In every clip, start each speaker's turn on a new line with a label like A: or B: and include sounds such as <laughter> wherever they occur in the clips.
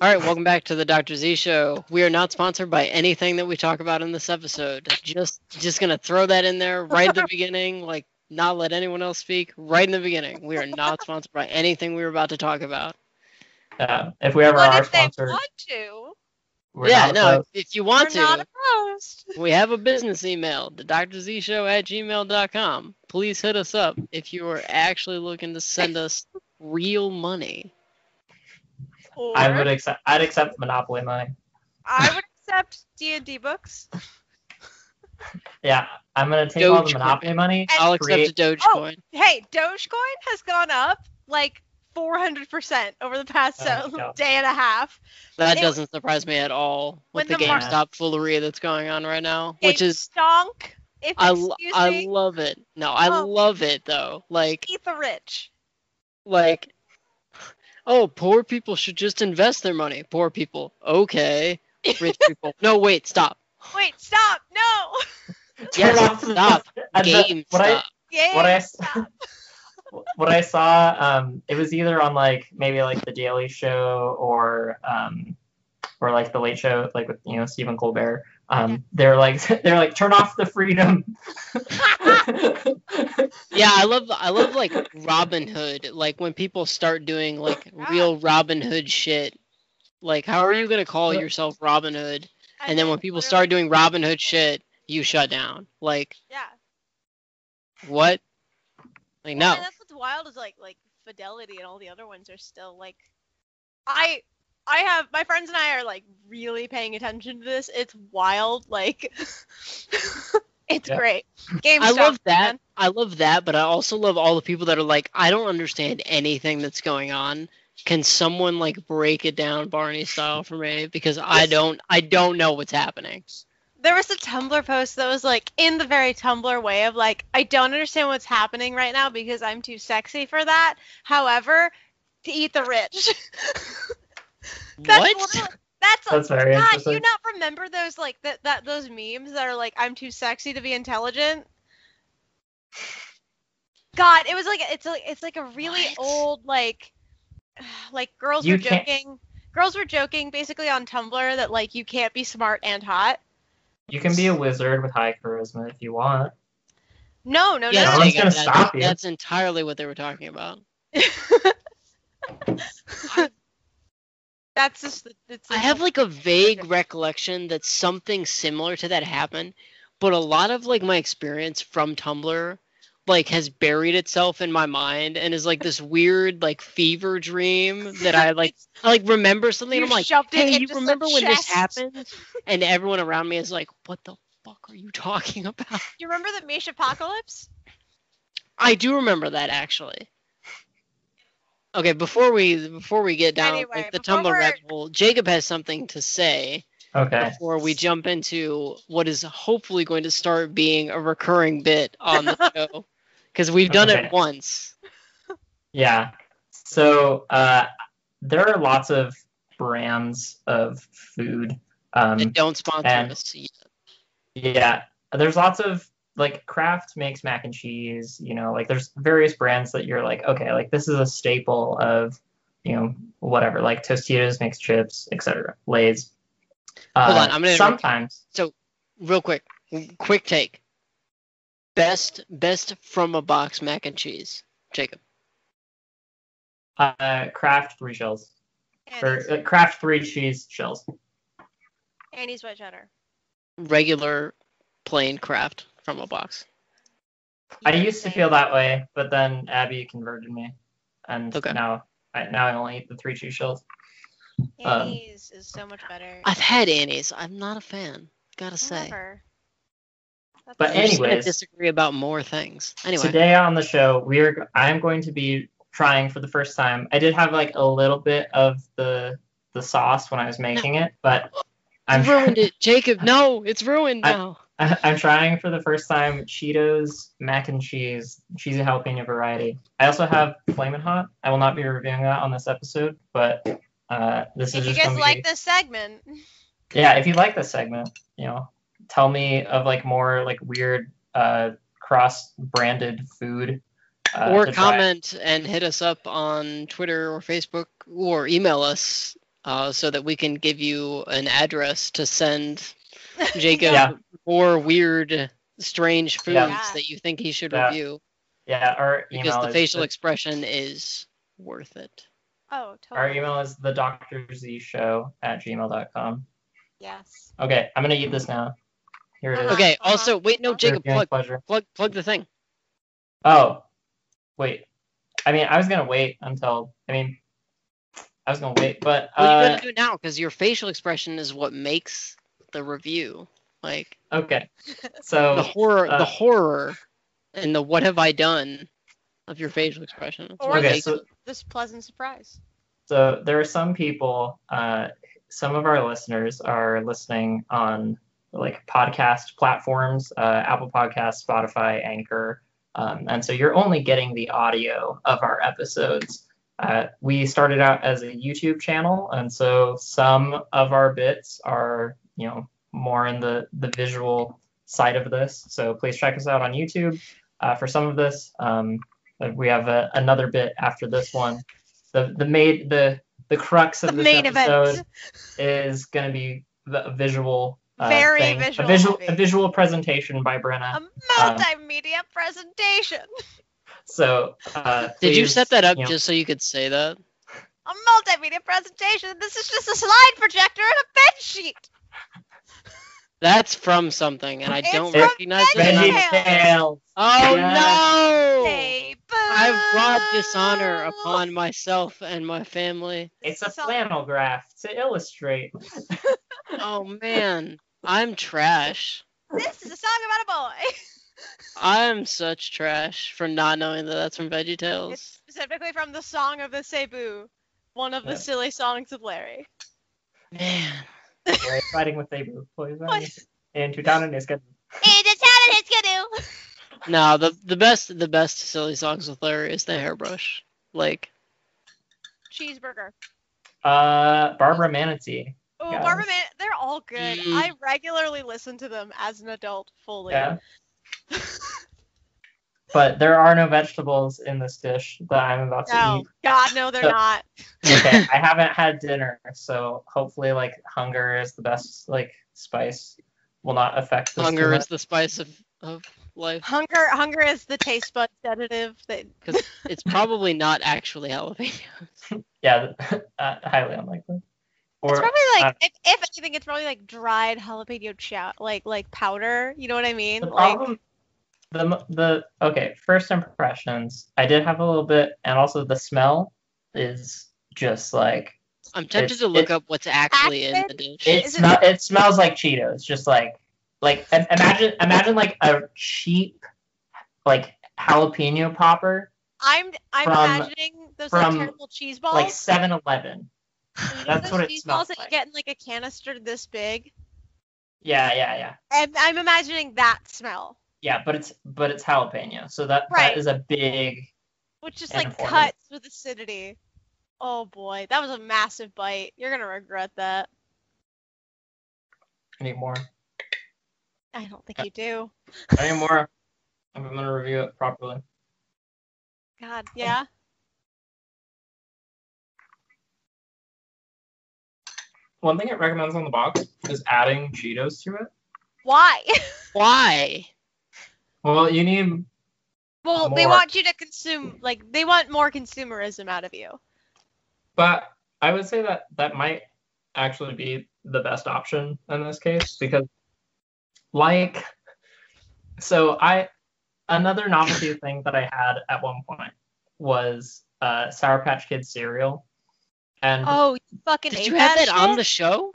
A: All right, welcome back to the Dr. Z show. We are not sponsored by anything that we talk about in this episode. Just just going to throw that in there right at
B: <laughs>
A: the beginning, like not let anyone else speak right in the beginning. We are not sponsored by anything we were about to talk about.
C: Uh, if we ever
B: but
C: are
B: if they
C: sponsored,
B: want to,
C: we're
A: yeah,
C: not
A: no,
C: above-
A: if, if you want
B: we're
A: to,
B: not opposed.
A: we have a business email, the Dr. Z show at gmail.com. Please hit us up if you are actually looking to send us real money.
B: Or
C: I would accept. I'd accept Monopoly money.
B: <laughs> I would accept D and D books.
C: Yeah, I'm gonna take all the
A: Dogecoin.
C: Monopoly money.
B: <laughs>
A: I'll
C: create-
A: accept a
B: Oh,
A: Dogecoin.
B: Hey, Dogecoin has gone up like 400% over the past
C: Oh
B: uh,
C: my God.
B: day and a half.
A: That
B: It-
A: doesn't surprise me at all with
B: When
A: the,
B: the mar-
A: GameStop foolery that's going on right now, which
B: Game
A: is
B: stonk. If
A: I, l-
B: excuse
A: I
B: me,
A: love it. No, I
B: Oh.
A: love it though. Like
B: eat the rich.
A: like oh, poor people should just invest their money. Poor people. Okay. Rich people. No, wait, stop.
C: <laughs>
B: Wait, stop! No,
C: Turn
A: Yes,
C: off the-
A: stop.
C: <laughs> and the-
A: GameStop.
C: what I
B: yeah.
C: What I-
B: stop.
C: <laughs> what I saw, um, it was either on like maybe like the Daily Show or um, or like the Late Show, like with you know Stephen Colbert. Um,
B: Yeah.
C: They're like <laughs> they're like turn off the freedom. <laughs>
B: <laughs>
A: Yeah, I love I love like Robin Hood. Like when people start doing like
B: Oh God.
A: real Robin Hood shit. Like how are you gonna call
C: But-
A: yourself Robin Hood?
B: I
A: And then
B: mean,
A: when people
B: literally-
A: start doing Robin Hood shit, you shut down. Like
B: yeah.
A: what? Like no.
B: And that's what's wild is like like Fidelity and all the other ones are still like I I have my friends and I are like really paying attention to this. It's wild, like <laughs> it's
C: Yeah.
B: great. GameStop.
A: I love that.
B: man.
A: I love that, but I also love all the people that are like, I don't understand anything that's going on. Can someone like break it down Barney style for me? Because I don't I don't know what's happening.
B: There was a Tumblr post that was like in the very Tumblr way of like I don't understand what's happening right now because I'm too sexy for that. However, to eat the rich. <laughs> That's
A: what?
B: literally- That's a
C: That's very
B: God, do
C: interesting.
B: you not remember those like that that those memes that are like I'm too sexy to be intelligent? God, it was like it's like it's like a really
A: What?
B: old like like girls
C: You
B: were
C: can't-
B: joking. Girls were joking basically on Tumblr that like you can't be smart and hot.
C: you can be a wizard with high charisma if you want.
B: No, no,
A: Yes,
C: No
B: no.
C: one's
A: they got
C: gonna
A: that.
C: stop you.
A: That's entirely what they were talking about.
B: That's just the- it's
A: I have like a vague recollection that something similar to that happened, but a lot of like my experience from Tumblr like has buried itself in my mind and is like this weird like fever dream that I like I like remember something
B: you
A: and I'm like
B: shoved it
A: hey
B: into
A: you
B: some
A: remember when this
B: chest.
A: happened and everyone around me is like what the fuck are you talking <laughs> about
B: You remember the Misha apocalypse?
A: I do remember that actually okay before we before we get down
B: Anyway,
A: like the
B: before
A: Tumblr
B: we're-
A: rabbit hole Jacob has something to say
C: Okay.
A: before we jump into what is hopefully going to start being a recurring bit on
C: <laughs>
A: the show because we've done
C: Okay.
A: it once.
C: Yeah. So uh, there are lots of brands of food. Um,
A: And don't sponsor
C: and-
A: us. yet.
C: Yeah, there's lots of like Kraft makes mac and cheese, you know, like there's various brands that you're like, okay, like this is a staple of, you know, whatever, like Tostitos makes chips, etc. Lay's. Uh,
A: Hold on, I'm gonna interrupt.
C: sometimes.
A: Real quick, quick take. Best best from a box mac and cheese, Jacob.
C: Uh, Kraft three shells or
B: Annie's,
C: uh, Kraft three cheese shells.
B: Annie's white cheddar.
A: Regular, plain craft from a box.
C: I
B: You
C: used to
B: say-
C: feel that way, but then Abby converted me, and
A: Okay.
C: now I now I only eat the three cheese shells. um,
B: Annie's is so much better.
A: I've had Annie's. I'm not a fan. Gotta say.
B: Whatever. That's
C: But
A: We're
B: okay.
A: just gonna
C: anyways.
A: disagree about more things. Anyway,
C: Today on the show, we are. I'm going to be trying for the first time. I did have like a little bit of the the sauce when I was making it, but I'm
A: you
C: <laughs>
A: ruined it, Jacob. No, it's ruined
C: I-
A: now.
C: I'm trying for the first time Cheetos mac and cheese cheesy jalapeno variety. I also have Flamin' Hot. I will not be reviewing that on this episode, but uh, this
B: If
C: is
B: you
C: just
B: guys
C: gonna be-
B: like this segment,
C: yeah if you like this segment you know tell me of like more like weird uh cross branded food uh,
A: or
C: to try.
A: comment and hit us up on Twitter or Facebook or email us uh, so that we can give you an address to send <laughs>
B: <laughs>
A: Jacob
C: Yeah.
A: more weird, strange foods
C: Yeah.
A: that you think he should
C: Yeah.
A: review
C: Yeah, our email
A: because the
C: is
A: facial expression is worth it.
B: Oh,
C: our
B: totally.
C: email is the Doctor Z Show at gmail.com.
B: Yes.
C: Okay, I'm gonna eat this now. Here it is.
B: Uh-huh.
A: Okay.
B: Uh-huh.
A: Also, wait, no,
B: Uh-huh.
A: Jacob,
C: Your viewing
A: plug,
C: pleasure.
A: plug, plug the thing.
C: Oh, wait. I mean, I was gonna wait until. I mean, I was gonna wait, but
A: Well, you
C: uh,
A: gotta do it now because your facial expression is what makes the review. Like <laughs>
C: okay.
A: the
C: So
A: horror,
C: uh,
A: the horror, and the what have I done of your facial expression. It's
B: Or
A: what
C: okay,
A: makes
C: so
A: it.
B: This pleasant surprise.
C: so there are some people. Uh, some of our listeners are listening on like podcast platforms, uh, Apple Podcasts, Spotify, Anchor, um, and so you're only getting the audio of our episodes. Uh, we started out as a YouTube channel, and so some of our bits are, you know, more in the the visual side of this. So please check us out on YouTube uh, for some of this. Um, but we have a, another bit after this one. The the made the the crux of
B: The
C: this
B: main event. <laughs>
C: episode is going to be the a visual. Uh,
B: Very
C: thing.
B: visual Um,
C: A visual,
B: heavy.
C: a visual presentation by Brenna.
B: A
C: um,
B: multimedia presentation.
C: so, uh,
A: Did you
C: please,
A: set that up
C: you know,
A: just so you could say that?
B: A multimedia presentation. This is just a slide projector and a bed sheet.
A: That's from something, and I
B: It's
A: don't
B: from
A: recognize
C: Veggie
A: it.
B: Benji. Tales.
C: Tales.
A: Oh
C: Yes.
A: no!
B: Say
A: I've Oh, brought dishonor
B: boo.
A: upon myself and my family.
C: It's a
B: So-
C: flannel graph to
B: <laughs>
C: illustrate.
A: Oh man, I'm trash.
B: <laughs> This is a song about a boy. <laughs>
A: I'm such trash for not knowing that that's from VeggieTales.
B: It's specifically from the song of the Cebu, one of the
C: Yeah.
B: silly songs of Larry.
A: Man.
C: We're fighting with Sabu. Poison. And Tutanan is good.
B: And it's how it's gonna.
A: No, the the best the best silly songs with Larry is the hairbrush. Like
B: Cheeseburger.
C: Uh, Barbara Manatee.
B: Oh,
C: Yeah.
B: Barbara Man, they're all good.
A: Mm.
B: I regularly listen to them as an adult fully.
C: Yeah. but there are no vegetables in this dish that I'm about to
B: No,
C: eat.
B: God, no, they're
C: So-
B: not.
C: Okay, <laughs> I haven't had dinner, so hopefully, like hunger is the best like spice. Will not affect this. too
A: hunger
C: much.
A: is the spice of, of life.
B: Hunger, hunger is the taste bud sedative. That
A: Because it's probably not actually jalapenos.
C: Yeah, <laughs> uh, highly unlikely. Or
B: it's probably like,
C: uh,
B: if, if anything, it's probably like dried jalapeno chow, like like powder. You know what I mean?
C: the
B: Like,
C: problem, the m- the okay, first impressions. I did have a little bit, and also the smell is just like
A: <laughs> I'm tempted
C: It's-
A: to look
C: it's-
A: up what's actually in the
B: Acid?
A: dish.
C: it
B: Is it-
C: smell. It, smells like Cheetos. Just like like im- imagine imagine like a cheap like jalapeno popper
B: I'm I'm
C: From-
B: imagining those like,
C: from,
B: terrible cheese balls.
C: like 7-Eleven.
B: You know
C: <laughs> That's
B: those
C: what it
B: cheese
C: smells
B: balls that
C: like.
B: you get in like a canister this big.
C: Yeah, yeah, yeah.
B: I'm, I'm imagining that smell,
C: Yeah, but it's but it's jalapeno. So that
B: Right.
C: that is a big
B: which is
C: And
B: like
C: affordable.
B: cuts with acidity. Oh boy, that was a massive bite. You're gonna regret that.
C: I need more.
B: I don't
C: Uh,
B: think you do.
C: I need more. I'm gonna review it properly.
B: God,
C: oh.
B: yeah.
C: One thing it recommends on the box is adding Cheetos to it.
B: Why? <laughs>
A: Why?
C: Well, you need
B: well, they
C: More.
B: want you to consume like they want more consumerism out of you.
C: But I would say that that might actually be the best option in this case because, like, so I another
B: <laughs>
C: novelty thing that I had at one point was uh, Sour Patch Kids cereal, and
B: Oh, you fucking
A: Did
B: ate
A: you have that
B: shit?
A: on the show?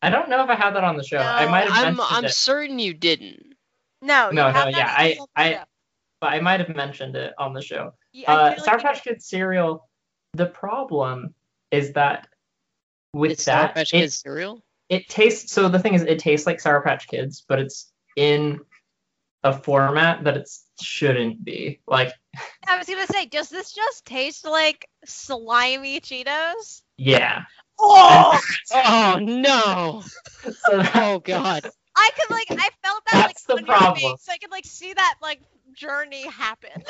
C: I don't know if I had that on the show. I
B: No,
C: might have
A: I'm
C: mentioned
A: I'm
C: it,
A: certain you didn't.
B: No, you
C: No,
B: have
C: no,
B: that
C: yeah,
B: on
C: I-
B: yourself,
C: I-
B: yeah.
C: but I might have mentioned it on the show.
B: Yeah, I
C: Uh,
B: feel like
C: Sour
B: you
C: Patch Kids cereal. The problem is that with
A: It's Sour
C: that,
A: Patch
C: it-
A: Kids cereal.
C: it tastes so the thing is it tastes like sour patch kids but it's in a format that it shouldn't be like
B: I was gonna say, does this just taste like slimy Cheetos? <laughs>
C: yeah
B: Oh,
A: Oh no!
C: so that,
A: Oh god!
B: I could like, I felt that
C: That's the
B: like on your face,
C: problem.
B: so I could like see that like journey happen.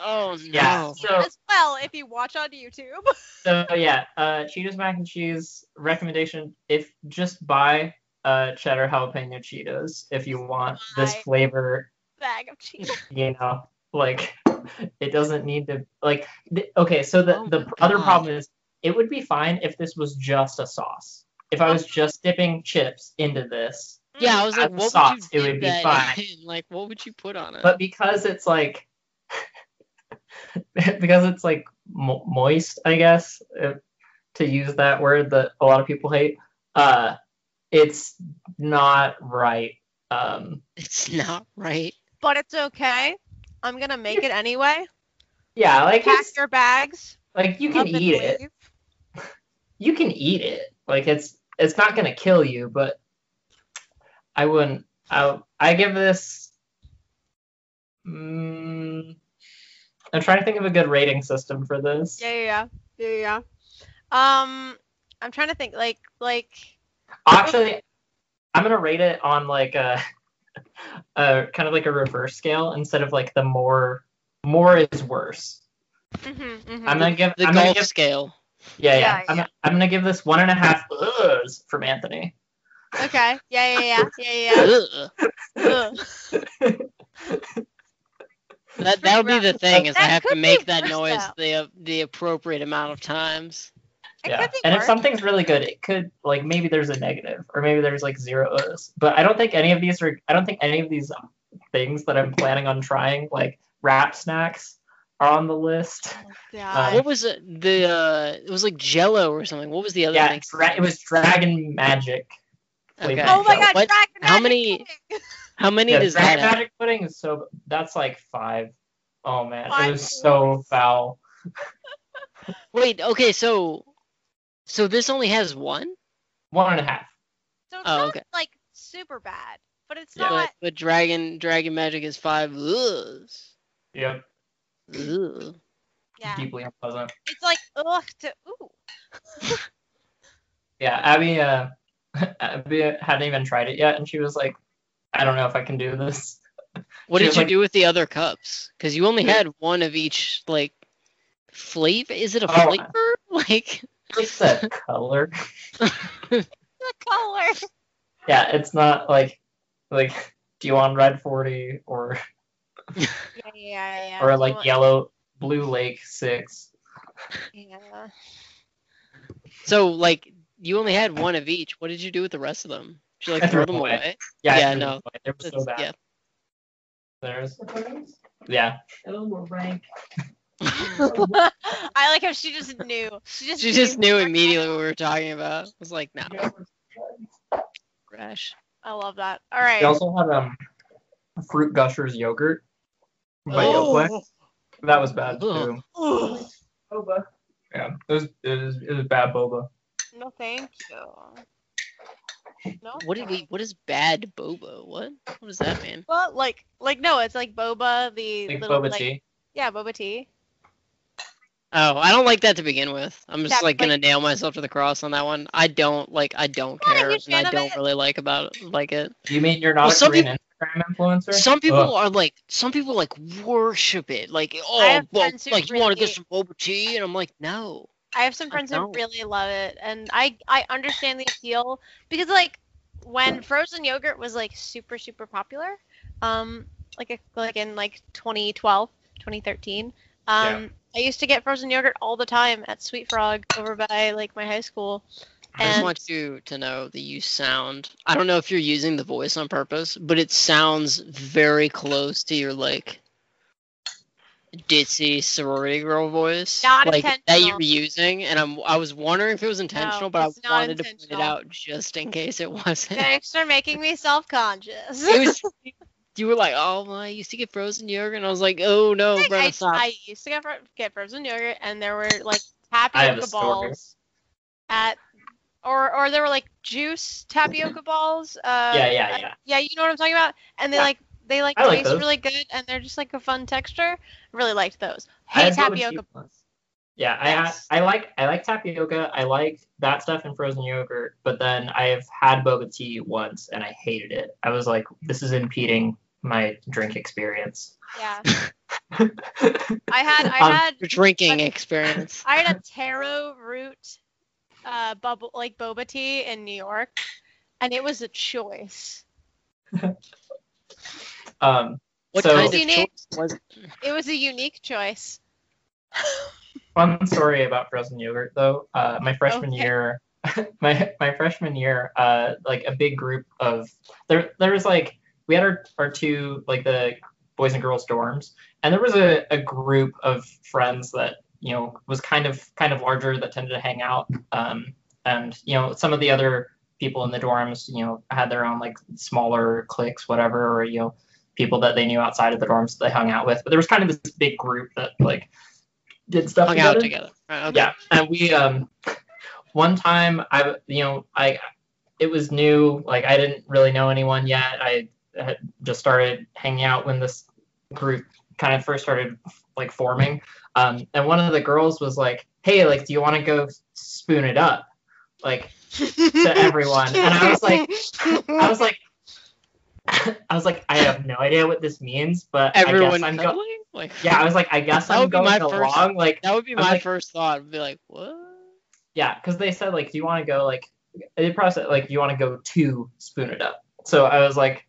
A: Oh no.
C: Yeah. So
B: <laughs> as well if you watch on YouTube. <laughs>
C: so yeah, uh, Cheetos mac and cheese recommendation: if just buy uh, cheddar jalapeno Cheetos if you want this
B: Why?
C: flavor
B: Bag of cheese.
C: you know like it doesn't need to like th- okay so the
A: Oh
C: the
A: my
C: other
A: God.
C: problem is it would be fine if this was just a sauce if
A: <laughs>
C: i was just dipping chips into this
A: Yeah, I was like,
C: As a
A: what
C: sauce,
A: would you
C: it would
A: dip
C: be
A: that
C: fine.
A: in? Like, what would you put on it?
C: but because it's like <laughs> because it's like mo- moist i guess uh, to use that word that a lot of people hate uh it's not right um
A: it's not right.
B: But it's okay. I'm gonna make it anyway.
C: yeah like
B: Pack
C: it's,
B: your bags.
C: like you
B: up
C: can
B: and
C: eat it
B: leave.
C: you can eat it. Like it's it's not gonna kill you, but I wouldn't. I I give this. Mm, I'm trying to think of a good rating system for this.
B: Yeah, yeah, yeah, yeah, yeah. Um, I'm trying to think. Like, like
C: Actually, I'm gonna rate it on like a, <laughs> a kind of like a reverse scale instead of like the more more is worse.
B: mhm, mhm.
C: I'm gonna give
A: The
C: I'm gonna
A: golf
C: give <laughs>
A: scale.
C: yeah yeah,
B: Yeah,
C: I'm,
B: yeah.
C: I'm gonna give this one and a half uhs from Anthony.
B: okay. Yeah, yeah, yeah, yeah,
A: Ugh. <laughs>
B: yeah. Ugh.
A: That that would be the thing is I
B: That
A: have to
B: could
A: make
B: be
A: that
B: worse,
A: noise
B: though.
A: the the appropriate amount of times.
B: It
C: yeah.
B: could be
C: and if
B: worse.
C: something's really good, it could like maybe there's a negative or maybe there's like zero O's. But I don't think any of these are. I don't think any of these things that I'm planning on trying, like wrap snacks, are on the list.
B: Oh,
A: Uh,
B: God.
A: What was it? The uh, it was like Jello or something. What was the other
C: yeah,
A: thing?
C: dra- it was Dragon Magic.
A: Okay.
B: oh my God!
A: What-
B: Dragon
A: how
B: Magic
A: many-
B: Pudding.
A: How many
C: Yeah,
A: does
C: Dragon
A: that? Have?
C: Magic pudding is so. That's like five. Oh man, it
B: Five
C: was so foul.
A: Wait. Okay. So, so this only has one.
C: One and a half.
B: So it's
A: Oh,
B: not
A: okay.
B: like super bad, but it's
C: Yeah.
A: But
B: not.
A: but Dragon Dragon Magic is five. Ugh.
C: Yep,
A: Ugh.
B: Yeah,
C: deeply unpleasant.
B: it's like ugh to ooh.
C: Yeah, Abby. Uh, <laughs> Abby hadn't even tried it yet, and she was like, "I don't know if I can do this." <laughs>
A: What
C: She
A: did
C: was
A: you
C: like-
A: do with the other cups? Because you only
C: Yeah.
A: had one of each. Like flavor? Is it a
C: Oh.
A: flavor? <laughs> Like
C: It's a color.
B: The
A: <laughs>
B: color.
C: Yeah, it's not like like do you want red forty or
B: Yeah, yeah, yeah.
C: or
B: you
C: like
B: want-
C: yellow blue lake six?
B: yeah. <laughs>
A: so. Like you only had one of each. What did you do with the rest of them? Did you
C: I
A: like
C: threw
A: throw
C: them
A: them
C: away.
A: away?
C: Yeah, I
A: Yeah,
C: threw
A: no.
C: them away. they were so
A: That's-
C: bad.
A: yeah.
C: There's yeah. Oh, we're rank.
A: <laughs>
B: I like how she just knew. She just
A: She just knew
B: right
A: immediately what we were talking about. I was like, nah, trash.
B: away. I love that. All
C: They
B: right.
C: also had um fruit gushers yogurt by
A: Oh.
C: Yoplait. That was bad too.
B: Ugh.
C: Boba. Yeah, it was it was, it was bad boba.
B: No, thank you. No.
A: What did we? What is bad boba? What? What does that mean?
B: Well, like, like no, it's like boba, the
C: Like
B: little
C: boba
B: like,
C: tea.
B: Yeah, boba tea.
A: Oh, I don't like that to begin with. I'm just
B: That's
A: like gonna nail myself to the cross on that one. I don't like. I don't
B: Not a
A: care,
B: huge
A: and I
B: fan of
A: don't
B: it.
A: really like about it, like it.
C: Do you mean you're not
A: Well,
C: a
A: some
C: Korean Instagram influencer?
A: Some people
C: Ugh.
A: are like. Some people like worship it. Like, oh,
B: have
A: well,
B: friends who
A: like you want to get
B: really-
A: some boba tea, and I'm like, no.
B: I have some
A: I
B: friends who
A: don't.
B: really love it, and I I understand the appeal because like when frozen yogurt was like super super popular, um, like a, like in like 2012, 2013, um, I used to get frozen yogurt all the time at Sweet Frog over by like my
A: <laughs>
B: high school.
A: I just
B: And-
A: want you to know that you sound. I don't know if you're using the voice on purpose, but it sounds very close to your like ditzy sorority girl voice,
B: Not
A: like that you
B: intentional.
A: were using. And I'm. I was wondering if it was intentional, but
B: it's
A: I
B: not
A: wanted to point it
B: intentional.
A: out just in case it wasn't.
B: Thanks for making me self
A: <laughs>
B: conscious.
A: it was. You were like, "Oh, well, I used to get frozen yogurt," and I was like, "Oh no,
B: Like,
A: Brenna,
B: I,
A: stop."
B: I used to get, fro- get frozen yogurt, and there were like
C: <laughs> I have a
B: tapioca
C: story.
B: balls at, or or there were like juice
C: <laughs>
B: tapioca balls. Uh,
C: Yeah, yeah, yeah.
B: yeah, you know what I'm talking about. And they
C: Yeah.
B: like they like
C: I like
B: taste
C: those.
B: really good, and they're just like a fun texture. Really liked those.
C: I
B: Hey,
C: had boba
B: tapioca.
C: tea once. Yeah, I ha-
B: Yes.
C: I like I like tapioca. I like that stuff in frozen yogurt, but then I've had boba tea once and <laughs> I hated it. I was like, this is impeding my drink experience.
B: Yeah. I had I
C: Um,
B: had
A: Drinking experience.
B: I had a taro root uh bubble like boba tea in New York and it was a choice.
C: Um,
A: What
C: So-
A: kind of
B: You need-
A: choice was
B: It was a unique
C: <laughs>
B: choice.
C: fun story about frozen yogurt though. Uh, my freshman
B: Okay.
C: year, <laughs> my my freshman year, uh, like a big group of there there was like we had our, our two like the boys and girls dorms, and there was a, a group of friends that you know was kind of kind of larger that tended to hang out. Um, and you know some of the other people in the dorms, you know, had their own like smaller cliques, whatever, or you know people that they knew outside of the dorms that they hung out with. But there was kind of this big group that like did stuff
A: hung out
C: together.
A: together? Right, okay.
C: Yeah, and we um, one time I you know I it was new like I didn't really know anyone yet. I had just started hanging out when this group kind of first started like forming. Um, and one of the girls was like, "Hey, like, do you want to go spoon it up?" Like
A: <laughs>
C: to everyone, and I was like,
B: Oh,
C: I was like. <laughs> I was like, I have no idea what this means, but I
A: Everyone
C: guess I'm
A: cuddling?
C: go-
A: like
C: yeah. I was like, I guess
A: That
C: I'm
A: would be
C: going
A: my
C: along.
A: first-
C: Like,
A: that would be
C: I was
A: my
C: like-
A: first thought. I'd be like, what?
C: Yeah, because they said like, do you want to go like they probably said like you want to go to spoon it up. So I was like,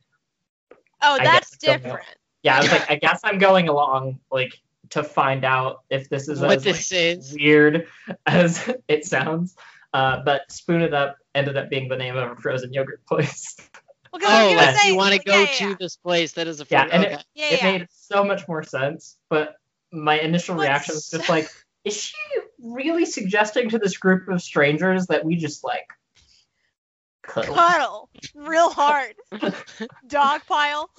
B: oh,
C: I
B: that's
C: guess I don't know.
B: different.
C: yeah, I
A: <laughs>
C: was like, I guess I'm going along like to find out if this is
A: What
C: as,
A: this
C: like,
A: is?
C: weird <laughs> as it sounds. Uh, but spoon it up ended up being the name of a frozen yogurt place. <laughs>
B: Well, 'cause I was
A: Oh,
B: gonna
C: like,
A: if
B: say,
A: you want to
B: yeah,
A: go
B: yeah,
A: to this place that is a
C: Yeah, and
A: okay.
B: yeah,
C: it
B: yeah.
C: made so much more sense. But my initial
B: What's-
C: reaction was just like, is she really suggesting to this group of strangers that we just like cuddle?
B: cuddle
A: <laughs>
B: real hard. Dog
A: <coughs>
B: pile.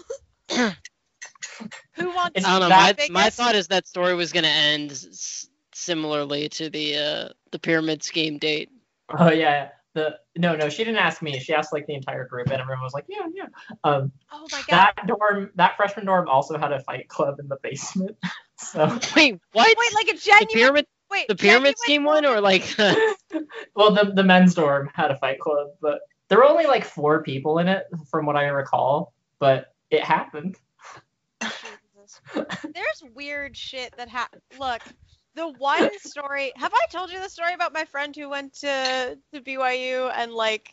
B: Who wants?
C: It's
A: I don't know. My,
C: that
A: my
B: biggest-
A: thought is that story was going to end s- similarly to the uh, the pyramid scheme date. <laughs>
C: Oh yeah. The no, no, she didn't ask me. She asked like the entire group, and everyone was like, "Yeah, yeah." Um,
B: Oh my god!
C: that dorm, that freshman dorm, also had a fight club in the basement. <laughs> So,
A: Wait, what?
B: Wait, like a
A: the
B: genuine.
A: pyramid
B: wait,
A: the pyramid
B: genuine
A: scheme one or like <laughs>
C: well, the the men's dorm had a fight club, but there were only like four people in it, from what I recall. But it happened.
B: Jesus. There's weird shit that happened. Look, the
A: <laughs>
B: one story. Have I told you the story about my friend who went to to BYU and like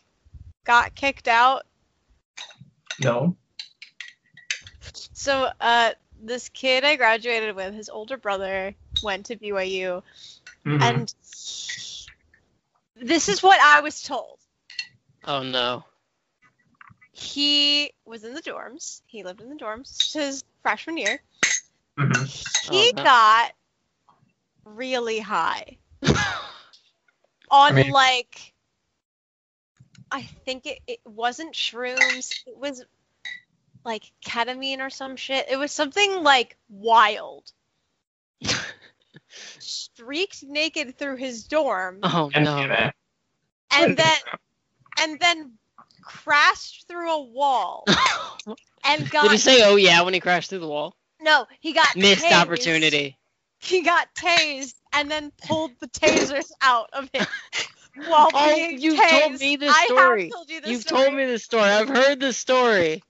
B: got kicked out?
C: No.
B: So, uh, this kid I graduated with, his older brother went to BYU,
C: Mhm.
B: and this is what I was told.
A: Oh no.
B: He was in the dorms. He lived in the dorms his freshman year.
C: Mhm.
B: He
A: Oh, no.
B: got
A: <laughs>
B: really high
C: I
B: on
C: mean-
B: like I think it, it wasn't shrooms. It was like ketamine or some shit. It was something like
A: <laughs>
B: wild. Streaked naked through his dorm
A: Oh
C: And
A: no.
C: yeah,
B: and then and then crashed through
A: <laughs>
B: a wall and got
A: Did he say oh yeah when he crashed through the wall?
B: no, he got
A: Missed
B: tased.
A: opportunity.
B: He got tased and then pulled the tasers out of him while
A: Oh,
B: being
A: you've
B: tased.
A: told me this
B: I
A: story.
B: have told you this
A: You've
B: story.
A: told me this story. I've heard this story.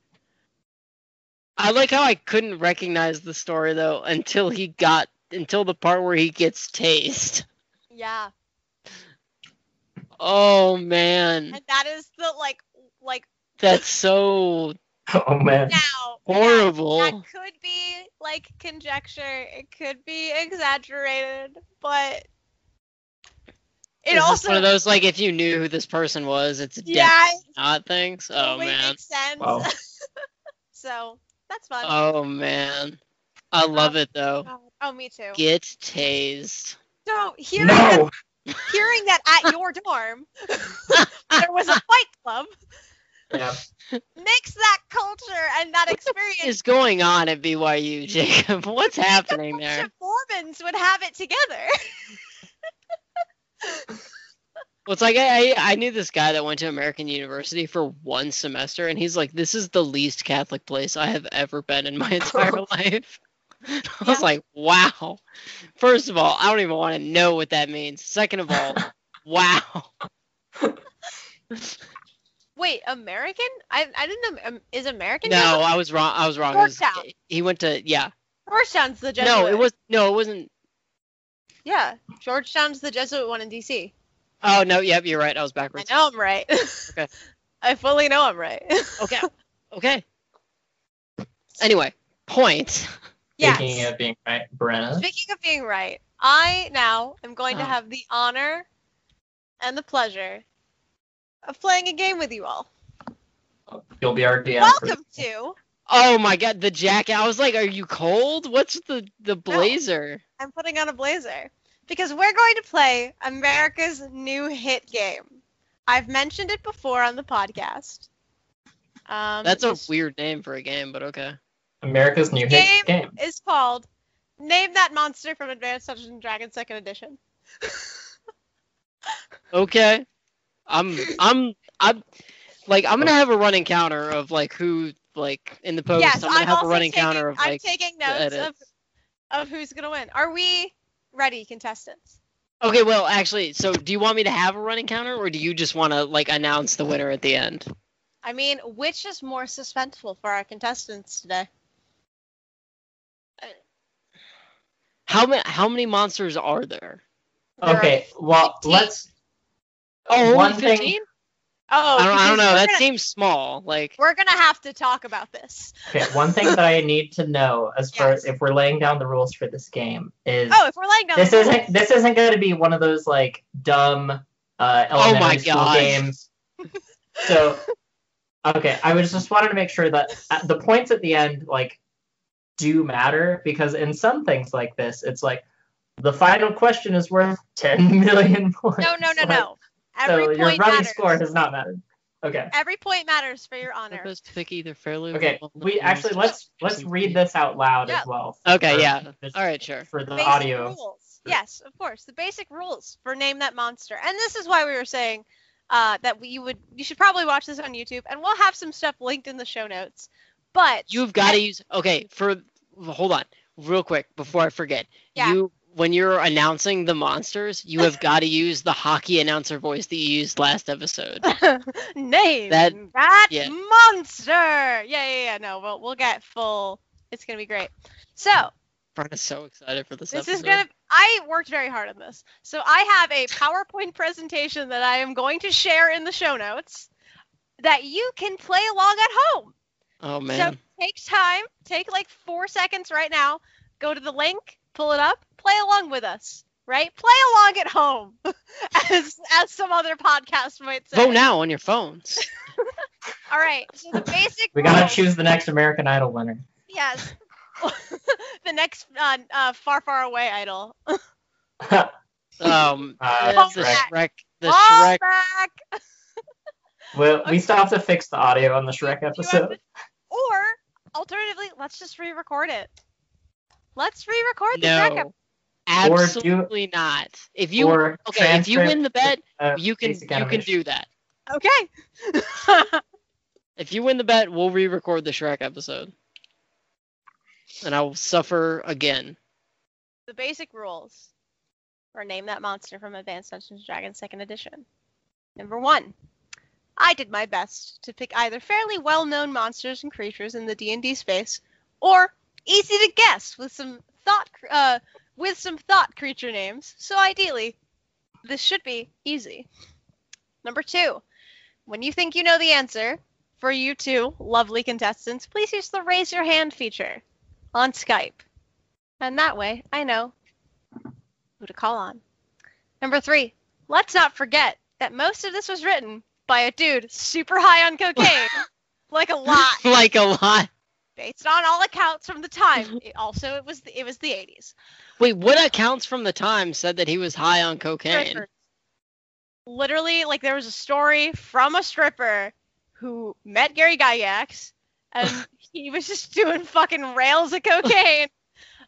A: I like how I couldn't recognize the story though until he got until the part where he gets tased.
B: Yeah,
A: Oh man.
B: and that is the like like
A: That's so
C: Oh man.
B: now That
A: horrible.
B: could be like conjecture. It could be exaggerated, but it
A: Is this
B: also
A: one of those like if you knew who this person was, it's a
B: yeah,
A: death not things. Oh
B: totally
A: man.
B: makes sense.
C: Wow.
B: <laughs> so that's fun.
A: Oh man. I love it though.
B: God. oh, me too.
A: Get tased.
B: So hearing
C: No.
B: that, hearing that <laughs> at your dorm there was a fight club
C: Yeah.
B: makes that culture and that
A: What
B: experience
A: is going on at BYU, Jacob? <laughs> What's happening
B: a bunch
A: there?
B: of Mormons would have it together. <laughs>
A: Well, it's like I, I I knew this guy that went to American University for one semester, and he's like, "This is the least Catholic place I have ever been in my <laughs> entire
B: <laughs>
A: life." <laughs> I
B: Yeah.
A: was like, "Wow." First of all, I don't even want to know what that means. Second of
B: <laughs>
A: all, wow.
B: Wait, American? I I didn't know um, is American
A: No,
B: Catholic?
A: I was wrong. I was wrong. It was-
B: Georgetown.
A: he went to yeah.
B: Georgetown's the Jesuit.
A: No, it was no, it wasn't.
B: Yeah, Georgetown's the Jesuit one in D.C.
A: Oh no, yep, you're right. I was
B: I
A: backwards.
B: know I'm right. <laughs>
A: Okay.
B: I fully know I'm right. <laughs>
A: Okay, okay. Anyway, point.
C: Speaking
B: yes.
C: of being right, Brenna.
B: Speaking of being right, I now am going to
A: Oh.
B: have the honor and the pleasure of playing a game with you all.
C: You'll be our DM. for-
B: Welcome to.
A: Oh my god, the jacket. I was like, are you cold? What's the the blazer?
B: I'm putting on a blazer because we're going to play America's new hit game. I've mentioned it before on the podcast. Um,
A: That's a
B: this
A: weird name for a game, but okay.
C: America's new hit game.
B: is called "Name That Monster" from Advanced Dungeons and Dragons Second Edition.
A: Okay. I'm I'm I'm like I'm
C: Oh.
A: gonna have a running counter of like who like in the post. Oh, I'm gonna have a
B: also
A: running
B: taking,
A: counter of
B: I'm
A: like
B: taking
A: the
B: notes of,
A: edits.
B: of who's gonna win. Are we ready, contestants?
A: Okay, well actually, so do you want me to have a running counter or do you just wanna like announce the winner at the end?
B: I mean, which is more suspenseful for our contestants today?
A: How many how many monsters are there?
B: There are-
C: Okay, well,
B: 15.
C: let's.
A: Oh,
C: one
A: only
C: thing.
A: 15? I
B: Oh,
A: don't, I
B: because
A: don't know.
B: we're
A: That
B: gonna-
A: seems small. Like
B: We're gonna have to talk about this.
C: Okay, one thing that
B: <laughs>
C: I need to know as far as
B: Yes.
C: if we're laying down the rules for this game is
B: Oh, if we're laying down.
C: this
B: the
C: isn't this isn't going to be one of those like dumb uh, elementary
A: my
C: school
A: God.
C: games. So, okay, I was just wanted to make sure that at the points at the end like do matter because in some things like this, it's like the final question is worth ten <laughs> million points.
B: No, no, no,
C: Like,
B: no. Every
C: so
B: point
C: your running
B: matters.
C: score has not mattered. Okay.
B: Every point matters for your
A: Let
B: honor.
A: us pick either fairly.
C: Okay.
A: or-
C: We actually let's let's read this out loud as well.
A: Okay,
C: for
A: yeah.
C: this-
A: All right, sure.
C: For the
B: Basic
C: audio.
B: rules. Yes, of course. The basic rules for name that monster. And this is why we were saying uh, that we, you would you should probably watch this on YouTube, and we'll have some stuff linked in the show notes. But
A: You've got to use okay for hold on real quick before I forget.
B: Yeah.
A: You when you're announcing the monsters, you
B: <laughs>
A: have got to use the hockey announcer voice that you used last
B: <laughs>
A: episode.
B: name that,
A: That- yeah.
B: monster. Yeah, yeah, yeah. No, we'll we'll get full. It's gonna be great. So
A: Brenna's so excited for this.
B: This
A: episode.
B: is gonna. I worked very hard on this, so I have a PowerPoint presentation that I am going to share in the show notes that you can play along at home.
A: Oh man.
B: So take time, take like four seconds right now. Go to the link, pull it up, play along with us. Right, play along at home, <laughs> as as some other podcast might say.
A: Vote now on your
B: <laughs>
A: phones.
B: All right. So the basic.
C: We gotta
B: rules-
C: choose the next American Idol winner. <laughs>
B: Yes. <laughs> the next uh, uh, far, far away idol.
A: Um,
C: <laughs> Uh,
A: the, the
C: Shrek.
A: Shrek, the
B: Fall
A: Shrek.
B: back.
C: Well,
B: Okay.
C: we still have to fix the audio on the Shrek
B: You have
C: episode.
B: <laughs> to- or alternatively, let's just re-record it. Let's re-record the Shrek
A: No,
B: episode.
A: absolutely not. If you
C: or
A: okay, if you
C: transcript
A: win the bet,
C: of
A: you can you
C: basic
A: can
C: animation.
A: do that.
B: Okay. <laughs>
A: If you win the bet, we'll re-record the Shrek episode, and I will suffer again.
B: the basic rules for name that monster from Advanced Dungeons and Dragons Second Edition. Number one, I did my best to pick either fairly well-known monsters and creatures in the D&D space, or easy to guess with some thought cr- uh, with some thought creature names. So ideally, this should be easy. Number two, when you think you know the answer, for you two lovely contestants, please use the raise your hand feature on Skype. And that way, I know who to call on. Number three, let's not forget that most of this was written by a dude super high on cocaine, like a lot,
A: <laughs> like a lot.
B: based on all accounts from the time. It- also, it was the, it was the 80s.
A: Wait, what accounts from the time said that he was high on cocaine?
B: Strippers. Literally, like there was a story from a stripper who met Gary Gygax, and he was just doing fucking rails of cocaine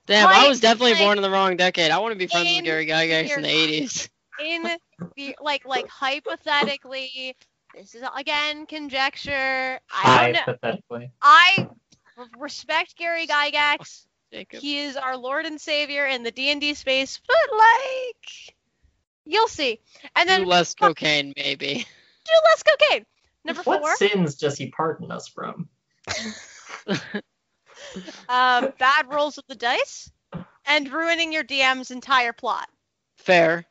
A: Damn, I
B: Like-
A: was definitely
B: like-
A: born in the wrong decade. I want to be friends
B: In
A: with Gary Gygax
B: your-
A: in the
B: <laughs>
A: '80s.
B: in the like like hypothetically this is again conjecture i don't know
C: Hypothetically.
B: i r- respect gary gygax
A: Jacob.
B: he is our lord and savior in the d&d space but like you'll see and then
A: Do
B: do
A: less cocaine, maybe.
B: less cocaine number
C: what
B: four
C: sins does he pardon us from?
B: um, <laughs> bad rolls of the dice, and ruining your DM's entire plot. <laughs>
A: Fair.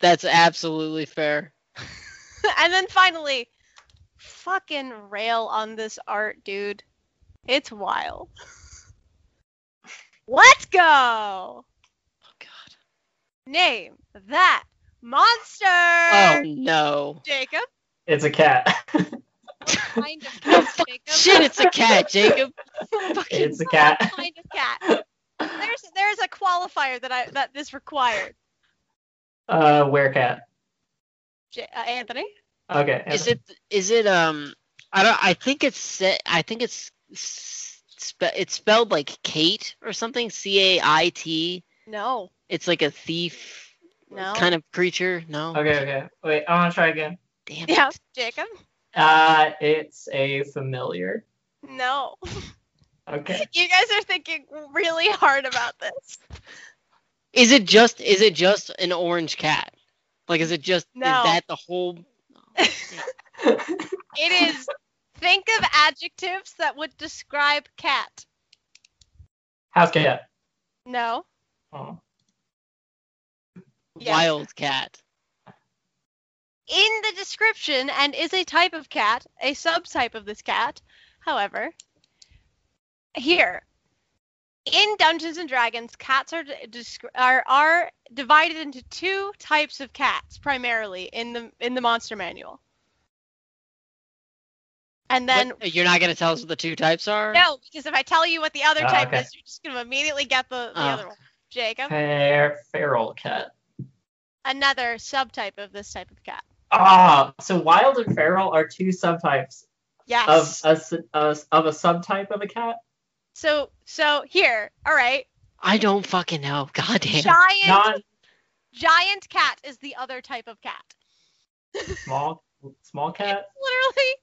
A: That's absolutely fair.
B: and then finally, fucking rail on this art, dude. It's wild. Let's go.
A: Oh god.
B: Name that monster.
A: Oh no.
C: <laughs>
B: Jacob.
C: It's a cat. <laughs>
B: What kind of
A: No,
B: cat,
A: fuck-
B: Jacob?
A: Shit, it's a
B: <laughs>
A: cat, Jacob.
B: <laughs> Fucking
C: It's a cat.
B: kind of cat. There's there's a qualifier that I that this required.
C: Uh, werecat.
B: J- uh, Anthony.
C: Okay.
A: Is it is it um I don't I think it's se- I think it's s- spe- it's spelled like Kate or something C A I T.
B: No.
A: It's like a thief
B: No. Uh,
A: kind of creature. No.
C: Okay. Okay. Wait. I want to try again.
A: Damn.
B: Yeah. <laughs> Jacob.
C: Uh, it's a familiar.
B: No. <laughs>
C: Okay. <laughs>
B: You guys are thinking really hard about this.
A: Is it just is it just an orange cat? Like is it just
B: No.
A: is that the
B: <laughs>
A: whole
B: It is. Think of adjectives that would describe cat.
C: House cat.
B: No.
C: Oh.
B: Yes.
A: wild cat?
B: in the description and is a type of cat, a subtype of this cat. However, here in Dungeons and Dragons, cats are descri- are, are divided into two types of cats primarily in the in the monster manual. And then
A: What- uh, you're not gonna tell us what the two types are?
B: no, because if I tell you what the other
A: Oh,
C: Ah,
B: type
C: okay.
B: is, you're just going to immediately get the, the
A: Ah.
B: other one. Jacob,
C: Fair, feral cat.
B: another subtype of this type of cat.
C: Ah, so wild and feral are two subtypes
B: Yes.
C: of a, s- of of a subtype of a cat.
B: so so here, all right.
A: <laughs> I don't fucking know. God damn.
B: Giant
C: Non
B: Giant cat is the other type of cat.
C: small small cat.
B: Literally,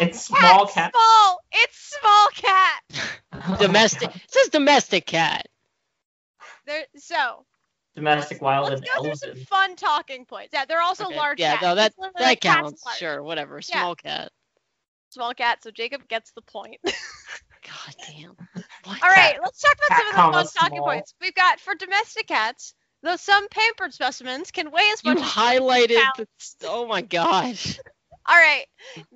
C: It's small
B: cat's <laughs>
C: cat.
B: Small. It's small cat.
A: domestic it says domestic cat.
B: There. So
C: <laughs> domestic wild
B: let's
C: and
B: go through some
C: elven.
B: fun talking points. Yeah, they're also
A: Okay,
B: large.
A: yeah,
B: cats.
A: no,
B: It's literally
A: That
B: like cats
A: counts.
B: large.
A: Sure, whatever.
B: Yeah.
A: Small cat.
B: Small cat. So Jacob gets the point.
A: God damn. What
B: All right, let's talk about
C: Cat
B: some of the fun
C: comma
B: talking
C: small.
B: points we've got for domestic cats. Though some pampered specimens can weigh
A: <laughs>
B: as
A: You
B: much as
A: highlighted the.
B: pounds.
A: Oh my
B: <laughs>
A: gosh.
B: All right.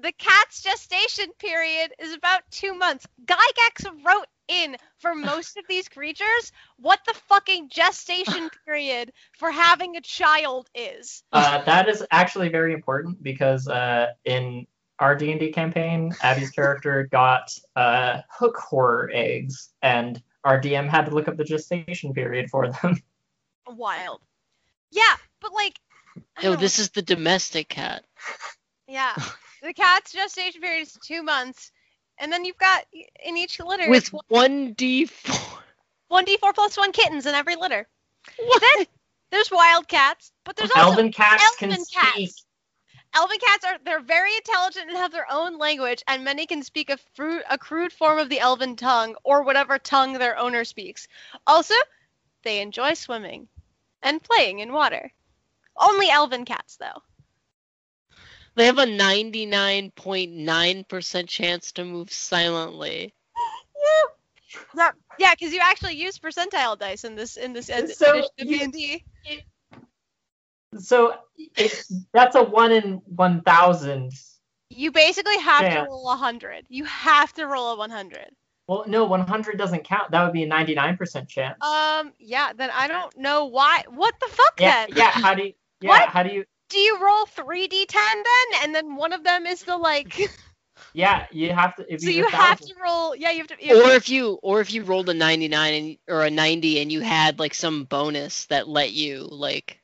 B: The cat's gestation period is about two months. Gygax wrote in for most of these creatures what the fucking
C: <laughs>
B: gestation period for having a child is.
C: Uh, that is actually very important because uh, in our D and D campaign, Abby's character <laughs> got uh, hook horror eggs, and our DM had to look up the gestation period for them.
B: Wild. Yeah, but like. I
A: No,
B: don't-
A: this is the domestic cat.
C: <laughs>
B: Yeah. The cat's gestation period is two months. And then you've got in each litter
A: With 1d4.
B: one d four plus one kittens in every litter.
A: <laughs> What?
B: Then there's wild cats, but there's also
C: Elven cats can
B: elven
C: speak.
B: cats. Elven cats are they're very intelligent and have their own language, and many can speak a fruit a crude form of the elven tongue or whatever tongue their owner speaks. Also, they enjoy swimming and playing in water. Only elven cats though.
A: They have a 99.9% chance to move silently.
B: Yeah, yeah, because you actually use percentile dice in this in this ed-
C: So
B: edition of
C: you-
B: D&D.
C: So it, that's a one in one thousand.
B: You basically have
C: Yeah.
B: to roll a hundred. You have to roll a one hundred.
C: Well, no, one hundred doesn't count. That would be a ninety-nine percent chance.
B: Um, yeah. Then I don't know why. What the fuck
C: yeah,
B: then?
C: yeah. How do you? Yeah,
B: What?
C: how do you?
B: do you roll 3d10 then and then one of them is the
C: <laughs>
B: like
C: Yeah, you have to. It'd
B: so
C: be
B: you
C: the
B: have
C: 1,000.
B: to roll yeah you have to you have
A: Or
B: to-
A: if you or if you rolled a 99 and, or a 90 and you had like some bonus that let you like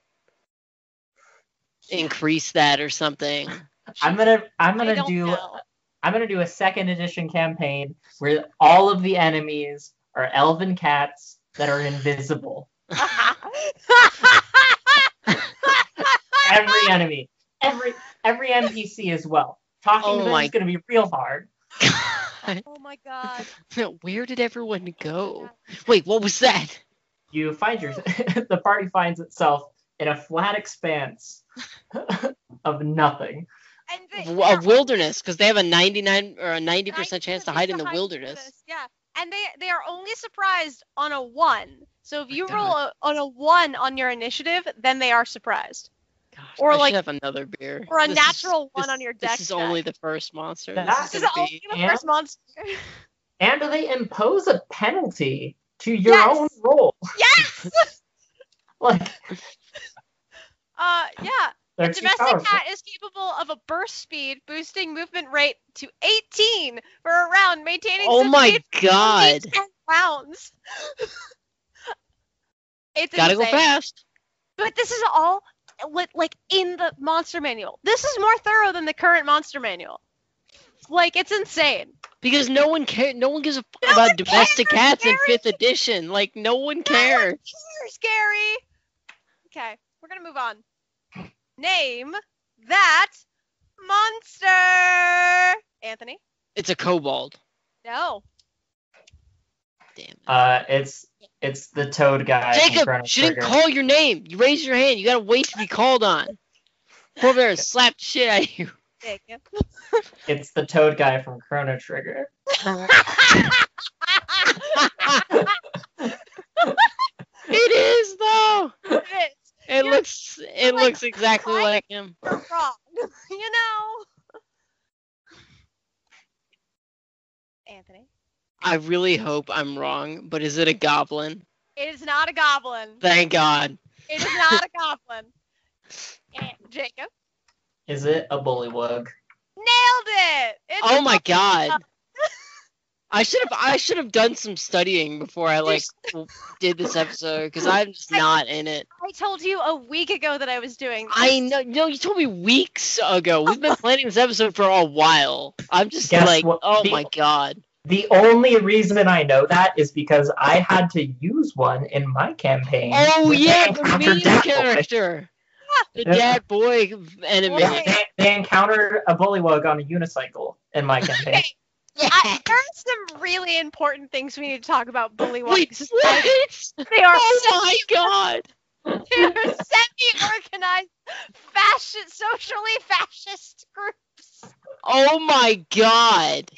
A: increase that or
B: <laughs>
A: something. <laughs>
C: I'm gonna. I'm
B: I
C: gonna
B: don't
C: do.
B: know. <laughs>
C: I'm gonna do a second edition campaign where all of the enemies are elven cats that are invisible. <laughs>
B: <laughs>
C: Every enemy, every every NPC as well. Talking
A: Oh
C: to them
A: my-
C: is gonna be real hard.
B: oh my god
A: Where did everyone go? Wait, what was that?
C: You find your <laughs> the party finds itself in a flat expanse <laughs> of nothing.
B: and the,
A: w- a wilderness because they have a 99 or a 90% chance to hide in the wilderness.
B: Yeah, and they they are only surprised on a one. So if you
A: God.
B: roll a, on a one on your initiative, then they are surprised.
A: Gosh,
B: Or
A: I should
B: like-
A: have another beer.
B: or a
A: This is-
B: natural one
A: this-
B: on your deck
A: This is only the first monster.
C: That
A: This
B: This
A: is
B: is
A: gonna
B: only
A: be
B: the
C: and-
B: first monster.
C: And do they impose a penalty to your
B: Yes.
C: own roll?
B: <laughs> yes.
C: <laughs> Like
B: Uh, yeah.
C: they're too
B: Domestic
C: powerful.
B: cat is capable of a burst speed, boosting movement rate to 18 for a round, maintaining.
A: Oh
B: such
A: my
B: speed for
A: god!
B: at least 10 rounds. <laughs> it's
A: Gotta go
B: insane.
A: fast.
B: But this is all li- like in the monster manual. This is more thorough than the current monster manual. Like it's insane.
A: Because no one care. No one gives a fuck
B: No
A: about
B: one
A: domestic
B: cares,
A: cats in
B: Gary.
A: fifth edition. Like no one
B: one
A: cares.
B: Super scary. Okay, we're gonna move on. Name that monster. Anthony?
A: It's a kobold.
B: No.
A: Damn. it.
C: Uh, it's it's the toad guy. from Chrono
A: Jacob, she didn't
C: Trigger.
A: call your name. You raised your hand. You gotta wait to be called on. Go over there
C: <laughs>
A: and slap the shit out of you.
B: Thank you.
C: It's the toad guy from Chrono Trigger.
B: <laughs>
A: It is though.
B: It's
A: It
B: You're-
A: looks. It
B: I'm like,
A: looks exactly
B: why-
A: like him.
B: wrong. you know. Anthony.
A: I really hope I'm wrong, but is it a goblin?
B: It is not a goblin.
A: Thank God.
B: It is not a goblin. <laughs> And Jacob
C: Is it a bullywug?
B: nailed it. It's
A: Oh
B: a
A: my
B: goblin.
A: God. I should have. I should have done some studying before I like w- did this episode because I'm just not in it.
B: I told you a week ago that I was doing. This.
A: I know. No, you told me weeks ago. We've been planning this episode for a while. I'm just
C: Guess
A: like,
C: what?
A: oh
C: The-
A: my God.
C: The only reason I know that is because I had to use one in my campaign.
A: Oh
C: with
A: yeah,
C: the
A: the
C: encounter
A: meme
C: dad boy.
A: character. The
C: Yeah.
A: dad boy
B: Boy.
A: enemy. <laughs>
C: They, they encounter a bullywug on a unicycle in
A: <laughs>
C: my campaign.
B: Okay. I, there are some really important things we need to talk about
A: Wait,
B: bullywugs.
A: what?
B: <laughs> They are
A: Oh my God.
B: semi-organized, fascist, socially fascist groups
A: Oh my God.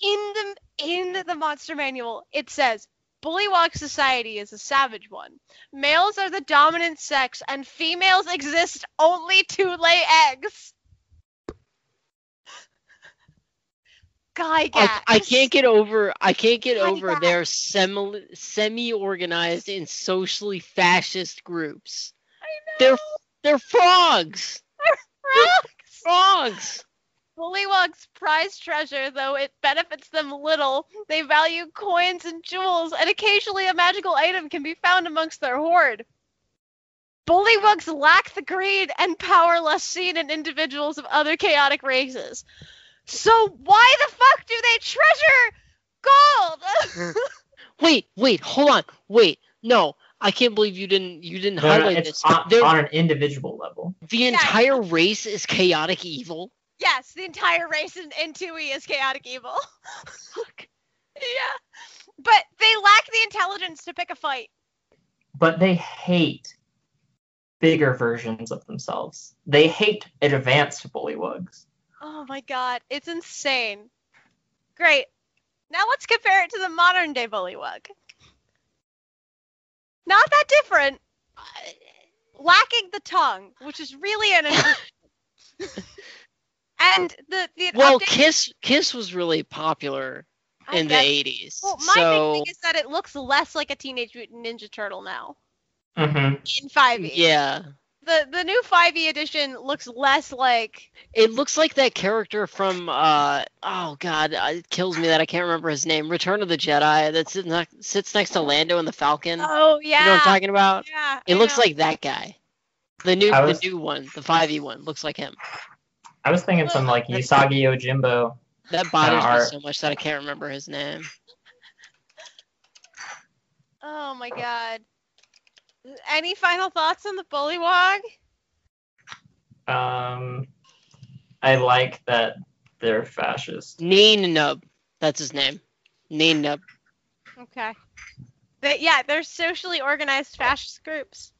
B: in the in the monster manual. It says bullywog society is a savage one. Males are the dominant sex, and females exist only to lay eggs. Guy
A: I,
B: gas.
A: I
B: <laughs>
A: can't get over I can't get
B: Oh my
A: over
B: God.
A: their semi semi organized and socially fascist groups.
B: I know.
A: They're they're frogs.
B: Frogs.
A: Frogs.
B: Bullywug's prize treasure, though it benefits them little, they value coins and jewels, and occasionally a magical item can be found amongst their hoard. Bullywugs lack the greed and power less seen in individuals of other chaotic races. So why the fuck do they treasure gold? <laughs>
A: Wait, wait, hold on. Wait. No. I can't believe you didn't you didn't
C: No, no,
A: highlight
C: it's
A: this.
C: on,
A: They're-
C: on an individual level.
A: the entire race is chaotic evil.
B: yes, the entire race in, in 2E is chaotic evil. <laughs>
A: Fuck.
B: yeah. But they lack the intelligence to pick a fight.
C: but they hate bigger versions of themselves. They hate advanced bullywugs.
B: Oh my god, it's insane. Great. Now let's compare it to the modern day bullywug. Not that different. Uh, Lacking the tongue, which is
A: <laughs>
B: really an and the the
A: Well,
B: update-
A: Kiss Kiss was really popular
B: I
A: in the
B: guess-
A: 80s.
B: Well, my
A: so
B: big thing is that it looks less like a teenage mutant ninja turtle now
C: Mm-hmm.
B: in 5e.
A: mm, yeah.
B: The the new 5e edition looks less like
A: It looks like that character from uh oh god, uh, it kills me that I can't remember his name. Return of the Jedi that sits, ne- sits next to Lando and the Falcon.
B: oh
A: You know what I'm
B: yeah.
A: talking about?
B: yeah.
A: It
B: I
A: looks
B: know.
A: like that guy. The new
C: I was-
A: the new one, the 5e one looks like him.
C: I was thinking some like Usagi Yojimbo.
A: That bothers
C: our-
A: me so much that I can't remember his name.
B: Oh my god. Any final thoughts on the bullywog?
C: Um, I like that they're fascist.
A: Neen Nub. That's his name. Neen Nub.
B: Okay. They, yeah, they're socially organized fascist groups.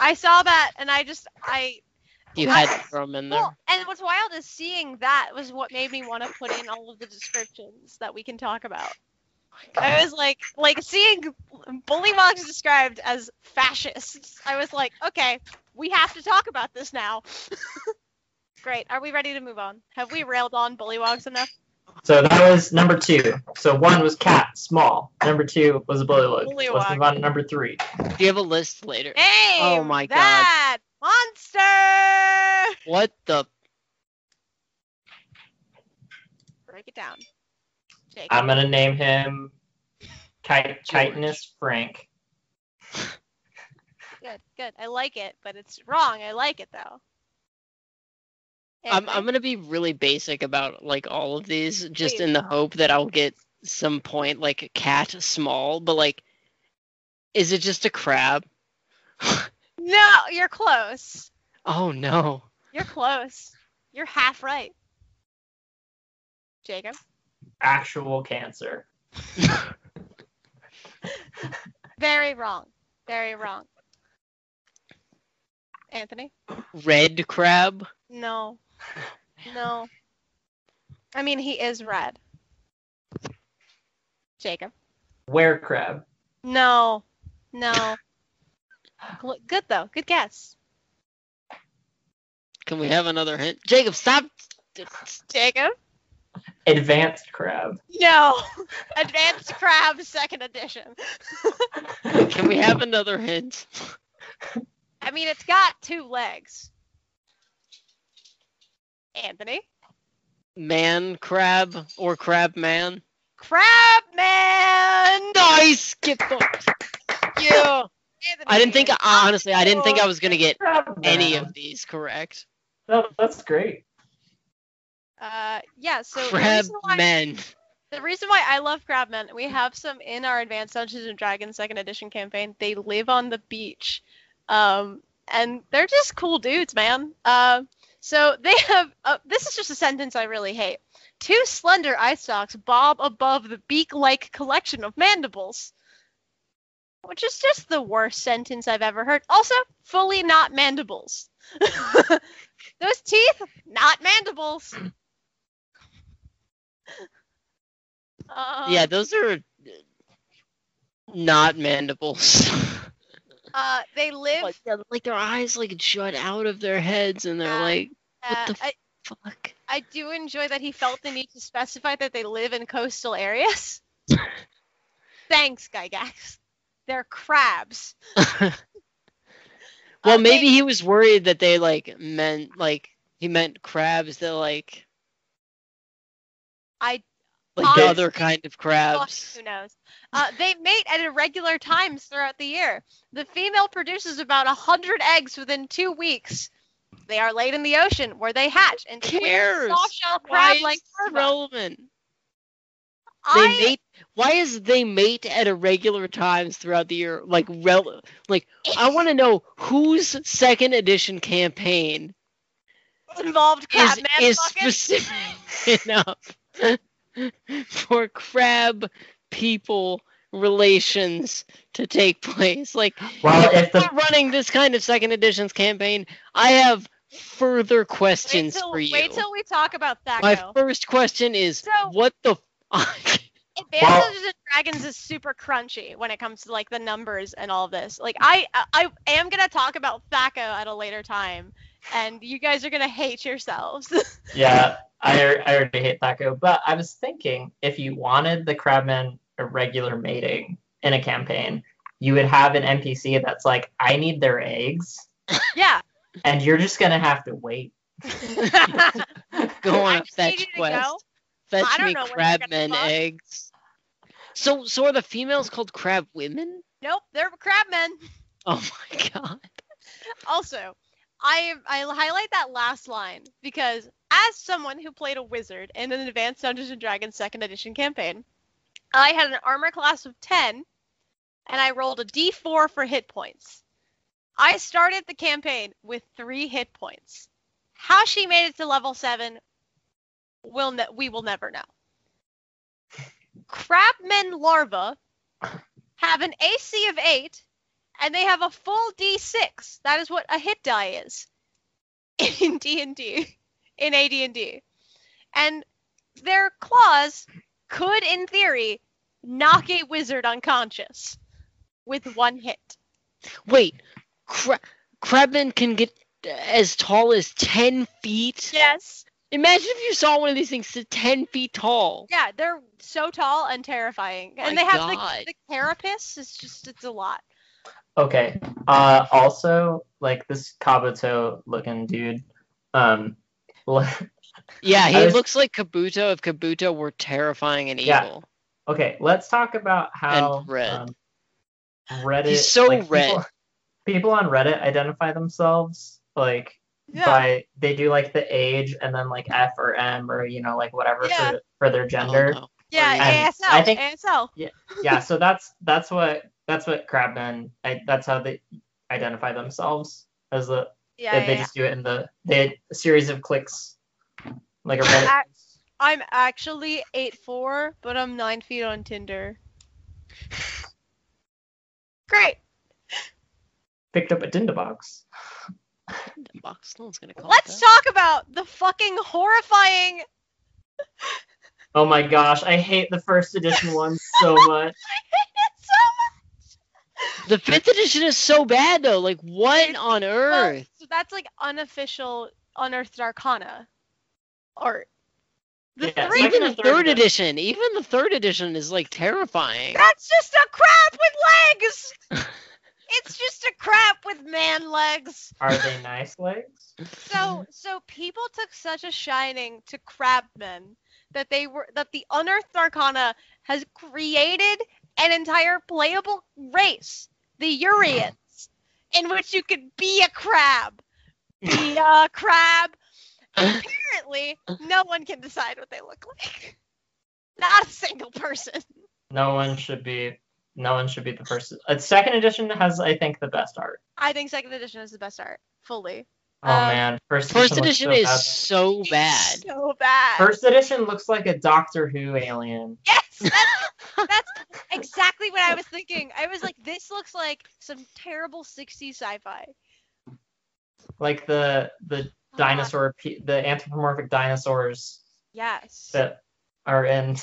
B: I saw that and I just I
A: You had to throw them in there.
B: Well, and what's wild is seeing that was what made me want to put in all of the descriptions that we can talk about. I was like, like seeing bully mugs described as fascists. I was like, okay, we have to talk about this now. <laughs> Great. Are we ready to move on? Have we railed on bullywogs enough?
C: So that was number two. So one was cat, small. Number two was a bullywug. Let's
B: Bullywug.
C: move on to number three.
A: Do you have a list later?
B: Hey!
A: Oh my God.
B: that monster!
A: What the?
B: Break it down. Jake.
A: Uh,
C: I'm gonna name him Kite Chitinous Frank.
B: good, good. I like it, but it's wrong. I like it though.
A: I'm I'm gonna be really basic about like all of these, just in the hope that I'll get some point like cat small, but like, is it just a crab?
B: No, you're close.
A: Oh no.
B: You're close. You're half right. Jacob.
C: Actual cancer.
B: Very wrong. Very wrong. Anthony?
A: Red crab.
B: No. No. I mean, he is red. Jacob.
C: Were crab.
B: No. No. Gl- Good though. Good guess.
A: Can we have another hint? Jacob, stop.
B: Jacob?
C: Advanced crab. <laughs>
B: No. <laughs> Advanced Crab Second Edition.
A: Can we have another hint?
B: I mean, it's got two legs. Anthony?
A: Man crab or crab man?
B: Crab Man!
A: Nice. Get fucked. Yeah.
B: Anthony.
A: I didn't think. Honestly, I didn't think I was gonna get
C: Crab
A: any
C: man.
A: of these correct.
C: No, that's great.
B: Uh, yeah, so the
A: Crab
B: reason why-
A: men.
B: The reason why I love crabmen, we have some in our Advanced Dungeons and Dragons Second Edition campaign. They live on the beach, um, and they're just cool dudes, man. Uh, so they have. Uh, this is just a sentence I really hate. Two slender eye stalks bob above the beak-like collection of mandibles, which is just the worst sentence I've ever heard. Also, fully not mandibles. <laughs> Those teeth, not mandibles. Um,
A: yeah, those are not <laughs> mandibles.
B: Uh, they live.
A: like, they're- like, their eyes like jut out of their heads, and they're
B: Uh,
A: like,
B: uh,
A: the f-
B: I,
A: "Fuck."
B: I do enjoy that he felt the need to specify that they live in
A: <laughs>
B: coastal areas. Thanks, Gygax. They're crabs.
A: <laughs> Well,
B: Uh, they-
A: maybe he was worried that they like meant like he meant crabs that like
B: I
A: like
B: Honestly,
A: other kind of crabs.
B: who knows? Uh, they mate at irregular times throughout the year. The female produces about a hundred eggs within two weeks. They are laid in the ocean where they hatch and
A: cares?
B: soft shell
A: Why
B: crab
A: is
B: like
A: like relevant? They
B: I
A: mate. Why is they mate at irregular times throughout the year? Like rel. Like I want to know whose second edition campaign
B: involved
A: is
B: crabman
A: is
B: fucking. <laughs>
A: specific <laughs> enough for crab people relations to take place. Like
C: Well, if
A: if
C: the
A: we're running this kind of second editions campaign, I have further questions
B: wait till,
A: for you.
B: Wait till we talk about that.
A: My first question is
B: So-
A: what the fuck? <laughs>
B: Advanced
C: Well-
B: Dungeons and Dragons is super crunchy when it comes to like the numbers and all of this. Like I, I I am gonna talk about Thaco at a later time, and you guys are gonna hate yourselves. <laughs>
C: yeah, I al- I already hate Taco, but I was thinking if you wanted the crabman a regular mating in a campaign, you would have an NPC that's like, I need their eggs,
B: yeah.
C: and you're just gonna have to wait.
A: <laughs>
B: I
A: Go on a
B: just need
A: fetch
B: you to
A: quest.
B: go. I
A: Fetch
B: don't
A: me
B: know when you're
A: crabmen
B: gonna fuck.
A: eggs. So so are the females called crab women?
B: Nope, they're crabmen.
A: Oh my <laughs> god.
B: Also, I I highlight that last line because as someone who played a wizard in an advanced Dungeons and Dragons second edition campaign, I had an armor class of 10 and I rolled a d4 for hit points. I started the campaign with 3 hit points. How she made it to level 7 will ne- we will never know. Crabmen larvae have an AC of 8 and they have a full D6. That is <laughs> what a hit die is. in D and D, in AD and D, and their claws could, in theory, knock a wizard unconscious with one hit.
A: Wait, Cra- Crabman can get as tall as 10 feet?
B: Yes.
A: Imagine if you saw one of these things that's 10 feet tall.
B: Yeah, they're so tall and terrifying, and
A: My
B: they have
A: God.
B: the, the carapace. It's just it's a lot.
C: Okay. Uh, also, like this Kabuto looking dude. Um, le- <laughs>
A: Yeah,
C: I
A: he
C: was-
A: looks like Kabuto if Kabuto were terrifying and evil.
C: Yeah, okay, let's talk about how
A: And red.
C: um, Reddit.
A: He's so
C: like, people-
A: red.
C: people on Reddit identify themselves like
B: Yeah.
C: by they do like the age and then like F or M or you know like whatever
B: Yeah.
C: for, for their
A: I don't
C: gender.
A: know.
B: Yeah,
C: And
B: ASL.
C: I think-
B: ASL.
C: yeah, so that's that's what that's what crabmen. I, that's how they identify themselves as the
B: Yeah,
C: they,
B: yeah,
C: they
B: yeah.
C: just do it in the they a series of clicks like a Reddit.
B: I- I'm actually eight four, but I'm nine feet on Tinder. Great.
C: picked up a Tinderbox.
A: Box, no one's gonna call it
B: Let's
A: that.
B: talk about the fucking horrifying. <laughs>
C: Oh my gosh, I hate the first edition one so much.
A: The fifth edition is so bad though. Like, what on
B: Well,
A: earth?
B: so that's like unofficial unearthed arcana art. The
C: Yeah,
B: three.
C: second
A: even
C: or
A: the
C: third
A: third edition, even the third edition is like terrifying. <laughs>
B: That's just a crab with legs. it's just a crab with man legs.
C: Are they nice legs?
B: So so people took such a shining to crabmen that they were that the unearthed arcana has created an entire playable race, the Urians, in which you could be a crab. Be a crab. Apparently, no one can decide what they look like. Not a single person.
C: No one should be no one should be the first. Uh, second edition has I think the best art.
B: I think second edition is the best art, fully.
C: Oh
B: Um,
C: man, first
A: First edition
C: edition, looks
A: is
C: so
A: so bad.
B: So
C: bad.
B: bad.
C: First edition looks like a Doctor Who alien.
B: Yes, that's, that's exactly what I was thinking. I was like, this looks like some terrible 60s sci-fi.
C: Like the the Uh,
B: Uh-huh.
C: dinosaur pe- the anthropomorphic dinosaurs
B: yes.
C: that are in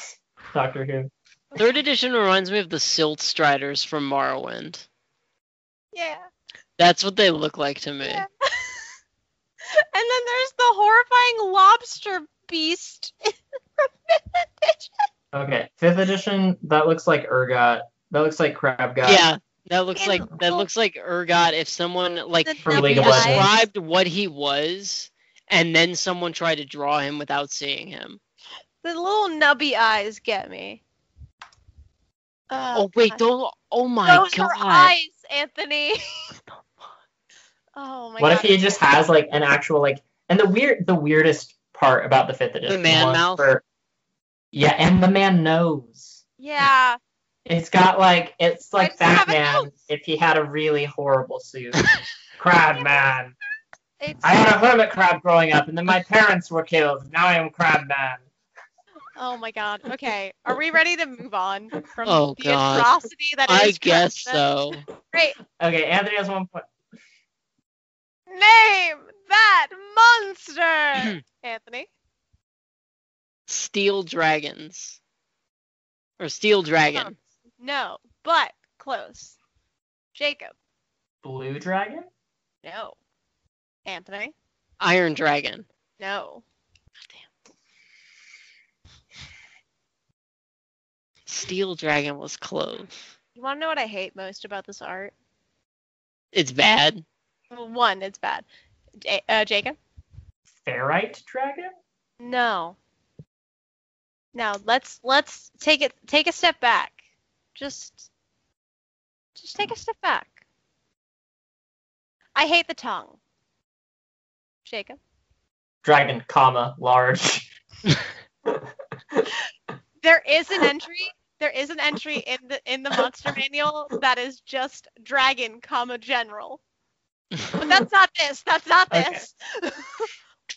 C: <laughs> Doctor Who.
A: Third edition reminds me of the Silt Striders from Morrowind.
B: Yeah.
A: That's what they look like to me.
B: Yeah. And then there's the horrifying lobster beast.
C: Okay, fifth edition that looks like Urgot. That looks like Crab Guy.
A: Yeah, that looks like that
B: Ew.
A: looks like Urgot if someone like
B: that
A: if
C: From
B: the
C: League
A: you
C: of
B: guy-
C: Legends.
A: described what he was and then someone tried to draw him without seeing him.
B: The little nubby eyes get me. Uh,
A: Oh wait,
B: God.
A: those oh my
B: those
A: god.
B: are eyes, Anthony. <laughs> oh my
C: what
B: god.
C: if he just has like an actual like and the weird the weirdest part about the fifth edition
A: man
C: was
A: mouth?
C: for- yeah and the man knows
B: Yeah.
C: it's got like it's
B: Why
C: like
B: does he have a
C: batman
B: nose?
C: if he had a really horrible suit
B: <laughs>
C: crab man
B: It's
C: i had a hermit crab growing up and then my parents were killed now i am crab man
B: Oh my god. Okay. Are we ready to move on from
A: Oh,
B: the
A: God.
B: atrocity that is
A: I guess
B: Christmas?
A: so.
B: Great.
C: okay anthony has one point
B: Name that
A: <clears throat>
B: monster. Anthony.
A: Steel dragons. Or steel dragon.
B: No, but close. Jacob.
C: blue dragon
B: No. Anthony.
A: Iron dragon.
B: No.
A: Steel dragon was close.
B: You want to know what I hate most about this art?
A: It's bad.
B: Well, One, it's bad. J- uh, Jacob.
C: ferrite dragon
B: No. No. Let's let's take it take a step back. Just just take a step back. I hate the tongue. Jacob.
C: dragon comma large
B: There is an entry. There is an entry in the in the monster manual that is just dragon, comma general. But that's not this. That's not
C: Okay.
B: this. <laughs>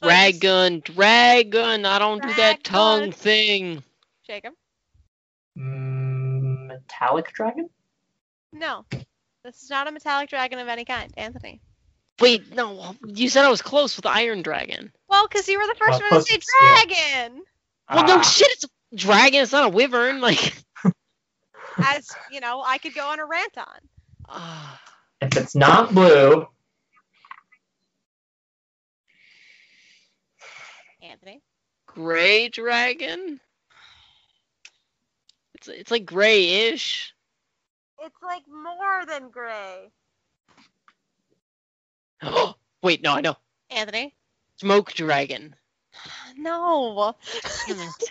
A: Dragon, dragon, I don't do that tongue
B: Dragon.
A: thing.
B: Jacob.
C: Mm, metallic dragon
B: No. This is not a metallic dragon of any kind, Anthony.
A: Wait, no, you said I was close with Iron Dragon.
B: Well, because you were the first
C: Well,
B: one to say
C: close, yeah.
B: dragon.
A: Well, no
C: Ah,
A: shit, it's a dragon. It's not a wyvern. Like,
B: As you know, I could go on a rant on.
A: ah.
C: If it's not blue,
B: Anthony.
A: gray dragon. It's it's like grayish. <gasps>
B: It's like more than gray.
A: Wait, no, I know.
B: Anthony.
A: Smoke dragon.
B: No.
A: Damn it.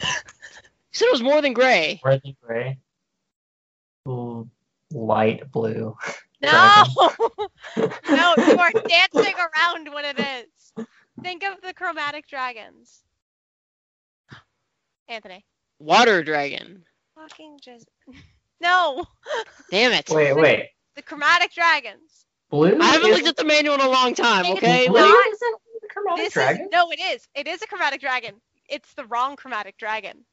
A: You said it was more than gray.
C: red and gray, L- light blue.
B: No.
C: <laughs>
B: no, you are dancing around what it is. Think of the chromatic dragons. Anthony.
A: Water dragon.
B: Fucking just. <laughs> No.
A: Damn it.
C: Wait, wait.
B: The chromatic dragons.
C: Blue?
A: I haven't
C: isn't-
A: looked at the manual in a long time,
B: It's
A: okay?
C: Blue
A: Like,
B: not-
C: isn't the chromatic
B: This
C: dragon?
B: is no, it is. It is a chromatic dragon. It's the wrong chromatic dragon,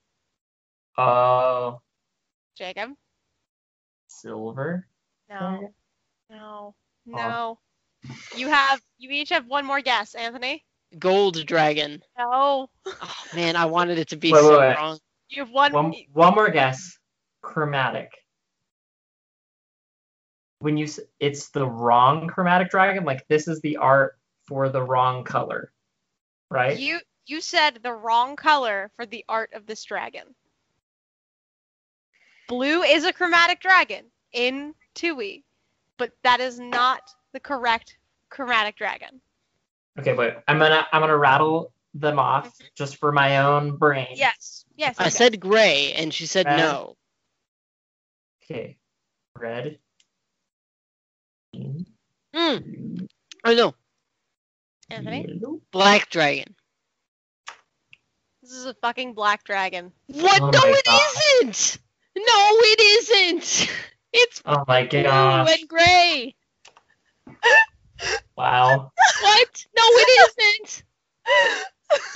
C: Oh,
B: Jacob.
C: silver.
B: No,
C: dragon?
B: no, no. You have you each have one more guess, Anthony.
A: gold dragon.
B: No,
A: Oh, man, I wanted it to be
C: Wait, wait,
A: so
C: wait.
A: wrong.
B: you have one.
C: One, one more guess. Chromatic. When you, s- it's the wrong chromatic dragon. Like this is the art for the wrong color, right?
B: You you said the wrong color for the art of this dragon. Blue is a chromatic dragon in Tui, but that is not the correct chromatic dragon.
C: Okay, wait. I'm gonna I'm gonna rattle them off just for my own brain.
B: Yes, yes.
A: I
B: okay.
A: said gray, and she said
C: Red.
A: no.
C: Okay. Red. Green.
A: Mm. Oh, no.
B: Anthony.
C: Yellow.
A: Black dragon.
B: This is a fucking black dragon.
A: What?
C: Oh
A: no,
C: my
A: it
C: God.
A: not No, it isn't. It's
C: Oh my
A: blue
C: gosh!
A: and gray.
C: Wow. <laughs>
A: What? No, it isn't.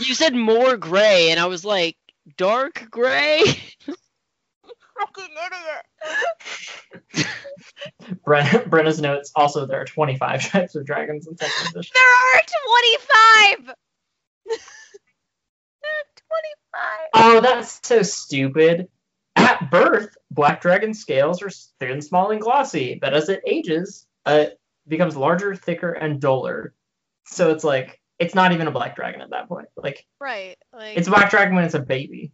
A: You said more gray, and I was like, dark gray?
B: Fucking idiot.
C: Bren, Brenna's notes. Also, there are 25 <laughs> types of dragons in second edition.
B: There are <laughs> 25! there are 25.
C: Oh, that's so stupid. At birth, black dragon scales are thin, small, and glossy, but as it ages, uh, it becomes larger, thicker, and duller. So it's like it's not even a black dragon at that point. Like
B: Right. Like,
C: it's
B: it's,
C: a black dragon when it's a baby.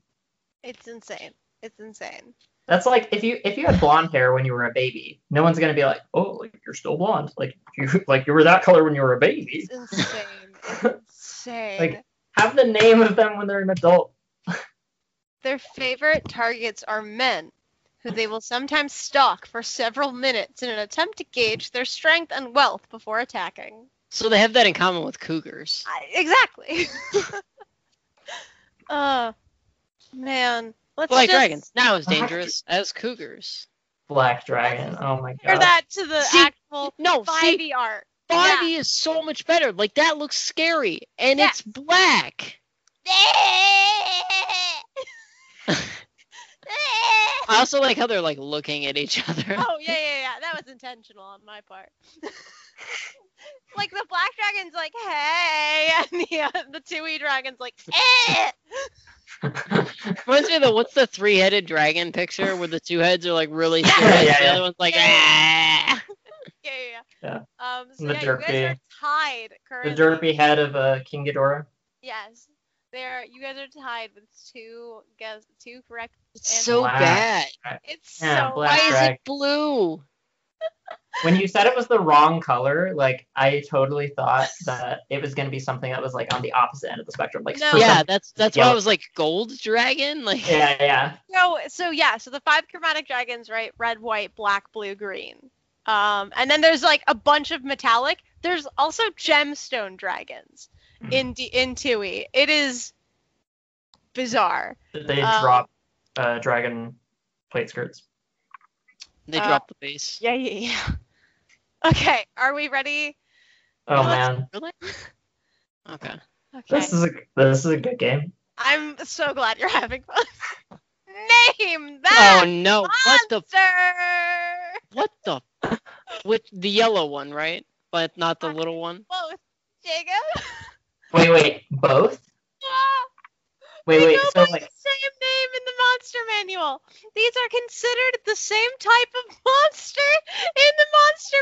B: insane. It's insane.
C: That's like if you if you had blonde hair when you were a baby, no one's gonna be like, oh, like, you're still blonde. Like you like you were that color when you were a baby. <laughs>
B: It's insane. It's insane.
C: Like- Have the name of them when they're an adult.
B: Their favorite targets are men, who they will sometimes stalk for several minutes in an attempt to gauge their strength and wealth before attacking.
A: So they have that in common with cougars.
B: I- exactly. <laughs> uh, man. Let's
A: Black
B: just
A: dragons. Now as
C: Black-
A: dangerous as cougars.
C: Black dragon. Oh my
B: compare
C: god.
B: that to the
A: See,
B: actual
A: No, see, E
B: 5e art. Yeah.
A: 5e is so much better. Like that looks scary, and
B: Yeah.
A: it's black. <laughs>
B: <laughs>
A: I also like how they're like looking at each other.
B: oh yeah, yeah, yeah. That was intentional on my part. <laughs> like the black dragon's like, hey, <laughs> and the uh, the two-e dragon's like, eh. <laughs>
A: Reminds me of the what's the three-headed dragon picture where the two heads are like really
B: Yeah,
A: serious,
C: <laughs> yeah,
A: the
C: yeah.
A: other one's like ah.
B: Yeah, yeah,
C: Yeah.
B: yeah. Um, so
C: The
B: yeah, you guys
C: derpy-
B: are tied
C: <laughs> the
B: currently.
C: derpy head of uh, King Ghidorah.
B: Yes, there. You guys are tied with two guess, two correct.
A: It's
B: And
A: so
C: black.
A: bad.
B: It's
C: Yeah,
B: so
C: black
A: Why
B: why
A: is
C: drag-
A: it blue?
C: When you said it was the wrong color, like I totally thought that it was gonna be something that was like on the opposite end of the spectrum. Like
B: No.
C: for
A: yeah,
C: some-
A: that's that's why I
C: yellow.
A: was like gold dragon. <laughs> Like
C: yeah, yeah.
B: So so yeah, so the five chromatic dragons, right? Red, white, black, blue, green. Um, and then there's like a bunch of metallic. There's also gemstone dragons
A: Hmm.
B: in D- in Tui. It is bizarre.
C: Did they
B: Um,
C: drop uh, dragon plate skirts?
A: they
B: Uh,
A: dropped the base.
B: Yeah, yeah, yeah. Okay, are we ready?
C: Oh
B: let's-
C: man,
A: Really? <laughs> Okay.
B: Okay.
C: this is a this is a good game.
B: I'm so glad you're having fun. <laughs> Name
A: Oh
B: that
A: no! What the
B: monster.
A: what the? With the yellow one, right? but not the little one.
B: Both, Jacob.
C: Wait, wait, both?
B: <laughs> Ah,
C: Wait,
B: they
C: wait.
B: go
C: So
B: by
C: like,
B: the same name in the monster manual. These are considered the same type of <laughs> monster in the monster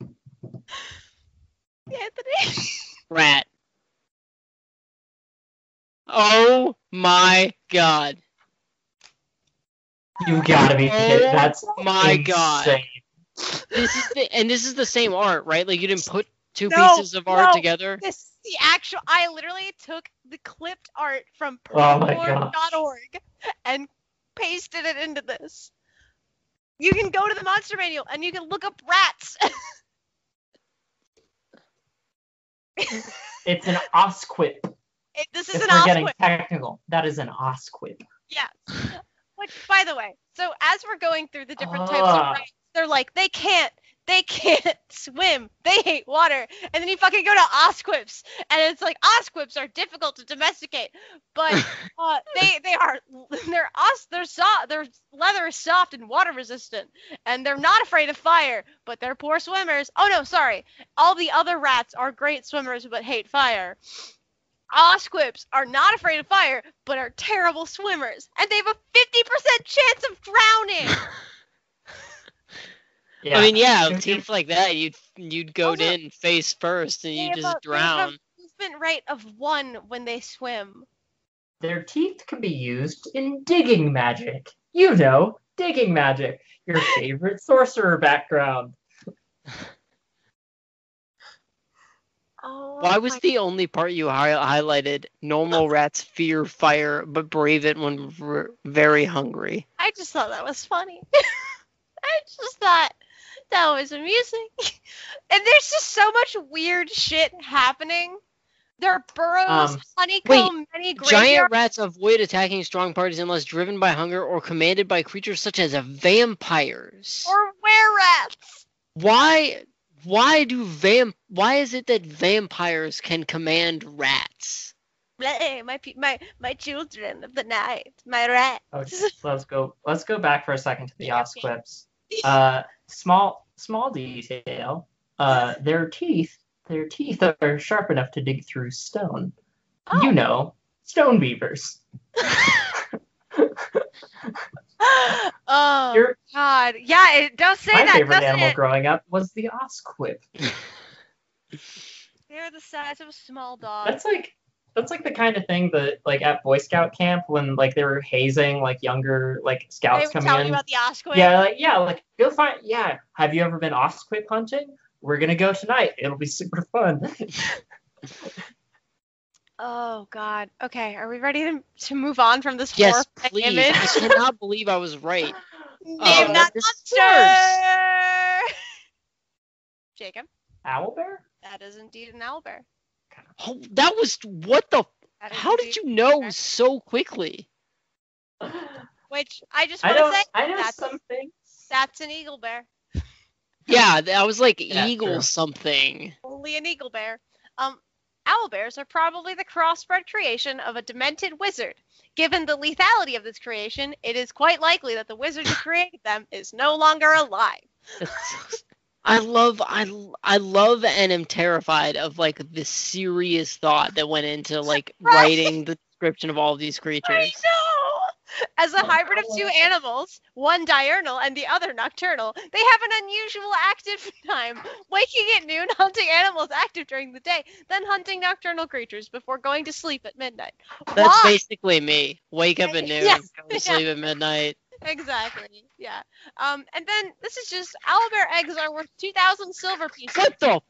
B: manual. <laughs> Anthony. <laughs>
A: Rat. Oh my god.
C: you gotta be kidding. That's
A: My god.
C: insane.
A: This is the, and this is the same art, right? Like you didn't put two
B: No,
A: pieces of art
B: no. <laughs>
A: together.
B: This is the actual. I literally took the clipped art from
C: Oh my
B: purpleborn.org and pasted it into this. You can go to the monster manual and you can look up rats. <laughs>
C: It's an osquip.
B: It- this is
C: If
B: an
C: we're getting
B: osquip.
C: technical, that is an osquip.
B: Yes. Which, by the way, so as we're going through the different types
C: Ah.
B: of rats, they're like they can't, they can't <laughs> swim, they hate water, and then you fucking go to osquips, and it's like osquips are difficult to domesticate, but Uh, they they are they're us they're soft their leather is soft and water resistant and they're not afraid of fire but they're poor swimmers oh no sorry all the other rats are great swimmers but hate fire osquips are not afraid of fire but are terrible swimmers and they have a 50% chance of drowning
C: Yeah.
A: I mean, yeah,
C: If
A: with
C: you-
A: teeth like that, you'd you'd go
B: Also-
A: in face first and
B: They
A: you
B: have
A: just
B: a- they have a
A: drown.
B: movement rate of one when they swim
C: Their teeth can be used in digging magic. You know, digging magic. Your favorite sorcerer background.
B: oh
A: Why was the only part you hi- highlighted
B: <laughs>
A: normal rats fear fire but brave it when r- very hungry?
B: I just thought that was funny. <laughs> I just thought that was amusing. <laughs> and there's just so much weird shit happening. There are burrows,
C: Um,
B: honeycomb, many
A: Giant
B: graveyards.
A: rats avoid attacking strong parties unless driven by hunger or commanded by creatures such as vampires.
B: or were rats.
A: Why? Why do vamp? Why is it that vampires can command rats?
B: Hey, my pe- my my children of the night, my rat.
C: Okay, let's go. Let's go back for a second to the osquips. Uh, small, small detail. Uh, their teeth, their teeth are sharp enough to dig through stone.
B: Oh.
C: You know, stone beavers.
B: <gasps> oh
C: Your-
B: God, yeah. It does say
C: My
B: that,
C: favorite
B: doesn't
C: animal
B: it?
C: growing up was the osquip.
B: They're the size of a small dog.
C: That's like that's like the kind of thing that like at Boy Scout camp when like they were hazing like younger like
B: they
C: scouts
B: were
C: coming
B: telling
C: in.
B: you about the Osquip.
C: Yeah, like, yeah, like go find. Yeah, have you ever been osquip hunting? We're gonna go tonight. It'll be super fun.
B: Oh God. Okay, are we ready to, to move on from this
A: Yes,
B: horrifying
A: please.
C: <laughs>
B: image?
A: I cannot believe I was right.
B: Name
C: Oh,
B: that
A: this
B: monster. Jacob,
C: <laughs> Owl
B: <laughs>
C: bear?
B: that is indeed an owlbear.
A: Oh, that was what the?
B: That is
A: How did
B: indeed-
A: you know so quickly?
B: Which I just
C: I
B: want to
C: don't.
B: say,
C: I know
B: that's-
C: something.
B: that's an eagle bear.
A: Yeah, th- I was like
C: Yeah,
A: eagle
C: true.
A: something.
B: Only an eagle bear. Um, owl bears are probably the crossbred creation of a demented wizard. Given the lethality of this creation, it is quite likely that the
A: <laughs>
B: wizard who created them is no longer alive.
A: <laughs> I love I l- I love and am terrified of like the serious thought that went into like
B: Right.
A: writing the description of all of these
B: I
A: creatures.
B: know. As a
C: Oh,
B: hybrid of two
C: God.
B: animals, one diurnal and the other nocturnal, they have an unusual active <laughs> time, waking at noon, hunting animals active during the day, then hunting nocturnal creatures before going to sleep at midnight.
A: That's
B: Why?
A: basically me. Wake up at noon,
B: Yeah,
A: go to sleep at midnight.
B: <laughs> exactly. Yeah. Um, and then this is just owlbear eggs are worth 2,000 silver pieces.
A: What the?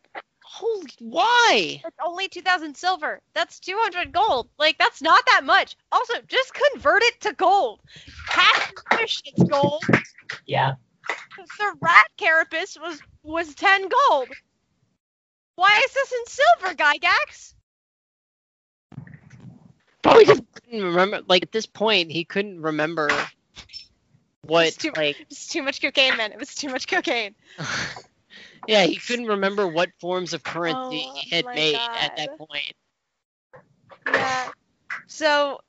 A: Holy! Why?
B: That's only 2,000 silver. That's 200 gold. Like, that's not that much. Also, just convert it to gold. Cash and fish is gold.
C: Yeah.
B: the rat carapace was was 10 gold. Why is this in silver, Gygax?
A: Probably just couldn't remember. Like at this point, he couldn't remember what
B: It's too-
A: like
B: It was too much cocaine, man. It was too much cocaine.
A: <laughs> Yeah, he couldn't remember what forms of currency
B: Oh
A: he had
B: my
A: made
B: God.
A: at that point.
B: Yeah. So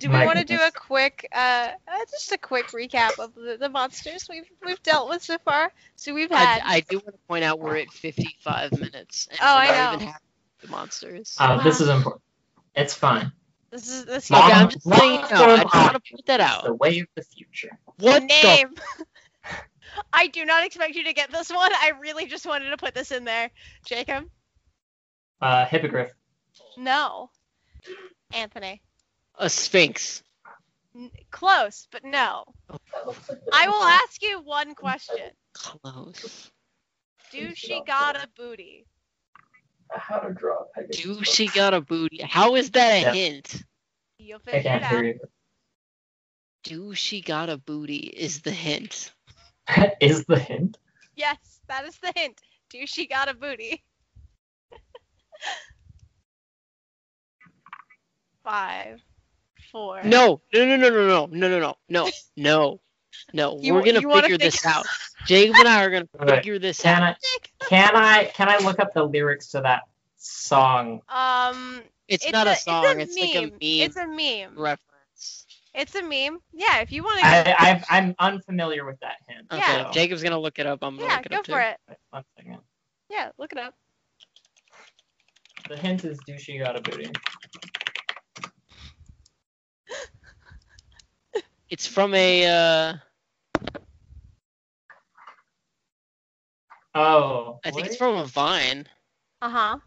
B: Do we
C: My
B: want to do a
C: goodness.
B: quick, uh, uh, just a quick recap of the, the monsters we've we've dealt with so far? So we've
A: I,
B: had
A: I do want to point out we're at 55 minutes. and
B: Oh, I
A: we're not
B: know.
A: half the monsters.
C: Uh,
B: Wow.
C: This is important. It's fine.
B: this is this is
A: okay,
C: Mom-
A: I'm just letting you
C: Monster
A: know. I just want
C: Monster.
A: to point that
C: It's
A: out.
C: the way of the future.
A: What the?
B: name. <laughs> I do not expect you to get this one. I really just wanted to put this in there, Jacob.
C: Uh, hippogriff.
B: No, Anthony.
A: A sphinx.
B: N- close, but no. I will ask you one question.
A: Close.
B: Do she got a booty?
C: How to draw a
A: Do she got a booty? How is that a
C: Yeah.
A: hint?
B: You'll
C: I
B: figure it
C: can't
B: out.
C: hear
A: Do she got a booty? Is the hint.
C: you.
A: <laughs>
C: is the hint?
B: Yes, that is the hint. Do she got a booty? <laughs> Five, four.
A: No, no, no, no, no, no, no, no, no, no, no, no.
B: <laughs> You-
A: We're gonna
B: you wanna
A: figure
B: think-
A: this out. Jacob and I are gonna
C: Right.
A: figure this
C: Can
A: out.
C: I? Can I? Can I look up the lyrics to that song?
B: Um,
A: It's, not a, song. It's, like a meme
B: It's a meme.
A: reference.
B: It's a meme. Yeah, if you want to.
C: I, I've, I'm unfamiliar with that hint.
A: Okay,
B: Yeah.
C: so-
A: Jacob's gonna look it up. I'm gonna
B: yeah,
A: look it
B: go
A: up too.
B: for it.
C: One second.
B: Yeah, look it up.
C: The hint is do she got a booty?
A: It's from a. Uh,
C: Oh.
A: I think it's
C: what?
A: from a Vine.
B: Uh
A: Uh-huh.
B: huh.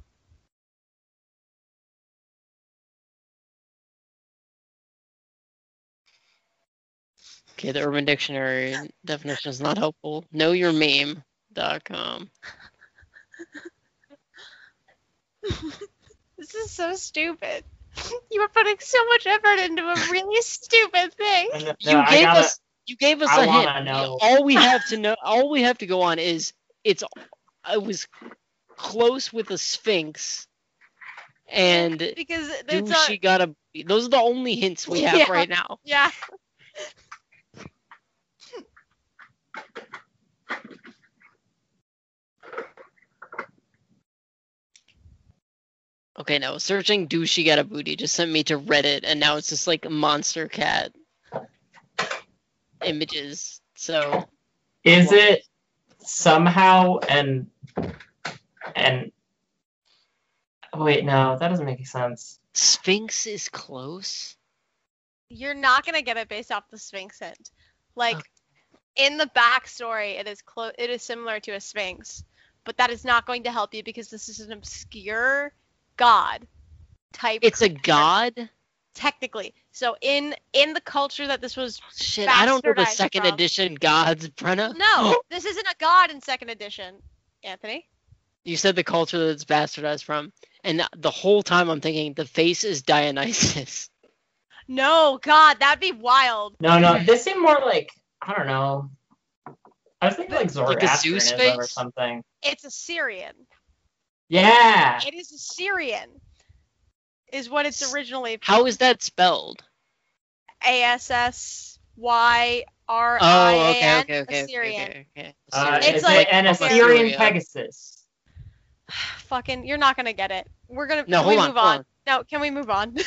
A: Okay, the Urban Dictionary definition is not helpful. KnowYourMeme.com.
B: This is so stupid. <laughs> you were putting so much effort into a really <laughs> stupid thing.
C: No, no,
A: You
C: I
A: gave
C: gotta-
A: us. You gave us a
C: I
A: hint.
C: wanna know.
A: All we have to know. All we have to go on is it's. I was close with a Sphinx, and
B: Because
A: do
B: it's a,
A: she got a? Those are the only hints we have
B: Yeah.
A: right now.
B: yeah.
A: Okay, no. Searching do she got a booty just sent me to Reddit, and now it's just like monster cat images. So
C: Is it somehow and and oh, wait, no, that doesn't make sense.
A: Sphinx is close.
B: You're not gonna get it based off the Sphinx hint. Like
A: Okay.
B: in the backstory, it is close. It is similar to a Sphinx, but that is not going to help you because this is an obscure god type.
A: It's a god.
B: technically so in in the culture that this was.
A: Shit, I don't know the
B: Bastardized
A: second
B: from-
A: edition gods, Brenna.
B: No, <gasps> this isn't a god in second edition, Anthony.
A: You said the culture that it's bastardized from, and the whole time I'm thinking the face is Dionysus. <laughs>
B: No, God, that'd be wild.
C: No, no,
A: Mm-hmm.
C: this seemed more like I don't know. I was thinking like
A: Like a zoo
C: Zoroastrianism or
A: space?
C: something.
B: It's Assyrian.
C: Yeah.
B: It is Assyrian, is what it's originally.
A: How is that spelled?
B: A S S Y R I
A: Oh,
B: A
A: okay,
B: N.
A: okay, okay, okay,
B: Assyrian. <sighs>
A: okay, okay.
C: Uh,
A: Assyrian.
B: It's
C: it's
B: like-
C: an Assyrian Pegasus.
B: Fucking, you're not gonna get it. We're gonna.
A: No,
B: can we
A: hold on,
B: move
A: hold
B: on?
A: on.
B: No, can we move on? <laughs>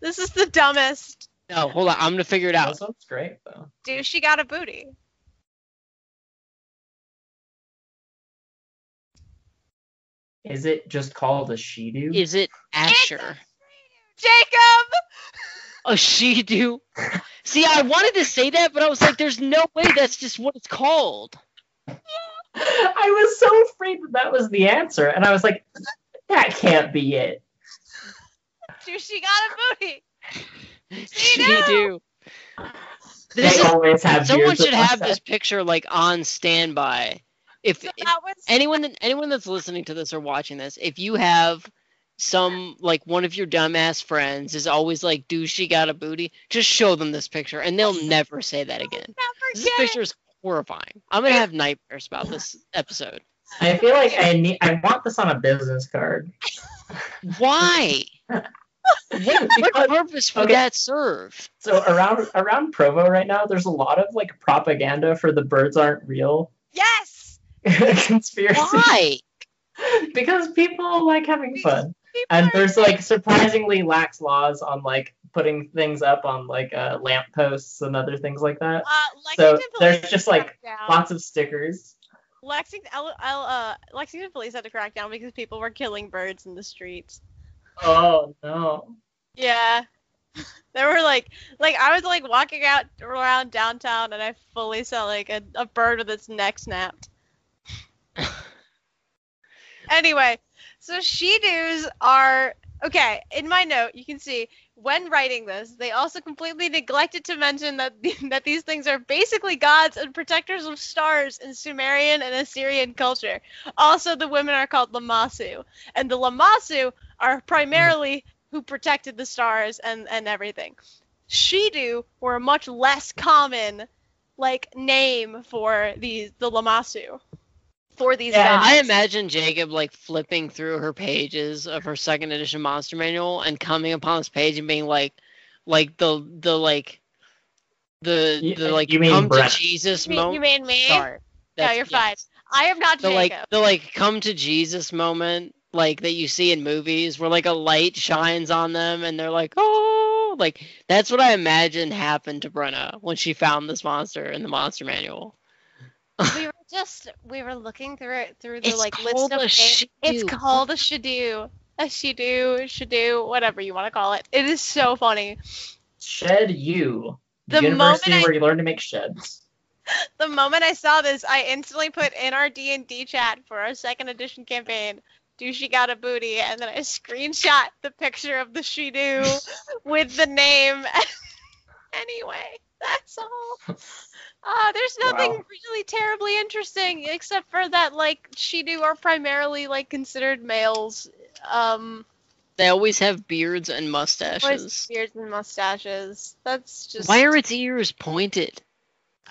B: this is the dumbest.
A: No, hold on. I'm gonna figure it out.
C: This one's great though.
B: Do she got a booty?
C: Is it just called a Shidu?
A: Is it Asher?
B: Jacob.
A: A she do? See, I wanted to say that, but I was like, there's no way that's just what it's called.
C: <laughs> I was so afraid that that was the answer, and I was like, that can't be it.
B: Do she got a booty?
A: She
B: do.
A: do. This
C: they
A: is,
C: always have
A: someone
C: beards
A: should
C: with
A: have
C: mustache.
A: this picture like on standby. If,
B: So
A: if
B: that was.
A: anyone anyone that's listening to this or watching this, if you have some like one of your dumbass friends is always like, "Do she got a booty?" Just show them this picture, and they'll never say that again.
B: Never
A: This
B: get it.
A: picture is horrifying. I'm gonna have nightmares about this
C: <laughs>
A: episode.
C: I feel like I need. I want this on a business card.
A: Why? What,
C: Because-
A: what purpose would
C: okay.
A: that serve?
C: <laughs> So around around Provo right now, there's a lot of like propaganda for the birds aren't real <laughs>
B: Yes.
C: conspiracy
A: Why?
C: <laughs> because people like having fun.
B: People
C: and
B: are-
C: there's like surprisingly lax laws on like putting things up on like uh, lamp posts and other things like that.
B: uh,
C: so
B: Lexington
C: there's
B: police
C: just,
B: shut
C: like,
B: down.
C: Lots of stickers.
B: Lexington, L, L, uh, Lexington police had to crack down because people were killing birds in the streets.
C: Oh no.
B: Yeah. <laughs> There were like, like I was like walking out around downtown and I fully saw like a, a bird with its neck snapped. anyway, so she do's are okay. In my note, you can see when writing this, they also completely neglected to mention that <laughs> that these things are basically gods and protectors of stars in Sumerian and Assyrian culture. Also, the women are called Lamassu, and the Lamassu are primarily who protected the stars and and everything. Shidu were a much less common like name for these the Lamassu for these
C: Yeah,
B: gods.
A: I imagine Jacob like flipping through her pages of her second edition monster manual and coming upon this page and being like, like the the like the
C: You-
A: the like
C: you mean
A: come
C: Brett.
A: to Jesus
B: You mean, you
A: moment.
B: mean me?
A: Sorry,
B: No,
A: That's-
B: you're
A: yeah.
B: fine. I am not
A: The
B: Jacob.
A: <laughs> like the like come to Jesus moment like that you see in movies where like a light shines on them and they're like oh like that's what I imagine happened to Brenna when she found this monster in the monster manual.
B: we were just we were looking through it through the
A: It's
B: like list
A: called
B: of
A: a
B: names. It's
A: Shidu.
B: called a Shidu. A Shidu, Shidu, whatever you want to call it. It is so funny.
C: Shed you.
B: The
C: university
B: moment I-
C: where you learn to make sheds. <laughs>
B: the moment I saw this, I instantly put in our D and D chat for our second edition campaign. Do she got a booty? And then I screenshot the picture of the she do
A: <laughs>
B: with the name. <laughs> anyway, that's all. Uh, there's nothing
C: Wow.
B: really terribly interesting except for that like she do are primarily like considered males. Um,
A: They always have beards and
B: with
A: mustaches.
B: beards and mustaches. That's just
A: Why are its ears pointed?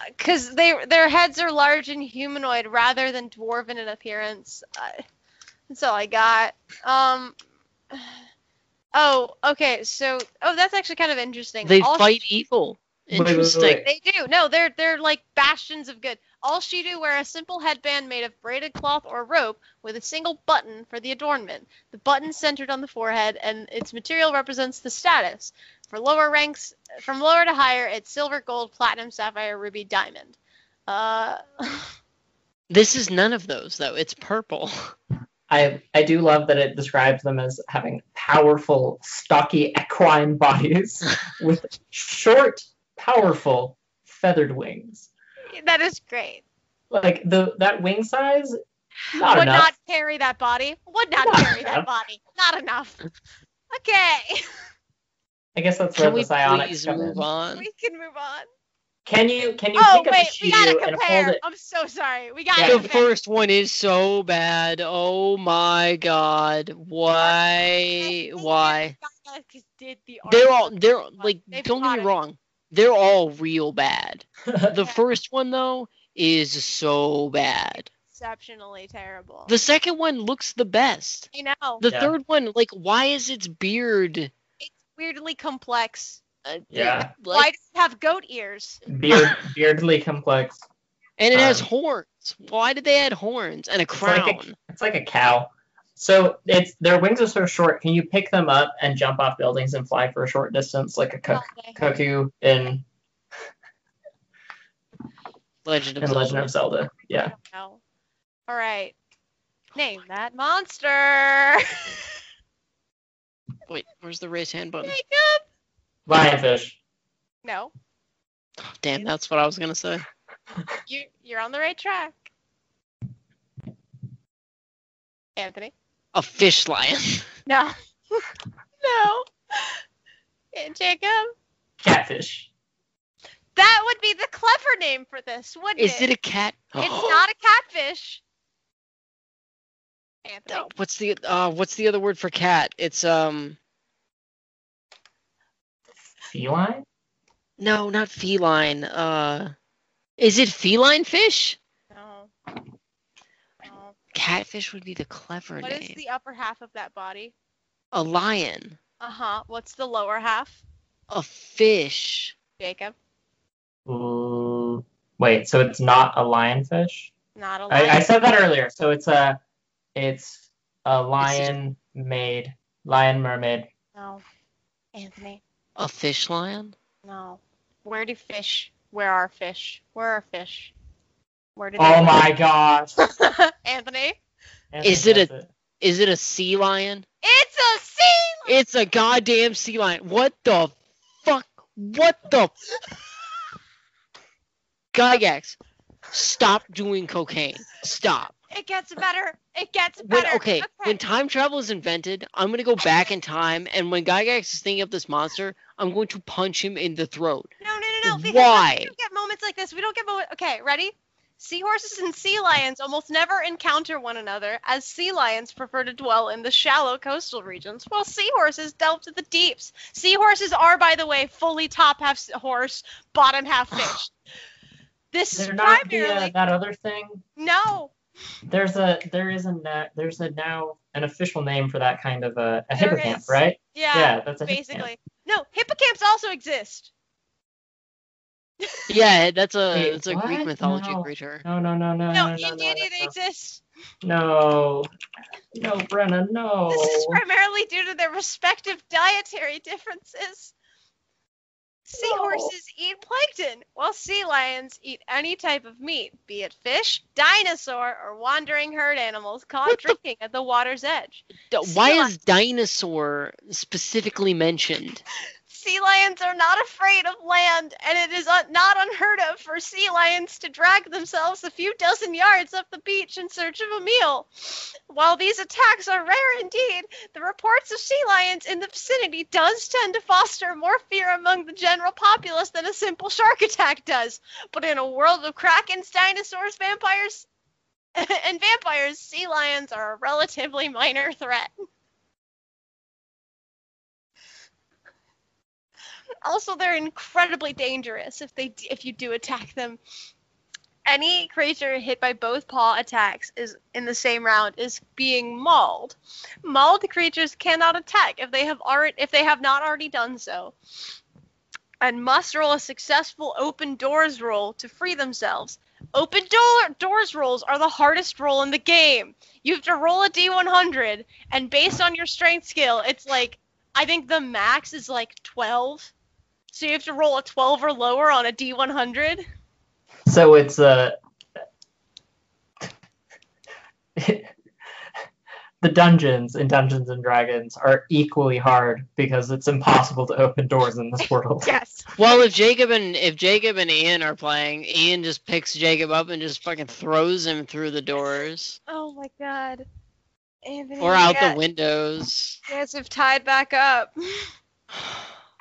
B: because they their heads are large and humanoid rather than dwarven in appearance. I, that's all I got. Um. <sighs> Oh, okay. So, oh, that's actually kind of interesting.
A: They
B: All
A: fight evil.
C: Wait, wait, wait,
A: Interesting.
C: wait.
B: They do. No, they're they're like bastions of good. All she do wear a simple headband made of braided cloth or rope with a single button for the adornment. The button centered on the forehead, and its material represents the status. For lower ranks, from lower to higher, it's silver, gold, platinum, sapphire, ruby, diamond. Uh,
A: This is none of those though. It's purple.
C: I I do love that it describes them as having powerful, stocky equine bodies with short, powerful feathered wings.
B: that is great.
C: Like the that wing size, not
B: Would
C: enough.
B: not carry that body. Would not
C: Not
B: carry that
C: enough.
B: body. Not enough. Okay, <laughs>
C: I guess that's where
A: Can we
C: the psionics
A: please
C: come
A: move
C: in.
A: on?
B: we can move on.
C: Can you can you
B: Oh
C: pick up
B: wait,
C: a
B: we gotta
C: shoe and hold
B: compare.
C: it?
B: I'm so sorry. We gotta
C: Yeah.
A: The
B: compare.
A: first one is so bad. Oh my god. Why? Why?
B: Did the
A: They're all
B: artwork.
A: they're like
B: They
A: don't get
B: plotted
A: me
B: it.
A: wrong. They're all real
C: <laughs>
A: bad. The
B: Yeah.
A: first one though is so bad.
B: exceptionally terrible.
A: The second one looks the best.
B: I know.
A: The
C: Yeah.
A: third one like why is its beard
B: it's weirdly complex.
A: uh,
C: Yeah.
A: like-
B: Why does it have goat ears? <laughs>
C: Beard beardly complex.
A: And it has
C: Um,
A: horns. Why did they add horns and a
C: like
A: crown?
C: a- It's like a cow. So it's their wings are so short. Can you pick them up and jump off buildings and fly for a short distance like a
B: Oh.
C: cuck- cuckoo in,
A: Legend of
C: in
A: Zelda.
C: Legend of Zelda? Yeah.
B: All right. Name that monster.
A: Wait, where's the raise hand button?
B: <laughs> Jacob.
C: Lionfish.
B: No,
A: Oh, damn, that's what I was gonna say.
B: you you're on the right track. Anthony.
A: A fish lion.
B: No. <laughs> no. <laughs> Jacob.
C: Catfish.
B: That would be the clever name for this,
A: <laughs>
B: wouldn't
A: Is it a cat? Oh,
B: It's not a catfish. Anthony.
A: No, What's the uh? What's the other word for cat? It's um.
C: Feline?
A: No, not feline. Uh, is it feline fish?
B: No. No.
A: Catfish would be the clever
B: What
A: name.
B: is the upper half of that body?
A: A lion.
B: Uh huh. What's the lower half?
A: A fish.
B: Jacob.
C: Ooh. Wait, so it's not a lionfish?
B: Not a lion.
C: I, I said that earlier. So it's a it's a lion made Lion mermaid.
B: No. Anthony.
A: A fish lion?
B: No. Where do fish? Where are fish? Where are fish? Where do they
C: Oh my gosh.
B: my. <laughs> Anthony.
C: Anthony
A: Is it
C: gets
A: a- Is it a sea lion?
B: It's a sea.
A: It's a goddamn sea lion. What the fuck? What the? Gygax, stop doing cocaine. Stop.
B: It gets better. It gets
A: When,
B: better.
A: okay, when time travel is invented, I'm gonna go back in time, and when Gygax is thinking up this monster, I'm going to punch him in the throat.
B: No, no, no, no. Because
A: Why?
B: We don't get moments like this. We don't get moments. Okay, ready? Seahorses and sea lions almost never encounter one another, as sea lions prefer to dwell in the shallow coastal regions, while seahorses delve to the deeps. Seahorses are, by the way, fully top half s- horse, bottom half fish. This is
C: They're not the, uh,
B: primarily
C: that other thing.
B: no.
C: There's a there is a na- there's a now an official name for that kind of a, a
B: There
C: hippocamp,
B: is.
C: right?
B: Yeah,
C: that's a hippocamp.
B: basically. No, hippocamps also exist.
A: Yeah, that's a
C: Wait,
A: that's a
C: what?
A: Greek mythology
C: No.
A: creature.
C: No, no, no, no,
B: No,
C: no, no,
B: in
C: no,
B: deity they
C: no,
B: exist.
C: no, no, Brenna, no.
B: This is primarily due to their respective dietary differences. Seahorses eat plankton, while sea lions eat any type of meat, be it fish, dinosaur, or wandering herd animals caught
A: What the-
B: drinking at the water's edge.
A: D-
B: sea
A: Why
B: lion.
A: is dinosaur specifically mentioned?
B: Sea lions are not afraid of land, and it is un- not unheard of for sea lions to drag themselves a few dozen yards up the beach in search of a meal. While these attacks are rare indeed, the reports of sea lions in the vicinity does tend to foster more fear among the general populace than a simple shark attack does. But in a world of krakens, dinosaurs, vampires, <laughs> and vampires, sea lions are a relatively minor threat. Also, they're incredibly dangerous if they if you do attack them. Any creature hit by both paw attacks is in the same round is being mauled. Mauled creatures cannot attack if they have already if they have not already done so, and must roll a successful open doors roll to free themselves. Open door doors rolls are the hardest roll in the game. You have to roll a d100, and based on your strength skill, it's like I think the max is like 12. So you have to roll a 12 or lower on
A: <laughs>
B: a D100.
C: So it's uh, the dungeons in Dungeons and Dragons are equally hard because it's impossible to open doors in this
B: <laughs>
C: world.
B: Yes.
A: Well, if Jacob and if Jacob and Ian are playing, Ian just picks Jacob up and just fucking throws him through the doors
B: Oh my god. Anthony.
A: or out
B: yeah,
A: the windows.
B: You guys have tied back up. <laughs>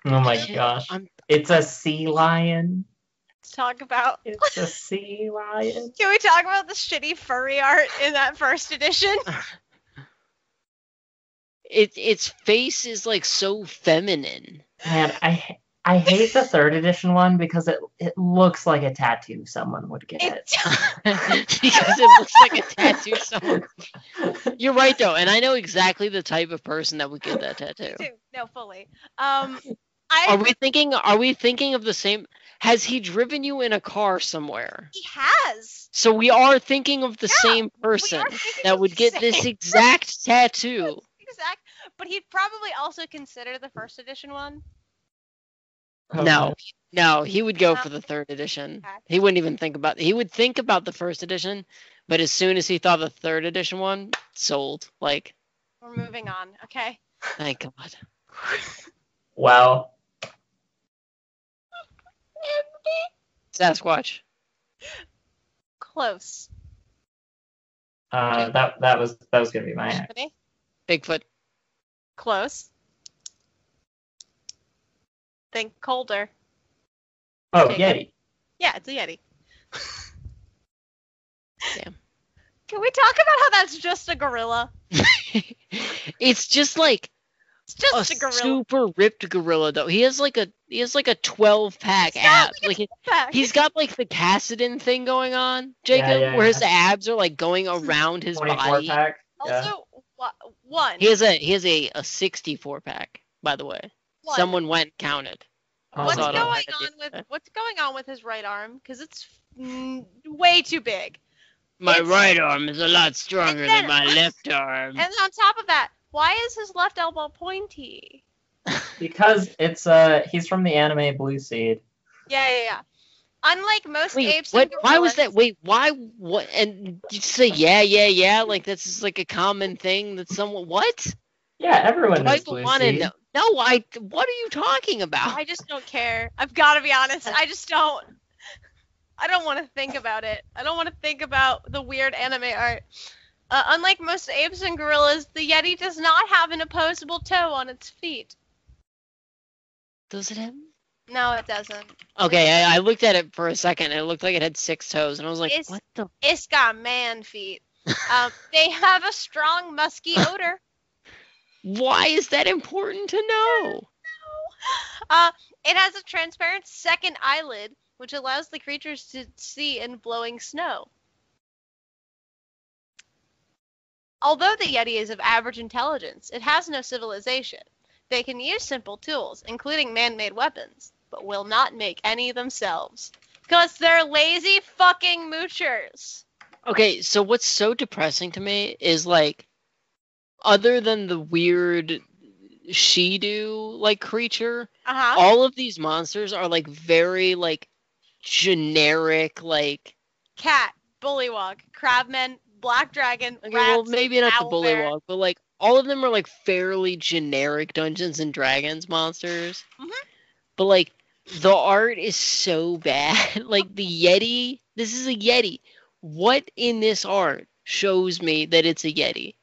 C: Oh my gosh!
A: I'm-
C: It's a sea lion.
B: Let's talk about.
C: It's a sea lion.
B: Can we talk about the shitty furry art in that first edition?
A: It its face is like so feminine. <laughs>
C: Man, I I hate the third edition one because it it looks like a tattoo someone would get.
B: It, <laughs>
A: because it looks like a tattoo <laughs> someone.
C: <laughs>
A: You're right though, and I know exactly the type of person that would get that tattoo.
B: too. No, fully. Um, I
A: Are we thinking are we thinking of the same has he driven you in a car somewhere?
B: he has.
A: So we are thinking of the
B: Yeah,
A: same
B: <laughs>
A: person
B: thinking
A: that
B: of
A: would
B: the
A: get this
B: same
A: exact tattoo.
B: <laughs> Exact. But he'd probably also consider the first edition one.
C: Oh,
A: No. No, he would go
B: No.
A: for the third edition.
B: Okay.
A: He wouldn't even think about he would think about the first edition, but as soon as he thought the third edition one sold, like
B: We're moving on. Okay.
A: thank God.
C: Wow.
A: Sasquatch.
B: Close.
C: Uh, that that was that was gonna be my
B: Anthony?
A: Bigfoot.
B: Close. Think colder.
C: Oh,
B: Okay.
C: Yeti.
B: Yeah, it's a Yeti.
A: Damn.
B: Can we talk about how that's just a gorilla?
A: it's just like
B: It's just
A: a
B: a, gorilla.
A: super ripped gorilla though. He has like a he has like a 12 pack
B: He's got,
A: abs.
B: like,
A: Like he-
B: Back.
A: he's got like the Cassidin thing going on, Jacob,
C: yeah,
A: where
C: yeah.
A: his abs are like going around his
C: 24
A: body.
C: pack. Yeah.
B: also wa- one.
A: He has a he has a, a 64 pack, by the way.
B: one.
A: Someone went and counted.
C: Oh
B: what's
C: my
A: saw it
B: going
A: on
C: God.
A: the
B: on
A: video.
B: with what's going on with his right arm? Because it's mm, way too big.
A: My
B: It's-
A: right arm is a lot stronger than
B: then-
A: my left arm.
B: And on top of that, Why is his left elbow pointy?
C: because it's uh he's from the anime Blue Seed.
B: Yeah, yeah, yeah. Unlike most
A: Wait,
B: apes,
A: what,
B: and
A: why was that?
B: gorillas-
A: Wait, why? What? And you say yeah, yeah, yeah. Like that's just like a common thing that someone. What?
C: Yeah, everyone
A: I
C: knows Blue
A: want to
C: Seed.
A: know. No, I. What are you talking about?
B: I just don't care. I've got to be honest. I just don't. I don't want to think about it. I don't want to think about the weird anime art. Uh, unlike most apes and gorillas, the Yeti does not have an opposable toe on its feet.
A: Does it happen?
B: No, it doesn't.
A: Okay, I, I looked at it for a second. And it looked like it had six toes, and I was like,
B: It's-
A: "What the?
B: It's got man feet. Um, they have a strong, musky odor.
A: Why is that important to know?"
B: Uh, it has a transparent second eyelid, which allows the creatures to see in blowing snow. Although the Yeti is of average intelligence, it has no civilization. They can use simple tools, including man made weapons, but will not make any themselves. Because they're lazy fucking moochers.
A: Okay, so what's so depressing to me is like, other than the weird she-do like creature,
B: Uh huh.
A: all of these monsters are like very like generic like
B: Cat, bullywog, crabman, black dragon,
A: okay,
B: rats,
A: well maybe not the
B: owlbear.
A: bullywog but like all of them are like fairly generic dungeons and dragons monsters
B: Mhm.
A: but like the art is so bad <laughs> like the yeti this is a yeti what in this art shows me that it's a yeti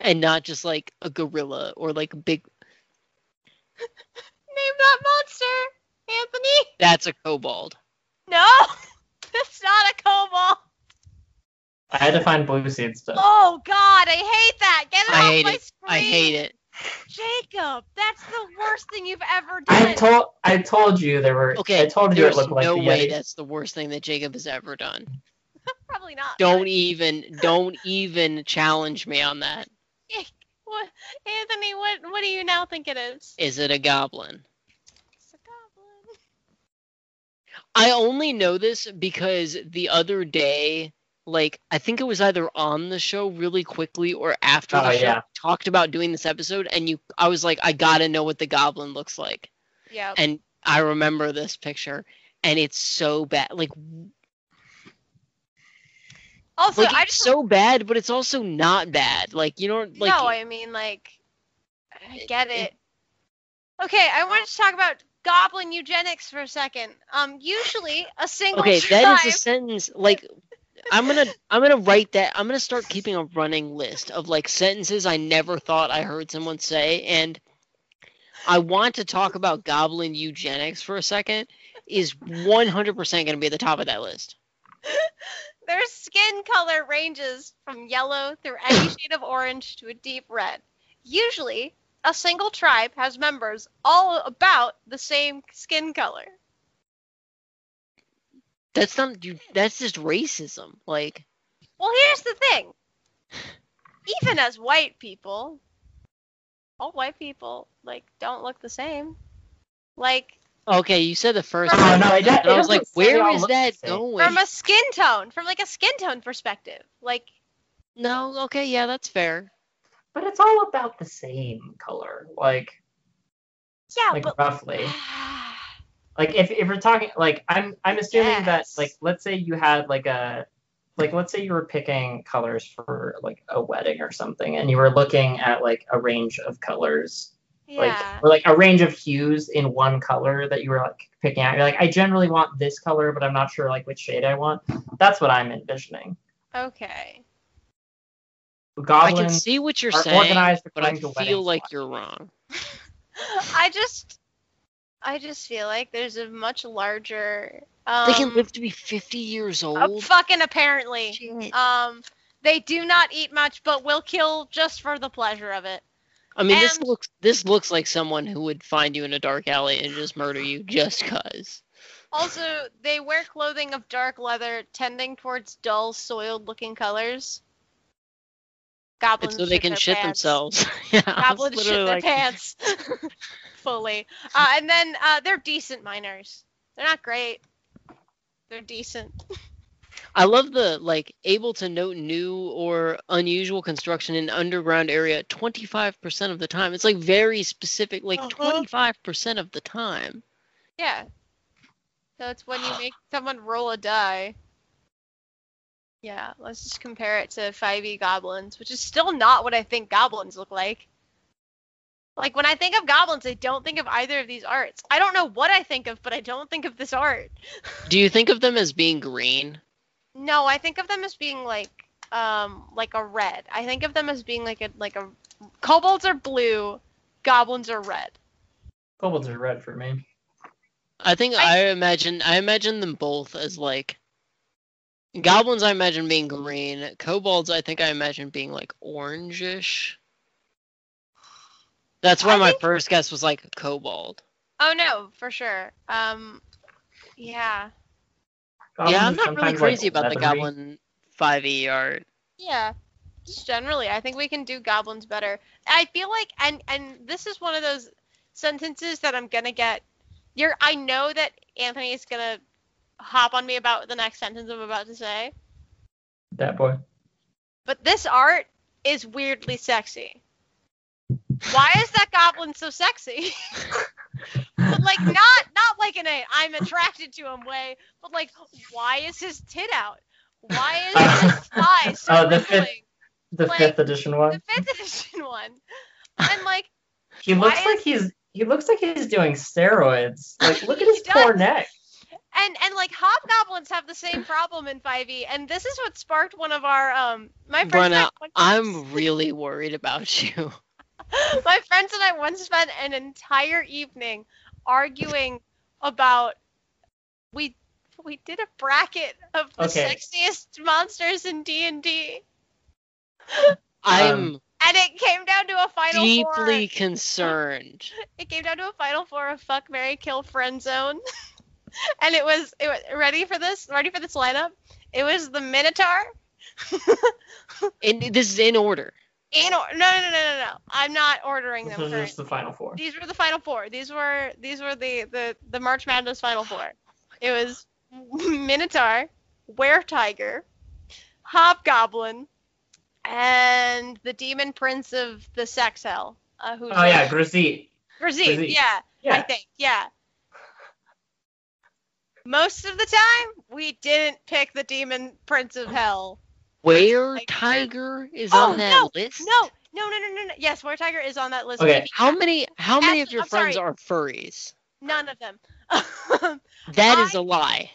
A: and not just like a gorilla or like a big
B: Name that monster, Anthony.
A: that's a kobold
B: No, <laughs> it's not a cobalt.
C: I had to find Blue Seed stuff.
B: Oh God, I hate that. Get it
A: I
B: off
A: hate
B: my
A: it.
B: screen.
A: i hate it
B: Jacob, that's the worst thing you've ever
C: I
B: done.
C: told I told you there were.
A: Okay,
C: I told you it
A: There's
C: looked like
A: no
C: the
A: way
C: Yeti.
A: that's the worst thing that Jacob has ever done.
B: <laughs> Probably not.
A: Don't e- even, don't even challenge me on that.
B: What, Anthony, what what do you now think it is?
A: Is it a goblin?
B: It's a goblin.
A: I only know this because the other day, like I think it was either on the show really quickly or after the
C: Oh,
A: show
C: yeah.
A: talked about doing this episode, and you, I was like, I gotta know what the goblin looks like,
B: Yeah.
A: and I remember this picture, and it's so bad, like,
B: Also,
A: like
B: I
A: it's
B: just
A: so bad, but it's also not bad. Like you don't like.
B: no. I mean, like, I get it. Okay, I wanted to talk about goblin eugenics for a second. Um, usually a single
A: okay
B: tribe.
A: that is a sentence like i'm gonna i'm gonna write that i'm gonna start keeping a running list of like sentences i never thought i heard someone say and i want to talk about goblin eugenics for a second is 100% gonna be at the top of that list
B: Their skin color ranges from yellow through
C: <coughs>
B: any shade of orange to a deep red. Usually, a single tribe has members all about the same skin color.
A: that's not you that's just racism like
B: Well, here's the thing. Even as white people, all white people like don't look the same. Like
A: okay you said the first
C: Oh
A: one,
C: no, it, do- it
A: and i was
C: doesn't
A: like
C: say they
A: where
C: all
A: is
C: look the
A: that
C: same.
A: going
B: from a skin tone, from like a skin tone perspective. Like
A: no okay yeah that's fair
C: But it's all about the same color, like
B: yeah,
C: like
B: but <sighs>
C: roughly. Like if if we're talking like I'm I'm assuming that
B: Yes.
C: like let's say you had like a like let's say you were picking colors for like a wedding or something and you were looking at like a range of colors
B: yeah.
C: like or like a range of hues in one color that you were like picking out. You're like, I generally want this color, but I'm not sure like which shade I want. That's what I'm envisioning.
B: okay.
A: i can
C: Goblins
A: see what you're
C: are
A: saying
C: organized
A: but i feel
C: according to wedding
A: like
C: plot.
A: you're wrong
B: <laughs> I just I just feel like there's a much larger um
A: They can live to be 50 years
B: uh,
A: old.
B: fucking apparently.
A: Shit.
B: Um they do not eat much but will kill just for the pleasure of it.
A: I mean, this
B: and-
A: looks this looks like someone who would find you in a dark alley and just murder you just cause.
B: Also, they wear clothing of dark leather tending towards dull, soiled looking colors.
A: It's
B: Goblins
A: so they can
B: their
A: shit
B: pants.
A: themselves. <laughs> yeah, I was
B: <laughs> Goblins shit
A: literally
B: their
A: like,
B: pants <laughs> fully. Uh, and then uh, they're decent miners. They're not great. They're decent.
A: I love the like able to note new or unusual construction in underground area 25% of the time. It's like very specific, like
B: Uh-huh.
A: 25% of the time.
B: Yeah. So it's when you make someone roll a die. Yeah, let's just compare it to 5e goblins, which is still not what I think goblins look like. Like when I think of goblins, I don't think of either of these arts. I don't know what I think of, but I don't think of this art.
A: Do you think of them as being green?
B: No, I think of them as being like um like a red. I think of them as being like a like a kobolds are blue, goblins are red.
C: Kobolds are red for me.
A: I think I, imagine I imagine them both as like goblins I imagine being green, kobolds I think I imagine being like orangish. That's why
B: I
A: my
B: think-
A: first guess was like kobold.
B: Oh no, for sure. Um yeah.
C: Goblins
A: yeah,
C: are
A: I'm not really
C: sometimes, like,
A: crazy about the
C: leathery.
A: goblin 5e art.
B: Yeah. Just generally, I think we can do goblins better. I feel like and and this is one of those sentences that I'm going to get you're I know that Anthony is going to hop on me about the next sentence I'm about to say,
C: That boy.
B: but this art is weirdly sexy. Why is that goblin so sexy?
C: <laughs>
B: but like not not like in a I'm attracted to him way, but like why is his tit out? Why
C: <laughs>
B: is his thigh so
C: Oh, the fifth-
B: wrinkling?
C: The
B: Like,
C: fifth edition
B: the
C: one.
B: fifth edition one.
A: <laughs>
B: And like,
C: He looks
B: why
C: like he's he looks like he's doing steroids.
B: <laughs>
C: Like look at
B: He
C: his poor
B: does.
C: neck.
B: and and like, hobgoblins have the same problem in 5e, and this is what sparked one of our um. My friends and
A: Brenna,
B: I once-
A: I'm really worried about <laughs> you.
B: <laughs> my friends and I once spent an entire evening arguing about we we did a bracket of the
C: Okay.
B: sexiest monsters in D and D,
C: Um,
A: I'm
B: and it came down to a final
A: deeply concerned.
B: four. It came down to a final four of fuck, Mary, kill, friend zone, <laughs> and it was it was ready for this ready for this lineup. It was the Minotaur.
A: And this is in order.
B: In or- no, no, no, no, no. I'm not ordering
C: This <laughs>
B: them.
C: was
B: currently.
C: just the final four.
B: These were the final four. These were these were the the the March Madness final four. It was <laughs> Minotaur, Were Tiger, Hobgoblin, and the Demon Prince of the Sex Hell. Uh, who's
C: Oh yeah, Grisette.
B: Grisine,
C: Grisine.
B: Yeah, I
C: Yeah.
B: think. Yeah. Most of the time, we didn't pick the Demon Prince of Hell.
A: Where
B: Like-
A: Tiger is
B: Oh,
A: on that
B: no,
A: list?
B: No, no, no, no, no, no. Yes, War Tiger is on that list.
C: Okay.
B: Maybe
A: How many how many of
B: Ashley,
A: your
B: I'm
A: friends
B: sorry.
A: are furries?
B: None of them. <laughs>
A: That is
B: I-
A: a lie.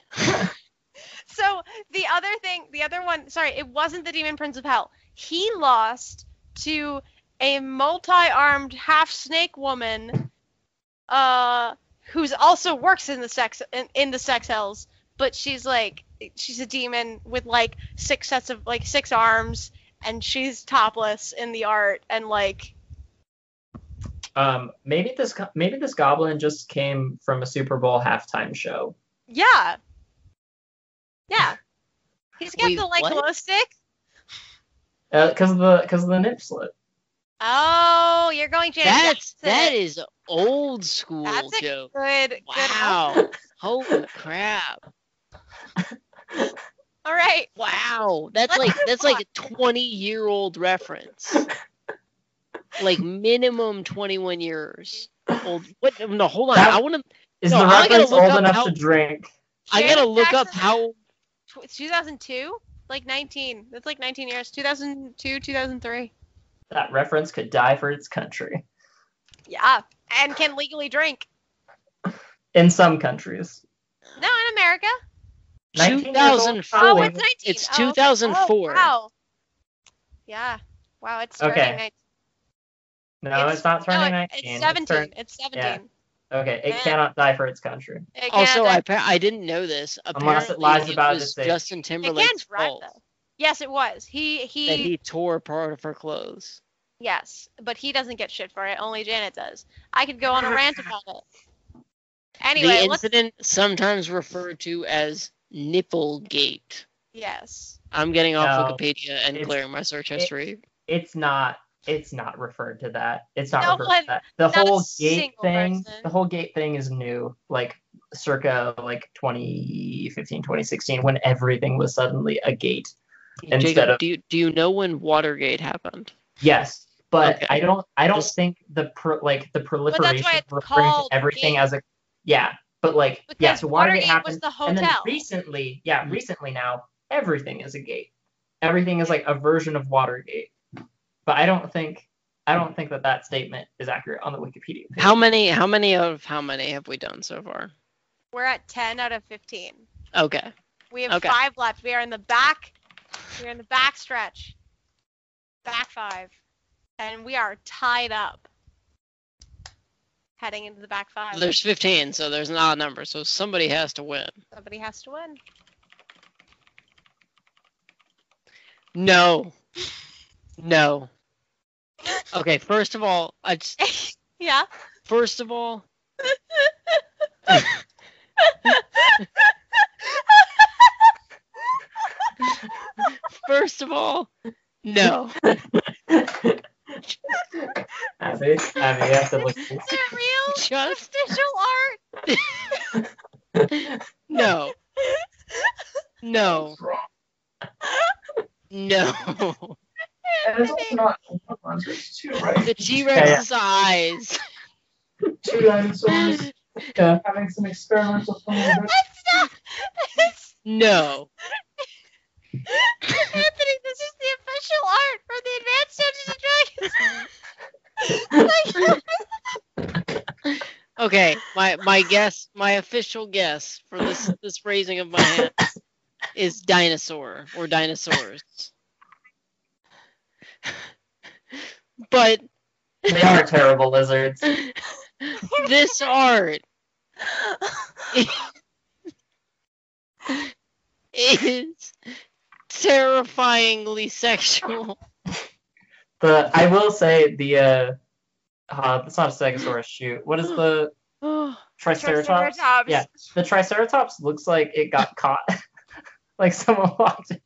B: so the other thing, the other one, sorry, it wasn't the Demon Prince of Hell. He lost to a multi-armed half snake woman, uh, who's also works in the sex in, in the sex hells, but she's like she's a demon with like six sets of like six arms, and she's topless in the art, and like
C: Um, maybe this go- maybe this goblin just came from a Super Bowl halftime show.
B: Yeah. Yeah. He's got
A: Wait,
B: the like
A: what?
B: glow stick.
C: Because of Uh, the because of the nip slip.
B: Oh, you're going Janet.
A: That's
B: Jackson.
A: that is old school
B: That's a
A: joke.
B: good. Good. <laughs>
A: Wow. Holy crap.
B: All right.
A: Wow. That's like that's like a 20 year old reference. Like minimum 21 years old. What no, hold on.
C: That-
A: I want to
C: Is
A: No,
C: the
A: I gotta
C: reference
A: look
C: old
A: up
C: enough
A: how-
C: to drink?
A: I got to
B: Janet
A: look up
B: Jackson,
A: how
B: tw- 2002, like 19. That's like 19 years. 2002, 2003.
C: That reference could die for its country.
B: Yeah. And can legally drink.
C: In some countries.
B: No, in America.
C: 19 years old,
A: 2004.
B: Oh,
C: probably.
B: it's 19.
A: it's
B: Oh,
A: 2004.
B: Oh, wow. Yeah. Wow, it's turning
C: Okay.
B: 19.
C: no, it's, not
B: no,
C: turning
B: it-
C: 19.
B: It's
C: It's
B: 17.
C: turn-
B: It's
C: yeah.
B: 17.
C: okay, it
B: Yeah.
C: cannot die for its country.
B: It
A: Also,
B: can't-
A: I pa- I didn't know this. Apparently,
C: Unless it lies about
A: was
C: its age.
A: Justin Timberlake's
B: drive,
A: fault
B: though. Yes, it was. He he,
A: that he tore part of her clothes.
B: yes, but he doesn't get shit for it. Only Janet does. I could go on a <laughs> rant about it. Anyway,
A: the
B: let's
A: incident, sometimes referred to as Nipplegate.
B: yes.
A: I'm getting off
C: No,
A: Wikipedia and
C: it's-
A: clearing my search
C: it-
A: history.
C: It's not. It's not referred to that. It's not
B: No
C: referred
B: one-
C: to that. The
B: not a
C: whole gate
B: single
C: thing.
B: person.
C: The whole gate thing is new. Like circa like 2015 2016 when everything was suddenly a gate Instead
A: Jacob,
C: of-
A: do you do you know when Watergate happened?
C: Yes, but
A: Okay.
C: I don't. I don't
A: Just-
C: think the pro, like the proliferation
B: it's
C: of referring to
B: called
C: everything
B: Gate.
C: as a yeah. But like yeah, so Watergate,
B: was
C: happened,
B: the
C: and then
B: hotel.
C: recently, yeah,
A: Mhm.
C: recently now everything is a gate. Everything is like a version of Watergate. But I don't think I don't think that that statement is accurate on the Wikipedia. Page.
A: How many how many out of how many have we done so far?
B: We're at 10 out of 15.
A: Okay.
B: We have
A: Okay.
B: five left. We are in the back. We are in the back stretch. Back five. And we are tied up. Heading into the back five.
A: There's 15, so there's an odd number, so somebody has to win.
B: Somebody has to win.
A: No. No. Okay, first of all, I just,
B: Yeah.
A: First of all, first of all, no.
C: Abby, Abby, you <laughs> have to look.
B: <laughs> Is it real?
A: Just
B: Visual art.
A: no. No. No.
D: And it's also not one ones, it's two, right?
A: The T Rex's eyes.
D: Two dinosaurs
C: Yeah.
D: having some experimental fun with it.
B: It's not. It's,
A: No.
B: <laughs> Anthony, this is the official art for
A: <laughs>
B: the Advanced Dungeons and Dragons. like,
A: Okay, my my guess, my official guess for this this raising of my hand is dinosaur or dinosaurs. But
C: They are terrible lizards.
A: this art is terrifyingly sexual.
C: The I will say the uh, uh it's not a stegosaurus shoot. What is the Triceratops.
B: Triceratops.
C: Yeah, the Triceratops looks like it got caught. <laughs> like someone walked. in.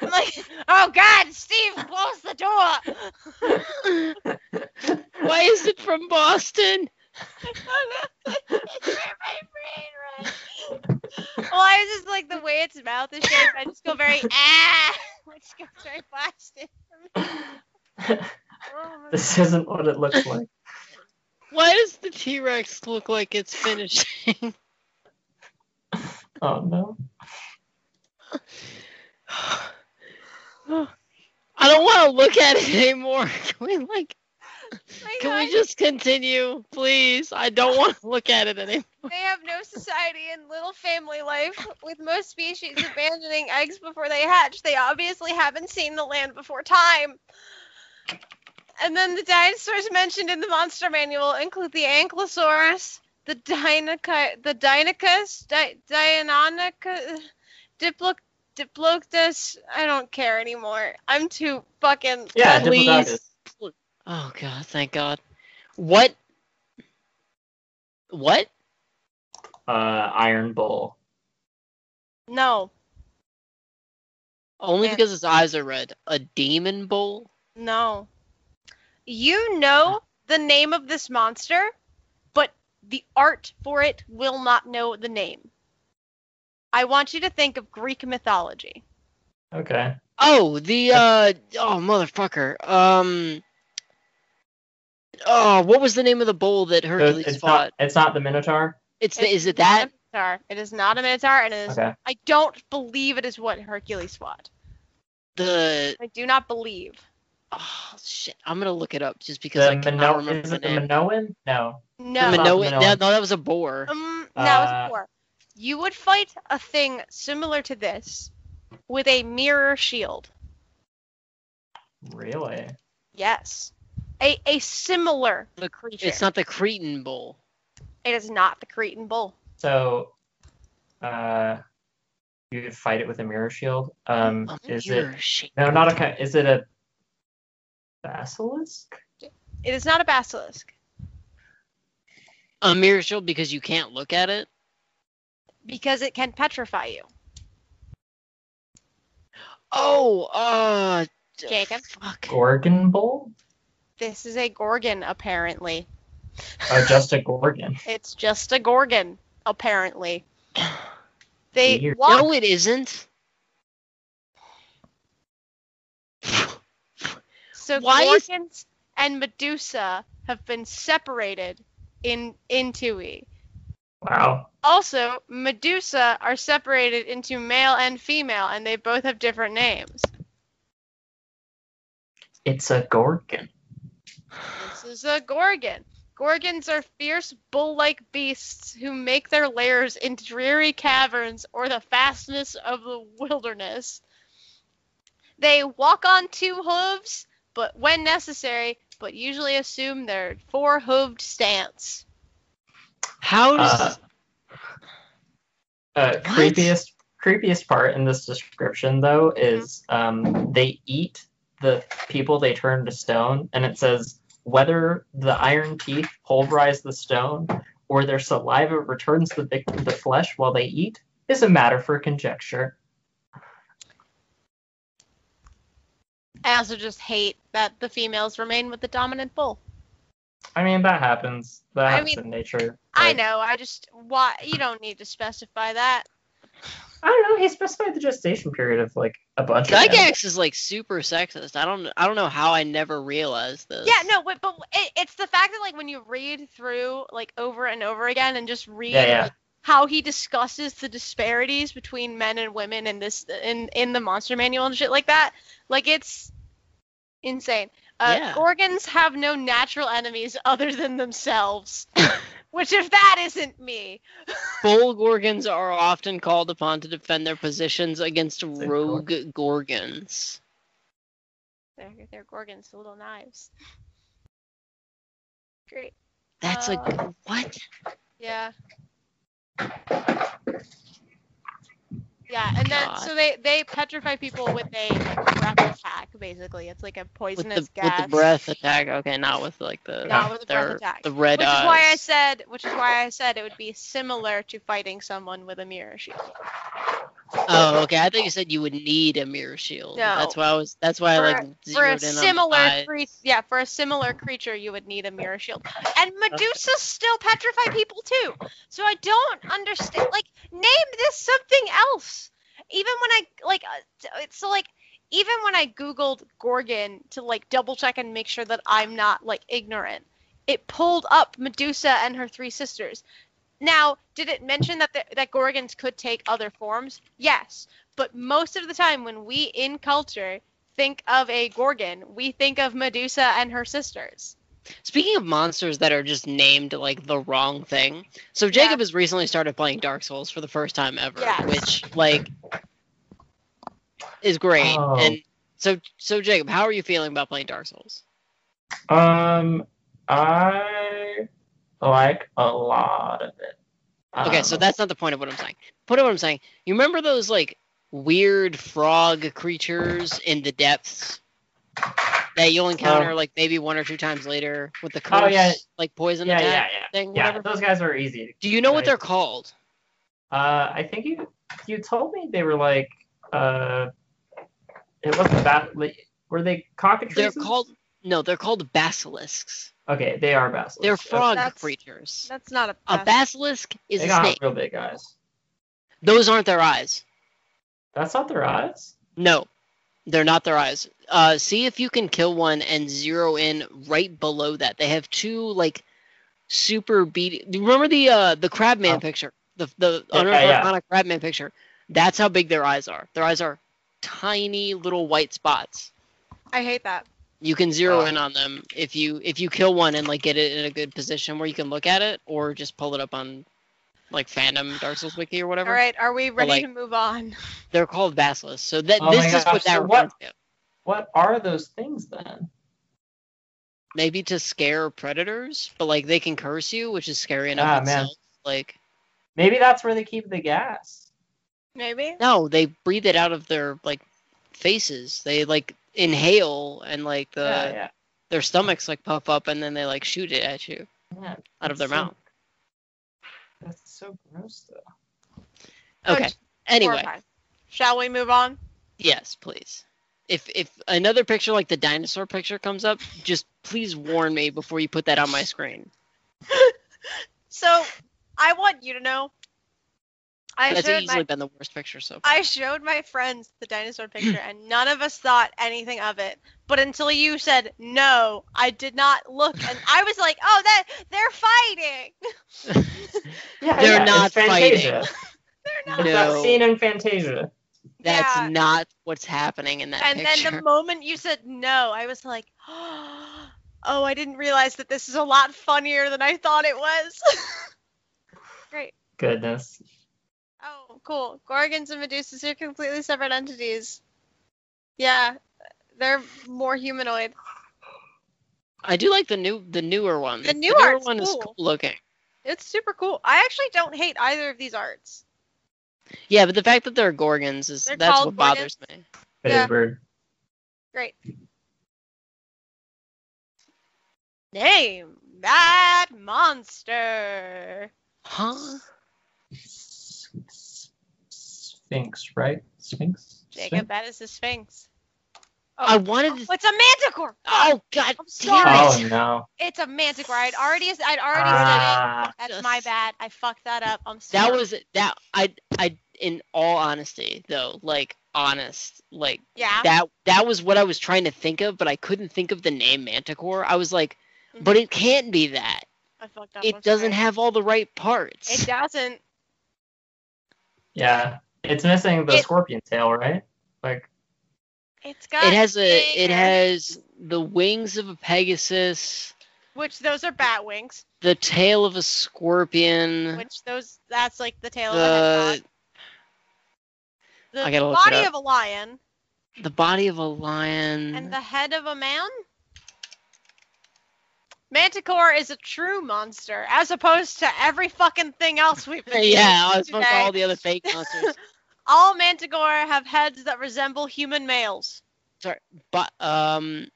B: like, oh God, Steve, close the door. <laughs>
A: Why is it from Boston?
B: It's where my brain runs. Well, I was just like the way its mouth is shaped. I just go very ah, <laughs> which goes very
A: <laughs>
B: plastic. Oh, my
C: This isn't what it looks like.
A: Why does the T Rex look like it's finishing?
C: Oh no.
A: I don't want to look at it anymore. <laughs> Can we like
B: my
A: Can we
B: God,
A: just continue, please? I don't want to look at it anymore.
B: They have no society and little family life. With most species abandoning eggs before they hatch, they obviously haven't seen the land before time. And then the dinosaurs mentioned in the monster manual include the Ankylosaurus, the Dinoca, the Deinonychus, Di- Deinonychus, Diplo- Diplodocus. I don't care anymore. I'm too fucking.
C: Yeah,
B: that's-
C: Diplodocus.
A: Oh god, thank god. What? What?
C: Uh, Iron Bull.
B: no,
A: Only
B: Yeah.
A: because his eyes are red. A demon bull?
B: No. You know the name of this monster, but the art for it will not know the name. I want you to think of Greek mythology.
C: Okay.
A: Oh, the uh oh motherfucker. Um Oh, what was the name of the bull that
C: So
A: Hercules
C: it's
A: fought?
C: not. It's not the Minotaur.
A: it's the,
B: It's
A: is it
B: not
A: that?
B: a minotaur. It is not a minotaur, and it is,
C: Okay.
B: I don't believe it is what Hercules fought.
A: The
B: I do not believe.
A: oh shit, I'm gonna look it up just because
C: The
A: I cannot
C: Mino-
A: remember
C: Is
A: the
C: it the
A: name.
C: Minoan? No.
B: No.
A: The
C: Mino-
A: Minoan-
C: Minoan.
A: No, that was a boar.
B: Um, now
C: Uh,
B: it's four. You would fight a thing similar to this with a mirror shield.
C: Really?
B: Yes. A, a similar
A: The
B: creature.
A: It's not the Cretan bull.
B: It is not the Cretan bull.
C: So, uh, you could fight it with a mirror shield. Um,
A: A
C: is
A: mirror
C: it?
A: shape.
C: No, not a. ki- Is it a basilisk?
B: It is not a basilisk
A: A mirror shield because you can't look at it.
B: because it can petrify you.
A: Oh, uh, d-
B: Jacob?
A: Fuck.
C: Gorgon Bull?
B: This is a gorgon, apparently.
C: Oh, just a Gorgon.
B: It's just a gorgon,
A: <coughs>
B: apparently. They
C: Weird.
B: walk.
A: No, it isn't.
B: So
A: Why is-
B: Gorgons and Medusa have been separated in Intui.
C: Wow.
B: Also, Medusa are separated into male and female, and they both have different names.
C: It's a Gorgon.
B: This is a Gorgon. Gorgons are fierce bull like beasts who make their lairs in dreary caverns or the fastness of the wilderness. They walk on two hooves, but when necessary, but usually assume their four hooved stance.
A: How does
C: Uh, uh, creepiest creepiest part in this description though
B: Mm-hmm.
C: is um, they eat the people they turn to stone, and it says whether the iron teeth pulverize the stone or their saliva returns the victim to flesh while they eat is a matter for conjecture.
B: I also just hate that the females remain with the dominant bull.
C: I mean that happens. That
B: I
C: happens
B: mean,
C: in nature.
B: I
C: Like,
B: know, I just why you don't need to specify that.
C: I don't know. He specified the gestation period of like a bunch of animals.
A: Gygax is like super sexist? I don't I don't know how I never realized this.
B: Yeah, no, but, but it, it's the fact that like when you read through like over and over again and just read
C: Yeah, yeah.
B: like, how he discusses the disparities between men and women in this in in the monster manual and shit like that, like it's insane. Uh,
A: Yeah.
B: Gorgons have no natural enemies other
A: <laughs>
B: than themselves, which if that isn't me,
A: Bull gorgons are often called upon to defend their positions against
C: They're
A: rogue gorgons.
B: they're, they're Gorgons, the little knives. Great.
A: That's a
B: Uh,
A: g- what?
B: Yeah. Yeah, and then
A: God.
B: so they they petrify people with a like, breath attack basically. It's like a
A: With
B: poisonous
A: the
B: gas.
A: with the breath attack. Okay, not with like the
B: Not with the breath
A: their-
B: attack.
A: the red
B: Which is
A: eyes.
B: why I said, which is why I said it would be similar to fighting someone with a mirror shield.
A: Oh, okay. I thought you said you would need a mirror shield.
B: No.
A: That's why I was. That's why I like
B: For a
A: zeroed in on the
B: similar
A: eyes.
B: cre- yeah, for a similar creature, you would need a mirror shield. And Medusas still petrify people too. So I don't understand. Like, name this something else. Even when I like, uh, it's so like, even when I googled Gorgon to like double check and make sure that I'm not like ignorant, it pulled up Medusa and her three sisters. Now, did it mention that the, that Gorgons could take other forms? Yes, but most of the time when we in culture think of a Gorgon, we think of Medusa and her sisters.
A: Speaking of monsters that are just named like the wrong thing, so Jacob has recently started playing Dark Souls for the first time ever,
B: Yes.
A: which like is great.
C: Oh.
A: And so, so Jacob, how are you feeling about playing Dark Souls?
C: Um, I like a lot of it.
A: Okay, so
C: Um,
A: that's not the point of what I'm saying. Point of what I'm saying, you remember those like weird frog creatures in the depths that you'll encounter like maybe one or two times later with the curse,
C: Uh. Oh, yeah.
A: like poison
C: yeah, yeah,
A: attack
C: yeah,
A: thing,
C: yeah.
A: whatever.
C: Those guys are easy.
A: Do you know what
C: Right.
A: they're called?
C: Uh, I think you you told me they were like uh, it wasn't that. Like, were they
A: They're
C: cockatrices?
A: called no, they're called basilisks.
C: Okay, they are basilisks.
A: They're
C: Okay.
A: frog
B: That's-
A: creatures.
B: That's not a
A: A basilisk is
C: They
A: a
C: got
A: snake.
C: real big eyes.
A: Those aren't their eyes.
C: That's not their eyes.
A: No, they're not their eyes. Uh, see if you can kill one and zero in right below that. They have two like super beady. Remember the uh, the crabman
C: Oh.
A: picture, the the
C: Yeah,
A: Honor of
C: yeah.
A: Arcana crabman picture. That's how big their eyes are. Their eyes are tiny little white spots.
B: I hate that.
A: You can zero
C: Wow.
A: in on them if you if you kill one and like get it in a good position where you can look at it, or just pull it up on like fandom Dark Souls wiki or
B: All
A: whatever.
B: right, are we ready
A: like-
B: to move on? <laughs>
A: They're called basilisks. So that
C: Oh
A: this
C: my
A: is what
C: gosh,
A: that
C: so
A: refers to.
C: What are those things then?
A: Maybe to scare predators, but like they can curse you, which is scary enough
C: Ah, man.
A: itself. Like
C: Maybe that's where they keep the gas.
B: Maybe.
A: no, they breathe it out of their like faces. They like inhale and like the
C: yeah, yeah.
A: their stomachs like puff up and then they like shoot it at you
C: yeah.
A: out of their
C: that's so-
A: mouth.
C: That's so gross though.
A: Okay.
B: Good.
A: Anyway,
B: Horrifying. Shall we move on?
A: yes, please. If if another picture like the dinosaur picture comes up, just please warn me before you put that on my screen.
B: So I want you to know. I
A: That's
B: showed
A: easily
B: my,
A: been the worst picture so far.
B: I showed my friends the dinosaur picture, and none of us thought anything of it. But until you said no, I did not look, and I was like, "Oh, that they're fighting. <laughs>
C: Yeah,
A: They're
C: yeah,
A: not
C: it's Fantasia.
B: They're
C: It's
B: not."
A: No.
C: that scene in Fantasia.
A: That's
B: yeah.
A: not what's happening in that
B: and
A: picture.
B: then the moment you said no, I was like, <gasps> "Oh, I didn't realize that this is a lot funnier than I thought it was." <laughs> Great.
C: Goodness.
B: Oh, cool. Gorgons and Medusas are completely separate entities. Yeah, they're more humanoid.
A: I do like the new, the newer one.
B: The newer art's
A: one is
B: cool.
A: cool looking.
B: It's super cool. I actually don't hate either of these arts.
A: Yeah, but the fact that they're gorgons is
B: They're
A: that's
B: called
A: what bothers me.
C: It is
B: Yeah.
C: weird.
B: Great. Name that monster. Oh,
A: Huh?
C: Sphinx, right? Sphinx?
B: Jacob, that is the Sphinx. Oh,
A: I wanted to.
B: It's a manticore.
A: Oh God!
B: I'm sorry.
A: Damn
C: Oh
A: it!
C: no.
B: It's a manticore. I'd already, I'd already said it.
C: Ah,
B: That's
A: Just-
B: my bad. I fucked that up. I'm sorry.
A: That was that. I I in all honesty though, like honest, like
B: yeah.
A: that that was what I was trying to think of, but I couldn't think of the name Manticore. I was like,
B: Mhm.
A: but it can't be that.
B: I fucked up. I'm
A: It doesn't
B: sorry.
A: have all the right parts.
B: It doesn't.
C: yeah. It's missing the
B: It-
C: scorpion tail, right? Like
B: It's got.
A: it has a
B: big
A: it
B: hair,
A: has the wings of a pegasus,
B: Which those are bat wings.
A: the tail of a scorpion.
B: Which those that's like the tail of a
A: the
B: hedgehog. The
A: Uh, I gotta look it
B: body
A: up.
B: of a lion
A: the body of a lion.
B: and the head of a man. Manticore is a true monster, as opposed to every fucking thing else we've
A: <laughs> yeah,
B: been. using <laughs>
A: I was supposed to
B: today.
A: all the other fake monsters.
B: All Manticore have heads that resemble human males.
A: but um,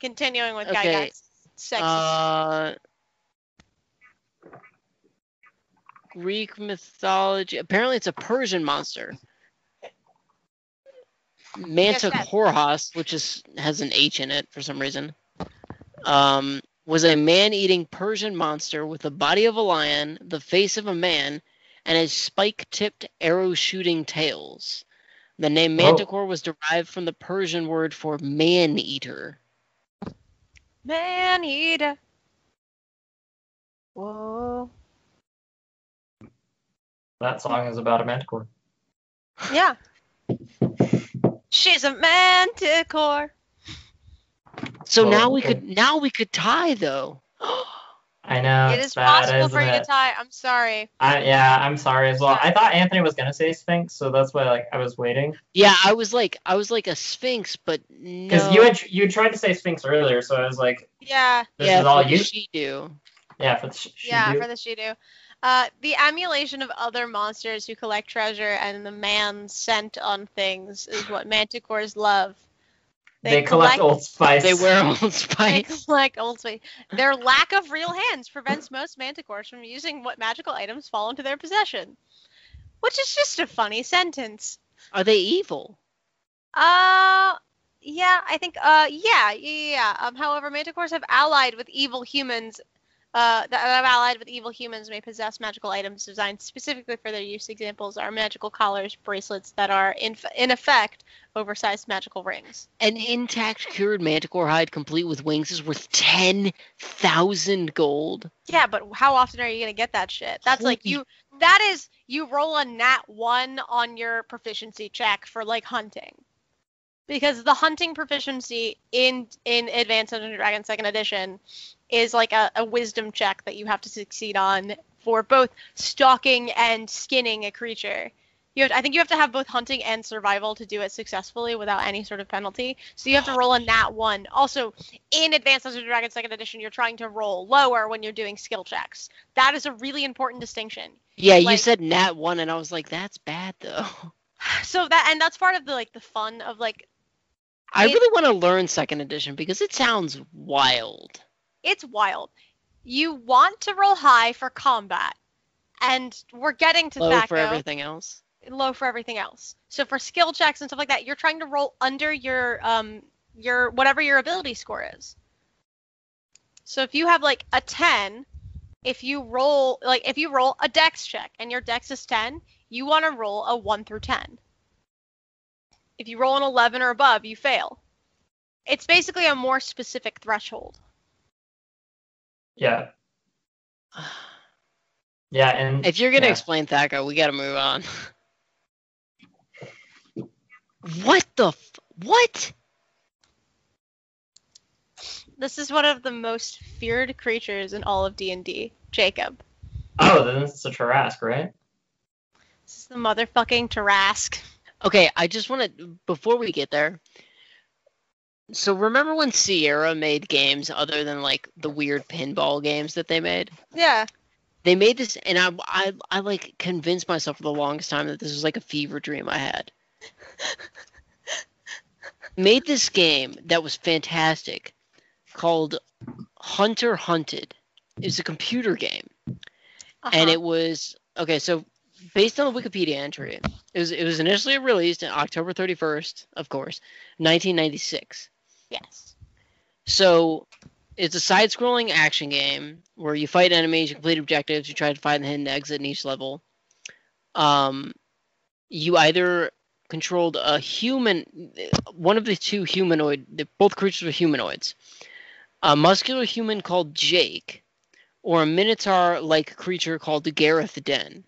B: Continuing with
A: Okay.
B: Gygax. Sexist.
A: uh, Greek mythology. Apparently, it's a Persian monster.
B: Yes, that-
A: Manticorhos, which is has an H in it for some reason, um, was a man-eating Persian monster with the body of a lion, the face of a man, and his spike-tipped arrow-shooting tails. The name
C: Whoa.
A: Manticore was derived from the Persian word for man-eater.
B: Man eater. Whoa.
C: that song is about a manticore.
B: Yeah. She's a manticore. <gasps>
A: So
C: Well,
A: now we
C: Oh, okay.
A: could now we could tie though.
C: I know.
B: it
C: it's
B: is
C: bad,
B: possible
C: isn't
B: for you
C: it?
B: to tie. I'm sorry.
C: I, yeah, I'm sorry as well. I
B: Sorry.
C: thought Anthony was gonna say Sphinx, so that's why like I was waiting.
A: yeah, I was like I was like a sphinx, but
C: Because
A: no.
C: you had you tried to say Sphinx earlier, so I was like,
B: Yeah.
C: this
A: yeah,
C: is all
A: for
C: you.
A: she do.
C: yeah, for the sh- she
B: yeah,
C: do.
B: for the Shidu. Uh, the emulation of other monsters who collect treasure and the man scent on things is what manticores love.
C: they, collect, Old Spice.
A: They wear <laughs> Old
B: They
A: Spice.
B: collect Old Spice. Their lack of real hands prevents most manticores from using what magical items fall into their possession. Which is just a funny sentence.
A: Are they evil?
B: Uh, yeah, I think, uh, yeah, yeah, yeah. yeah. Um, however, manticores have allied with evil humans. Uh, that have allied with evil humans may possess magical items designed specifically for their use. Examples are magical collars, bracelets that are in, in effect oversized magical rings.
A: An intact cured manticore hide complete with wings is worth ten thousand gold.
B: Yeah, but how often are you gonna get that shit? That's like
A: Holy-
B: you. That is you roll a nat one on your proficiency check for like hunting, because the hunting proficiency in in Advanced Dungeons and Dragons Second Edition is like a, a wisdom check that you have to succeed on for both stalking and skinning a creature. You have, I think you have to have both hunting and survival to do it successfully without any sort of penalty. So you have to roll a nat one. Also, in Advanced Dungeons and Dragons Second Edition, you're trying to roll lower when you're doing skill checks. That is a really important distinction. <sighs>
A: Yeah, you
B: Like-
A: said Nat one and I was like, that's bad though. <laughs>
B: So that and that's part of the like the fun of like
A: I
B: It-
A: really want to learn second edition because it sounds wild.
B: it's wild. You want to roll high for combat, and we're getting to
A: Low
B: that
A: for everything
B: <sighs>
A: else. <sighs>
B: low for everything else. So for skill checks and stuff like that, you're trying to roll under your um your whatever your ability score is. So if you have like a 10, if you roll like if you roll a dex check and your dex is 10, you want to roll a 1 through 10. If you roll an 11 or above, you fail. It's basically a more specific threshold.
C: Yeah. Yeah, and
A: If you're gonna
C: Yeah.
A: explain Thaco, we gotta move on. what the? F- what?
B: This is one of the most feared creatures in all of D&D, Jacob.
C: oh, then it's a Tarrasque, right?
B: This is the motherfucking Tarask.
A: Okay, I just want to before we get there. So remember when Sierra made games other than like the weird pinball games that they made?
B: Yeah.
A: They made this, and I, I, I like convinced myself for the longest time that this was like a fever dream I had. made this game that was fantastic, called Hunter Hunted. It was a computer game
B: Uh-huh.
A: and it was okay. So based on the Wikipedia entry, it was it was initially released in October 31st, of course, 1996.
B: yes.
A: So it's a side-scrolling action game where you fight enemies, you complete objectives, you try to find the hidden exit in each level. Um, you either controlled a human, one of the two humanoid, the- both creatures were humanoids, a muscular human called Jake, or a minotaur-like creature called Gareth Den.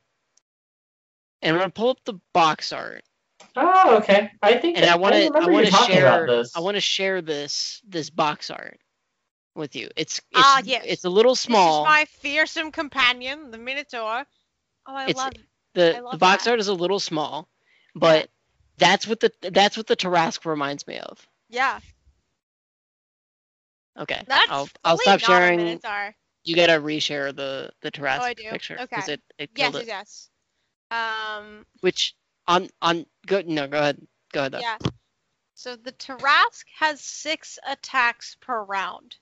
A: And I'm gonna pull up the box art
C: Oh, okay. I think
A: and I want to I
C: remember you
A: want to
C: talking
A: share
C: about this.
A: I want to share this this box art with you. It's it's,
B: Ah, yes.
A: it's a little small.
B: This is my fearsome companion, the Minotaur. Oh, I
A: It's-
B: love I
A: the
B: love
A: the box
B: that.
A: art is a little small, but that's what the that's what the Tarrasque reminds me of.
B: Yeah.
A: Okay,
B: That's
A: I'll I'll
B: fully
A: stop
B: not a
A: sharing.
B: Minotaur.
A: You gotta reshare the the Tarrasque
B: I do?
A: picture
B: Okay.
A: because it it
B: Yes,
A: killed it.
B: yes, yes. Um,
A: Which on on go no go ahead go ahead though.
B: yeah. So the Tarask has six attacks per round.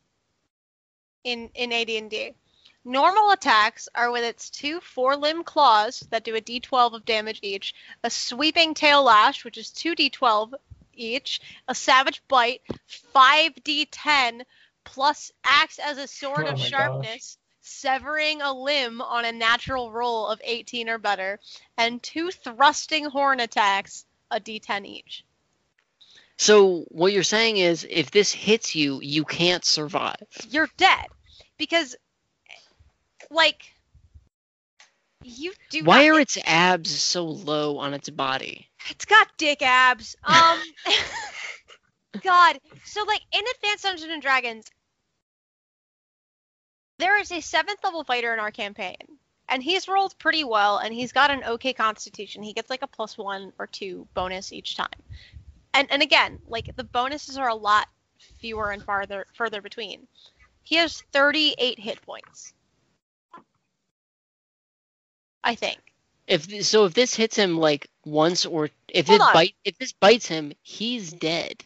B: In in AD&D, normal attacks are with its two four-limb claws that do a d12 of damage each, a sweeping tail lash which is 2d12 each, a savage bite 5d10 plus acts as a sword
C: Oh
B: of
C: my
B: sharpness, severing a limb on a natural roll of 18 or better, and two thrusting horn attacks a d10 each.
A: So what you're saying is if this hits you, you can't survive.
B: You're dead because like you do
A: Why
B: not-
A: are its abs so low on its body?
B: It's got dick abs. Um, God. So like in Advanced Dungeons and Dragons, there is a seventh level fighter in our campaign, and he's rolled pretty well, and he's got an okay constitution. He gets like a plus one or two bonus each time, and and again, like the bonuses are a lot fewer and farther further between. He has 38 hit points. I think.
A: If th- so, if this hits him like once or if
B: Hold
A: this
B: on.
A: bite if this bites him, he's dead.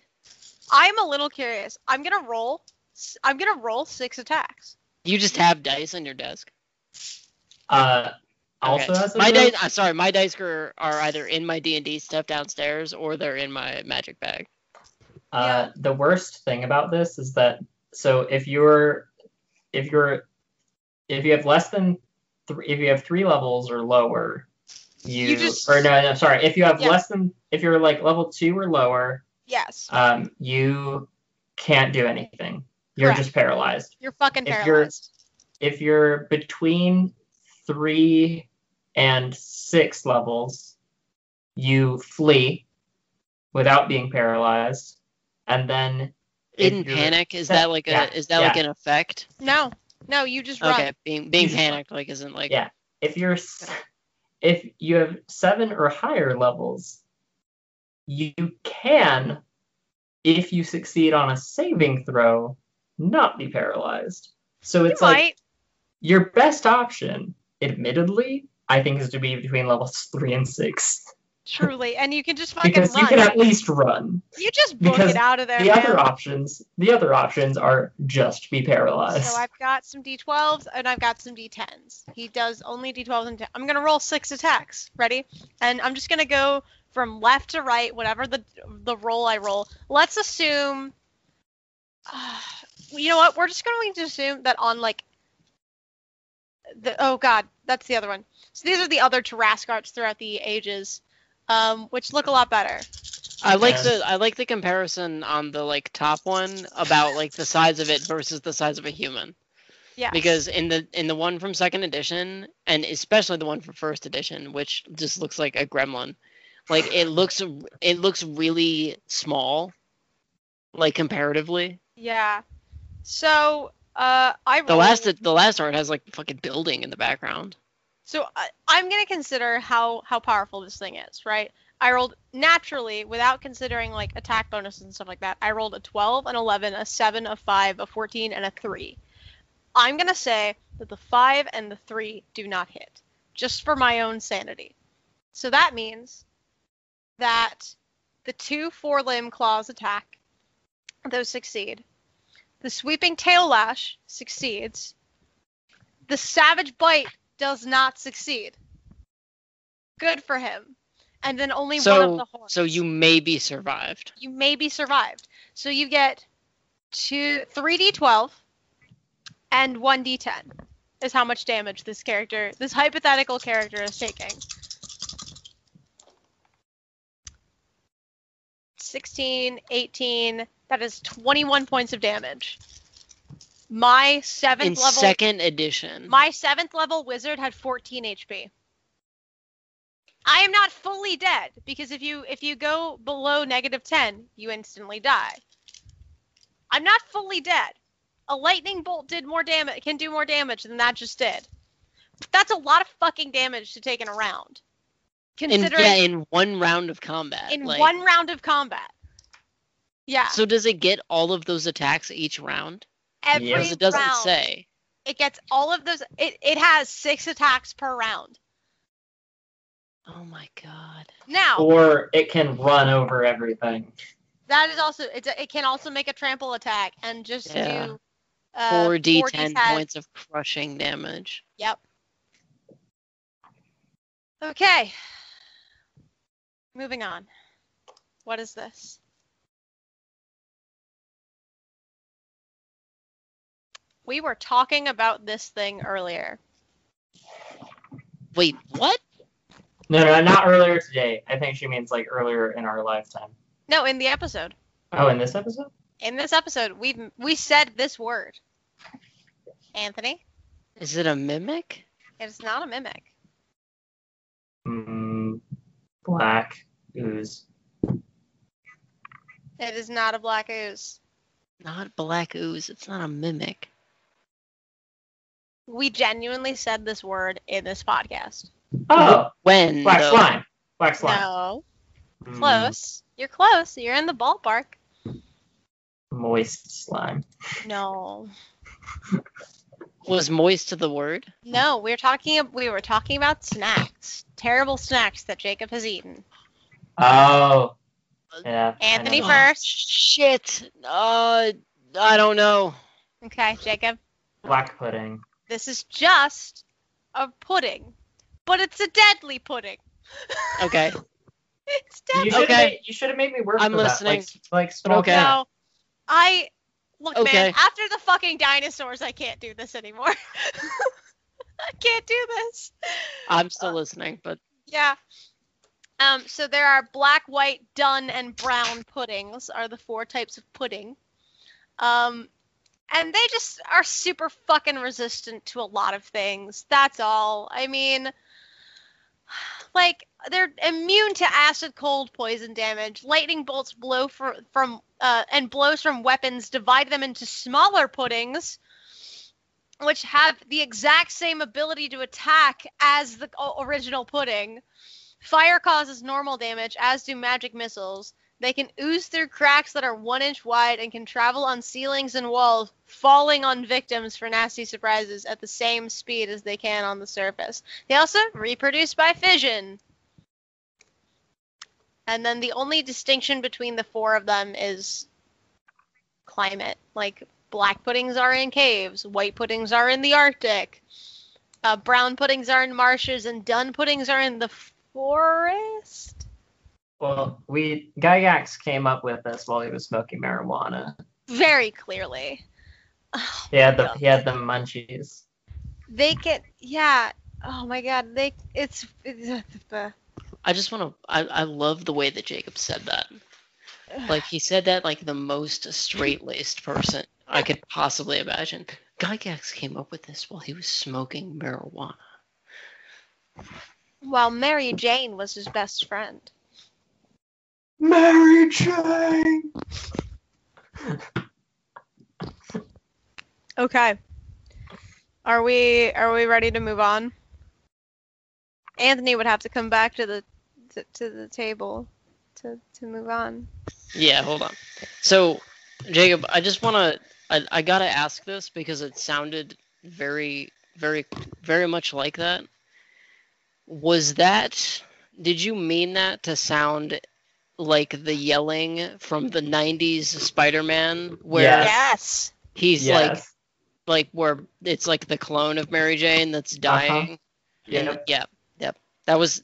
B: I'm a little curious. I'm gonna roll. s- I'm gonna roll six attacks.
A: You just have dice on your desk.
C: Uh, also,
A: Okay.
C: that's a
A: my
C: really-
A: dice. I'm sorry, my dice are, are either in my D and D stuff downstairs or they're in my magic bag.
C: Uh, the worst thing about this is that so if you're if you're if you have less than three if you have three levels or lower you,
B: You just-
C: or no, no sorry if you have
B: Yeah.
C: less than if you're like level two or lower
B: Yes.
C: um you can't do anything you're
B: Correct.
C: just paralyzed
B: You're fucking
C: if you're-
B: paralyzed.
C: if you're between three and six levels, you flee without being paralyzed, and then if
A: Hidden
C: you're-
A: panic is that like a
C: Yeah,
A: is that like an effect?
B: No. No. You just run.
A: Okay, being being
C: just run.
A: panicked like isn't like
C: Yeah. If you're s- if you have seven or higher levels, you can, if you succeed on a saving throw, not be paralyzed. So
B: You
C: it's like
B: might.
C: Your best option, admittedly, I think is to be between levels three and six. <laughs>
B: Truly, and you can just fucking
C: Because you
B: run.
C: can at least run.
B: You just book
C: because
B: it out of there,
C: The other
B: man.
C: options the other options are just be paralyzed.
B: So I've got some d12s and I've got some d10s. He does only d12s and 10. I'm gonna roll six attacks. Ready? And I'm just gonna go from left to right, whatever the the roll I roll. Let's assume. <sighs> you know what? We're just going to assume that on like the oh god, that's the other one. So these are the other Tarascarts throughout the ages, um, which look a lot better.
A: I like
C: Yeah.
A: the I like the comparison on the like top one about like the size of it versus the size of a human.
B: Yeah.
A: Because in the in the one from second edition and especially the one from first edition, which just looks like a gremlin, like
B: <sighs>
A: it looks it looks really small, like comparatively.
B: Yeah. So uh, I
A: The last
B: rolled-
A: the last art has like a fucking building in the background.
B: So I, I'm gonna consider how how powerful this thing is, right? I rolled naturally without considering like attack bonus and stuff like that. I rolled a 12, an 11, a 7, a 5, a 14, and a 3. I'm gonna say that the 5 and the 3 do not hit, just for my own sanity. So that means that the two four limb claws attack, those succeed. The sweeping tail lash succeeds. The savage bite does not succeed. Good for him. And then only one of
A: So
B: the horns.
A: so you maybe survived.
B: you maybe survived. So you get two, three d12, and one d10 is how much damage this character, this hypothetical character, is taking. Sixteen, eighteen. That is 21 points of damage. My seventh
A: In
B: level,
A: second edition.
B: my seventh level wizard had 14 HP. I am not fully dead because if you if you go below negative 10, you instantly die. I'm not fully dead. A lightning bolt did more damage can do more damage than that just did. That's a lot of fucking damage to take in a round.
A: in
B: Considering
A: yeah, in one round of combat.
B: in
A: like-
B: one round of combat. Yeah,
A: So does it get all of those attacks each round?
B: every
C: Yeah.
A: Because it doesn't
B: round.
A: say.
B: It gets all of those it, it has 6 attacks per round.
A: Oh my god.
B: Now,
C: Or it can run over everything.
B: That is also it's, it can also make a trample attack and just
A: Yeah.
B: do uh,
A: Four D ten
B: 4d10.
A: points of crushing damage.
B: Yep. Okay. Moving on. What is this? We were talking about this thing earlier.
A: Wait, what?
C: No, no, not earlier today. I think she means like earlier in our lifetime.
B: No, in the episode.
C: Oh, in this episode?
B: In this episode, we we said this word. Anthony,
A: Is it a mimic?
B: it is not a mimic.
C: Mm, black ooze.
B: It is not a black ooze.
A: Not black ooze. It's not a mimic.
B: We genuinely said this word in this podcast.
C: Oh,
A: When?
C: black
A: though?
C: slime. Black slime.
B: No.
C: Mm,
B: Close. You're close. You're in the ballpark.
C: moist slime.
B: No.
A: Was moist the word?
B: No, we were talking we were talking about snacks. Terrible snacks that Jacob has eaten.
C: Oh. Yeah. I
B: Anthony
C: know.
B: first.
A: Oh, Shit. Uh, I don't know.
B: Okay, Jacob.
C: Black pudding.
B: This is just a pudding. But it's a deadly pudding. <laughs>
A: Okay.
B: It's
C: You
B: deadly.
C: should
A: Okay.
C: have you should have made me work
A: I'm
C: for
A: listening.
C: that. Like, like small
A: Okay.
C: town.
B: No. I look
A: Okay.
B: man, after the fucking dinosaurs I can't do this anymore. <laughs> I can't do this.
A: I'm still listening, but
B: Yeah. Um, so there are black, white, dun, and brown puddings are the four types of pudding. Um, and they just are super fucking resistant to a lot of things. That's all. I mean, <sighs> like they're immune to acid, cold, poison damage. Lightning bolts blow for, from uh, and blows from weapons divide them into smaller puddings, which have the exact same ability to attack as the o- original pudding. Fire causes normal damage, as do magic missiles. They can ooze through cracks that are one inch wide and can travel on ceilings and walls, falling on victims for nasty surprises at the same speed as they can on the surface. They also reproduce by fission. And then the only distinction between the four of them is climate. Like, black puddings are in caves, white puddings are in the Arctic, uh, brown puddings are in marshes, and dun puddings are in the forest.
C: Well, we Gygax came up with this while he was smoking marijuana.
B: Very clearly. <sighs> Oh,
C: He had the he had the munchies.
B: they can. Yeah. Oh my God. They. It's. it's uh,
A: I just want to. I, I love the way that Jacob said that. Like he said that like the most straight-laced person I could possibly imagine. Gygax came up with this while he was smoking marijuana.
B: while Mary Jane was his best friend.
D: Mary Jane.
B: Okay. Are we are we ready to move on? Anthony would have to come back to the to, to the table to to move on.
A: Yeah, hold on. So, Jacob, I just want to. I, I gotta ask this because it sounded very, very, very much like that. Was that? Did you mean that to sound like the yelling from the '90s Spider-Man, where
C: Yes.
B: Yes.
A: he's like,
C: yes.
A: like where it's like the clone of Mary Jane that's
C: Uh-huh.
A: dying?
C: Yep.
A: And- yeah, yep. That was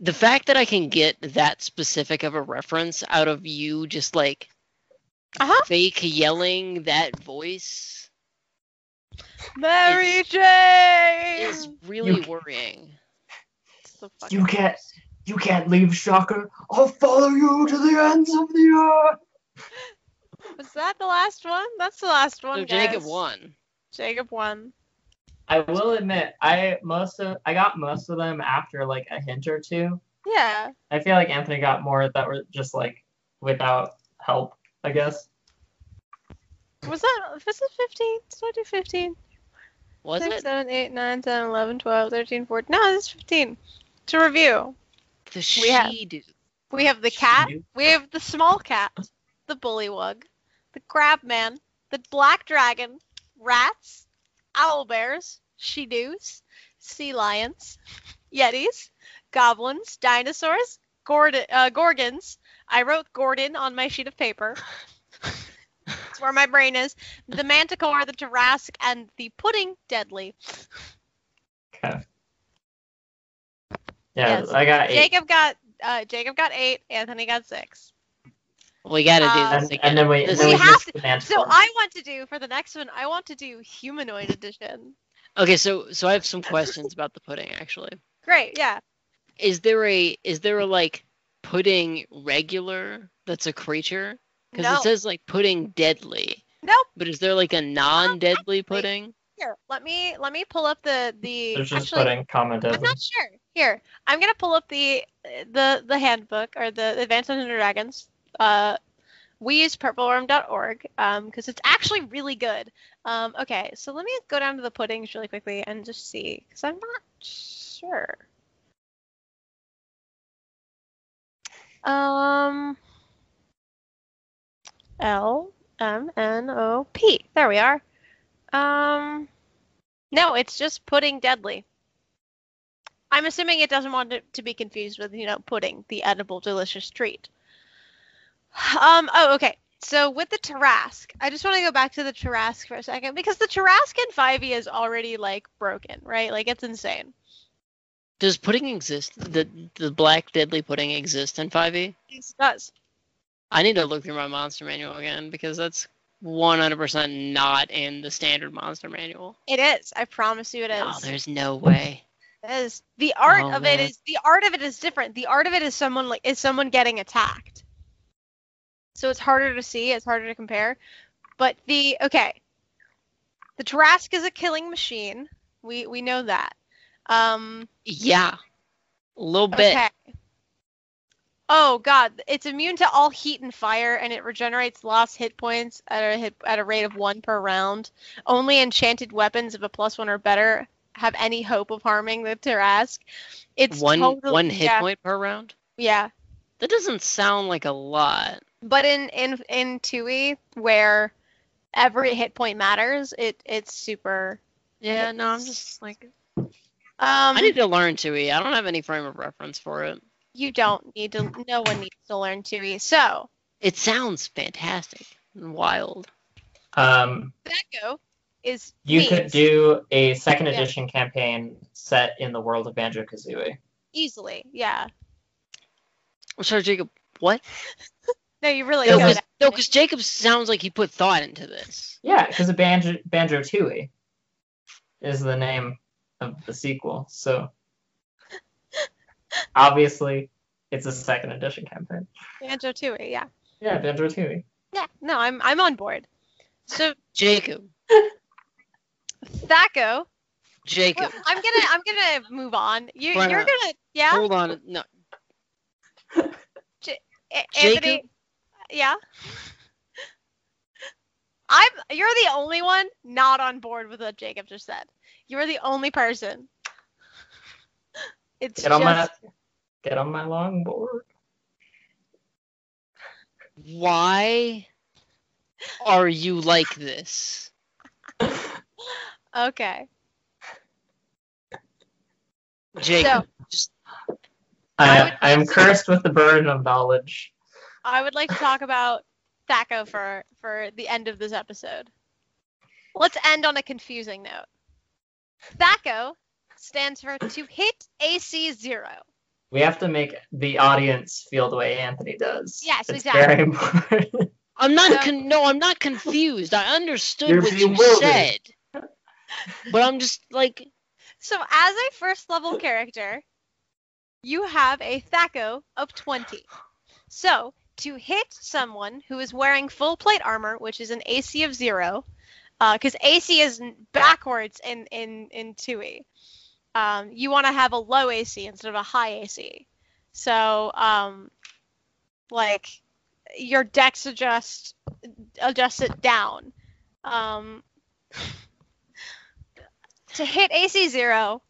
A: the fact that I can get that specific of a reference out of you just like
B: Uh-huh.
A: fake yelling that voice
B: Mary Jane.
A: is really
C: You-
A: worrying.
B: It's the fucking
C: You can't you can't leave Shocker.
D: I'll follow you to the ends of the earth.
B: Was that the last one? That's the last one.
A: So Jacob
B: guys.
A: won.
B: Jacob won.
C: I will admit, I most of I got most of them after like a hint or two.
B: Yeah.
C: I feel like Anthony got more that were just like without help, I guess.
B: Was that was it 15? Did I do 15?
A: Was
B: Six,
A: it
B: seven, eight, nine, 10, 11, 12, 13, 14. No, this is 15. To review.
A: the
B: We have-
A: she do?
B: We have the cat.
C: Shoot.
B: We have the small cat, the bullywug, the crab man, the black dragon, rats, owl bears, she-doos, sea lions, yetis, goblins, dinosaurs, gord- uh, gorgons. I wrote Gordon on my sheet of paper. That's where my brain is. The manticore, the Jurassic, and the pudding deadly.
C: Okay. Yeah,
B: Yes.
C: I got eight.
B: Jacob got uh, Jacob got eight. Anthony got six.
A: We gotta do
B: Um,
A: this
C: and,
A: again.
C: and then we, and
A: This
C: then
B: We
C: we,
A: is-
B: have
C: missed
B: to-
C: the manticore.
B: So I want to do for the next one. I want to do humanoid edition.
A: okay, so so I have some questions about the pudding actually.
B: Great, yeah.
A: Is there a is there a like pudding regular that's a creature? Because
B: No,
A: it says like pudding deadly.
B: Nope.
A: But is there like a non-deadly pudding?
B: here. Let me let me pull up the the.
C: There's just
B: actually,
C: putting comment
B: I'm not sure. Here, I'm gonna pull up the the the handbook or the Advanced Dungeons and Dragons. Uh, we use purpleworm.org um because it's actually really good. Um, okay, so let me go down to the puddings really quickly and just see because I'm not sure. Um. L M N O P. There we are. Um, no, it's just pudding deadly. I'm assuming it doesn't want it to be confused with, you know, pudding, the edible delicious treat. Um, oh, okay. So with the Tarask, I just want to go back to the Tarask for a second because the Tarask in 5e is already like broken, right? Like it's insane.
A: Does pudding exist? The the black deadly pudding exist in 5e?
B: It does.
A: I need to look through my monster manual again because that's 100% not in the standard monster manual.
B: It is. I promise you it is.
A: Oh, there's no way.
B: It is. The art
A: Oh,
B: of
A: man.
B: it is the art of it is different. The art of it is someone like is someone getting attacked. So it's harder to see, it's harder to compare. But the okay. The Tarask is a killing machine. We we know that. Um
A: Yeah. A little bit.
B: okay. Oh god, it's immune to all heat and fire and it regenerates lost hit points at a hit, at a rate of 1 per round. Only enchanted weapons of a plus 1 or better have any hope of harming the Tarask. It's
A: one
B: totally-
A: one hit
B: yeah.
A: point per round?
B: Yeah,
A: That doesn't sound like a lot.
B: but in in in Tui, where every hit point matters, it it's super.
A: Yeah, no, I'm just like
B: Um,
A: I need to learn 2e. I don't have any frame of reference for it.
B: you don't need to. No one needs to learn Tui. So
A: It sounds fantastic and wild.
C: Um,
B: Echo is
C: you
B: me,
C: could do a second
B: Yeah.
C: edition campaign set in the world of Banjo Kazooie.
B: easily. Yeah.
A: I'm sorry, Jacob. What?
B: No, you really
A: No,
B: don't.
A: because no, 'cause Jacob sounds like he put thought into this.
C: Yeah, because Banjo Banjo Tooie is the name of the sequel.
B: <laughs>
C: So obviously, it's a second edition campaign.
B: Banjo Tooie, yeah.
C: Yeah, Banjo Tooie.
B: Yeah, no, I'm I'm on board. So
A: Jacob,
B: Thaco,
A: Jacob,
B: well, I'm gonna I'm gonna move on. You
A: Why
B: you're
A: not? Oh,
B: gonna yeah,
A: hold on. No,
B: A-
A: Jacob?
B: Anthony, yeah. I'm you're the only one not on board with what Jacob just said. You're the only person. It's
C: Get on
B: just
C: my get on my longboard.
A: why are you like this?
B: okay.
A: Jacob, just
B: I
C: I,
B: would-
C: I am cursed with the burden of knowledge.
B: I would like to talk about Thaco for for the end of this episode. Let's end on a confusing note. Thaco stands for to hit AC zero.
C: We have to make the audience feel the way Anthony does.
B: Yes,
C: it's
B: exactly.
C: Very <laughs> important.
A: I'm not
B: So-
A: con- no, I'm not confused. I understood
C: You're
A: what you
C: bewildered.
A: said. But I'm just like
B: So as a first level character, you have a Thaco of 20. So to hit someone who is wearing full plate armor, which is an AC of zero, uh, because AC is n- backwards in in in 2e. Um, you want to have a low AC instead of a high AC. So um, like your dex adjust adjust it down. Um, to hit AC zero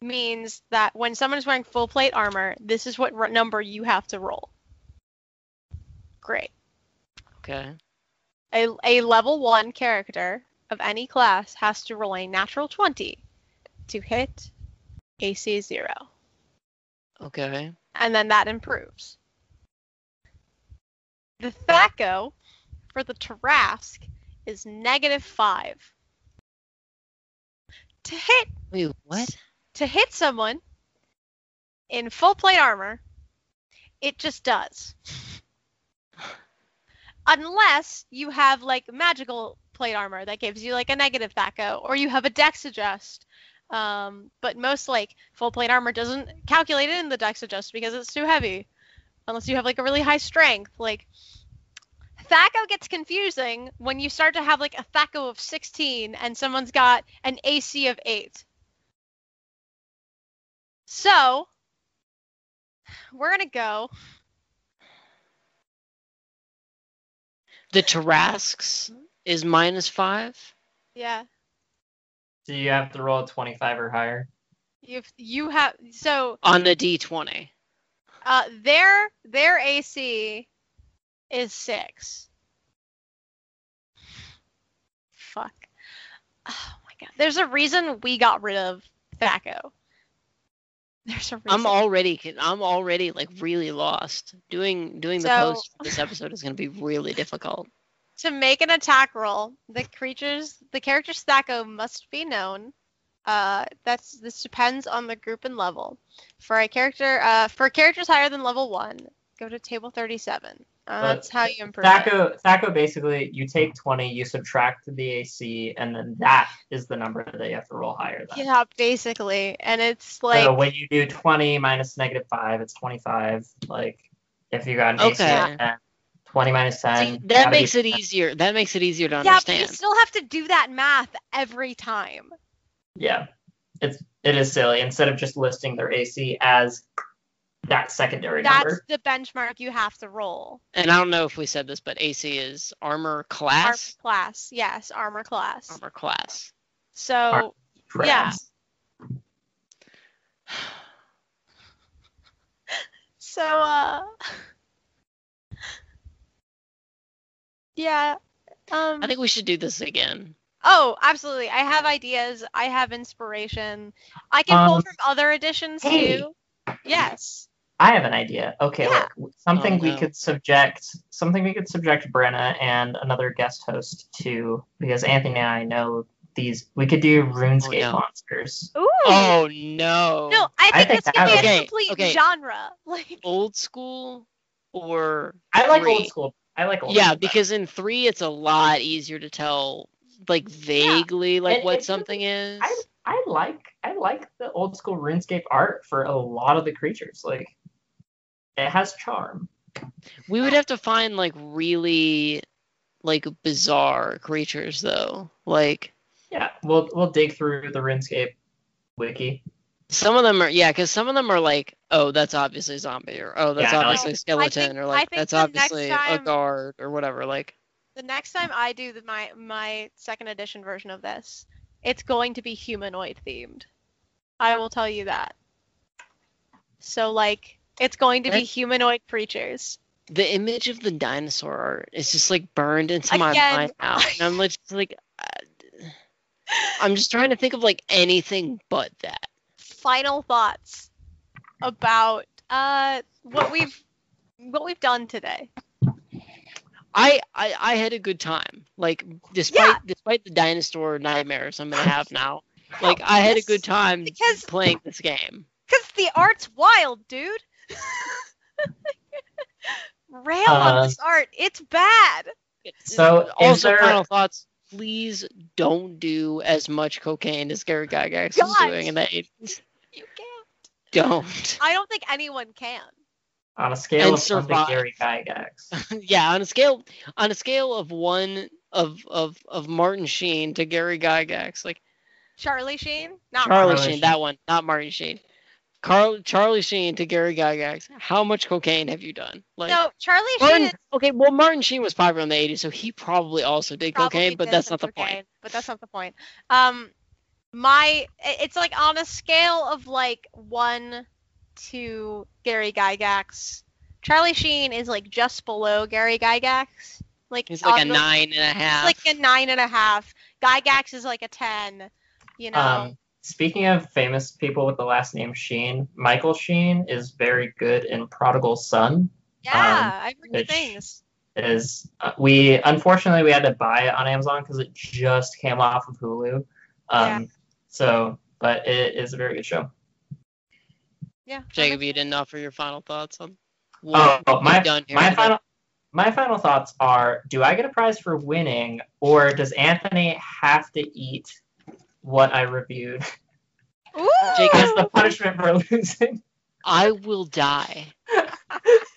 B: means that when someone is wearing full plate armor, this is what r- number you have to roll. Great.
A: okay.
B: A, a level one character of any class has to roll a natural 20 to hit AC zero,
A: Okay.
B: and then that improves. The Thaco for the Tarask is negative five. To hit
A: Wait, what?
B: to hit someone in full plate armor, it just does. Unless you have like magical plate armor that gives you like a negative thaco, or you have a dex adjust. Um, but most like full plate armor doesn't calculate it in the dex adjust because it's too heavy. Unless you have like a really high strength, like thaco gets confusing when you start to have like a thaco of 16 and someone's got an AC of 8. So we're gonna go.
A: The Tarasks is minus five?
B: Yeah,
C: So you have to roll a 25 or higher.
B: you you have so
A: On a D twenty.
B: uh their their AC is six. Fuck. Oh my god. There's a reason we got rid of Thaco. There's a reason.
A: I'm already con- I'm already like really lost. Doing doing the
B: So-
A: post for this episode is gonna be really
C: <laughs>
A: difficult.
B: To make an attack roll, the creatures, the character's Thaco must be known. Uh, that's this depends on the group and level. For a character, uh, for characters higher than level one, go to table 37. Uh,
C: But
B: that's how you improve. it.
C: Thaco, Thaco basically, you take 20, you subtract the AC, and then that is the number that you have to roll higher than.
B: Yeah, basically, and it's like
C: so when you do 20 minus negative 5, it's 25. Like, if you got an AC
A: Okay.
C: of 10, 20 minus 10.
A: See,
C: gotta
A: that
C: be
A: makes it easier. That makes it easier to
B: yeah, but you
A: understand.
B: still have to do that math every time.
C: Yeah, it's it is silly. Instead of just listing their AC as that secondary
B: That's
C: number,
B: the benchmark you have to roll.
A: And I don't know if we said this, but AC is armor
B: Armor
A: class.
B: class, yes, armor class.
A: Armor class.
B: So.
C: Perhaps.
B: So, uh, <laughs> yeah. Um,
A: I think we should do this again.
B: oh, absolutely. I have ideas. I have inspiration. I can pull
C: Um,
B: from other editions
C: hey.
B: too. Yes.
C: I have an idea. Okay,
B: Yeah.
C: look, w- something
A: Oh,
C: we
A: no.
C: could subject something we could subject Brenna and another guest host to because Anthony and I know these. We could
A: Oh,
C: do RuneScape
A: no.
C: monsters.
B: Ooh.
A: Oh no.
B: No, I think
C: think
B: this could
C: that-
B: be a
A: okay,
B: complete
A: okay.
B: genre. <laughs> Like,
A: Old school or
C: I like
A: three.
C: old school. I like old.
A: yeah,
C: school better.
A: because in three it's a lot easier to tell like vaguely like
C: And
A: what
C: it's
A: something is.
C: I I like I like the old school RuneScape art for a lot of the creatures. Like it has charm.
A: We would have to find like really like bizarre creatures though. Like
C: Yeah, we'll we'll dig through the RuneScape wiki.
A: some of them are yeah, because some of them are like, oh, that's obviously a zombie, or oh, that's
C: Yeah, no.
A: obviously a skeleton,
B: think-
A: or
B: I
A: like
B: think
A: that's
B: the next
A: obviously a
B: time-
A: guard or whatever. Like
B: The next time I do the, my my second edition version of this, it's going to be humanoid themed. I will tell you that. So like it's going to be
A: That's-
B: humanoid creatures.
A: the image of the dinosaur art is just like burned into my
B: Again.
A: mind now, and
B: <laughs>
A: I'm like, just, like, uh, I'm just trying to think of like anything but that.
B: Final thoughts about uh what we've what we've done today.
A: I, I I had a good time. Like despite
B: Yeah.
A: despite the dinosaur nightmares I'm gonna have
B: <laughs>
A: now. Like I had a
B: Yes,
A: good time
B: because-
A: playing this game.
B: Cause the art's wild, dude. <laughs> Rail
C: Uh,
B: on this art. It's bad.
C: So, is
A: Mm, also
C: there-
A: final thoughts. Please don't do as much cocaine as Gary Gygax was
B: Guys.
A: doing in the 80s.
B: You can't.
A: Don't. <laughs>
B: I don't think anyone can.
C: On a scale
A: And
C: of one to
A: survive.
C: Gary Gygax.
A: yeah, on a scale on a scale of one of of of Martin Sheen to Gary Gygax, like
B: Charlie Sheen? Not
A: Charlie
C: Martin
A: Sheen,
C: Sheen.
A: that one, not Martin Sheen. Carl Charlie Sheen to Gary Gygax. How much cocaine have you done? Like
B: no, Charlie Sheen
A: Martin,
B: is
A: okay, well, Martin Sheen was popular in the 80s, so he probably also did
B: probably
A: cocaine, but
B: did
A: that's
B: some
A: not the point.
B: cocaine, But that's not the point. Um, my i- it's like on a scale of like one to Gary Gygax. Charlie Sheen is like just below Gary Gygax. Like
A: He's like a
B: on the-
A: nine and a
B: he's
A: half.
B: like a nine and a half. Gygax is like a ten. You know.
C: Um, speaking of famous people with the last name Sheen, Michael Sheen is very good in Prodigal Son.
B: yeah, I've heard good
C: which-
B: things.
C: It is uh, we unfortunately we had to buy it on Amazon because it just came off of Hulu. Um,
B: Yeah.
C: So, but it is a very good show.
B: Yeah. that
A: Jacob,
B: makes
A: you didn't offer your final thoughts on
C: Oh,
A: we've
C: my-
A: done here
C: my
A: today.
C: final my final thoughts are do i get a prize for winning or does anthony have to eat what i reviewed <laughs>
B: sense. Ooh!
A: Jacob-
C: as the punishment for losing
A: I will die.
B: <laughs>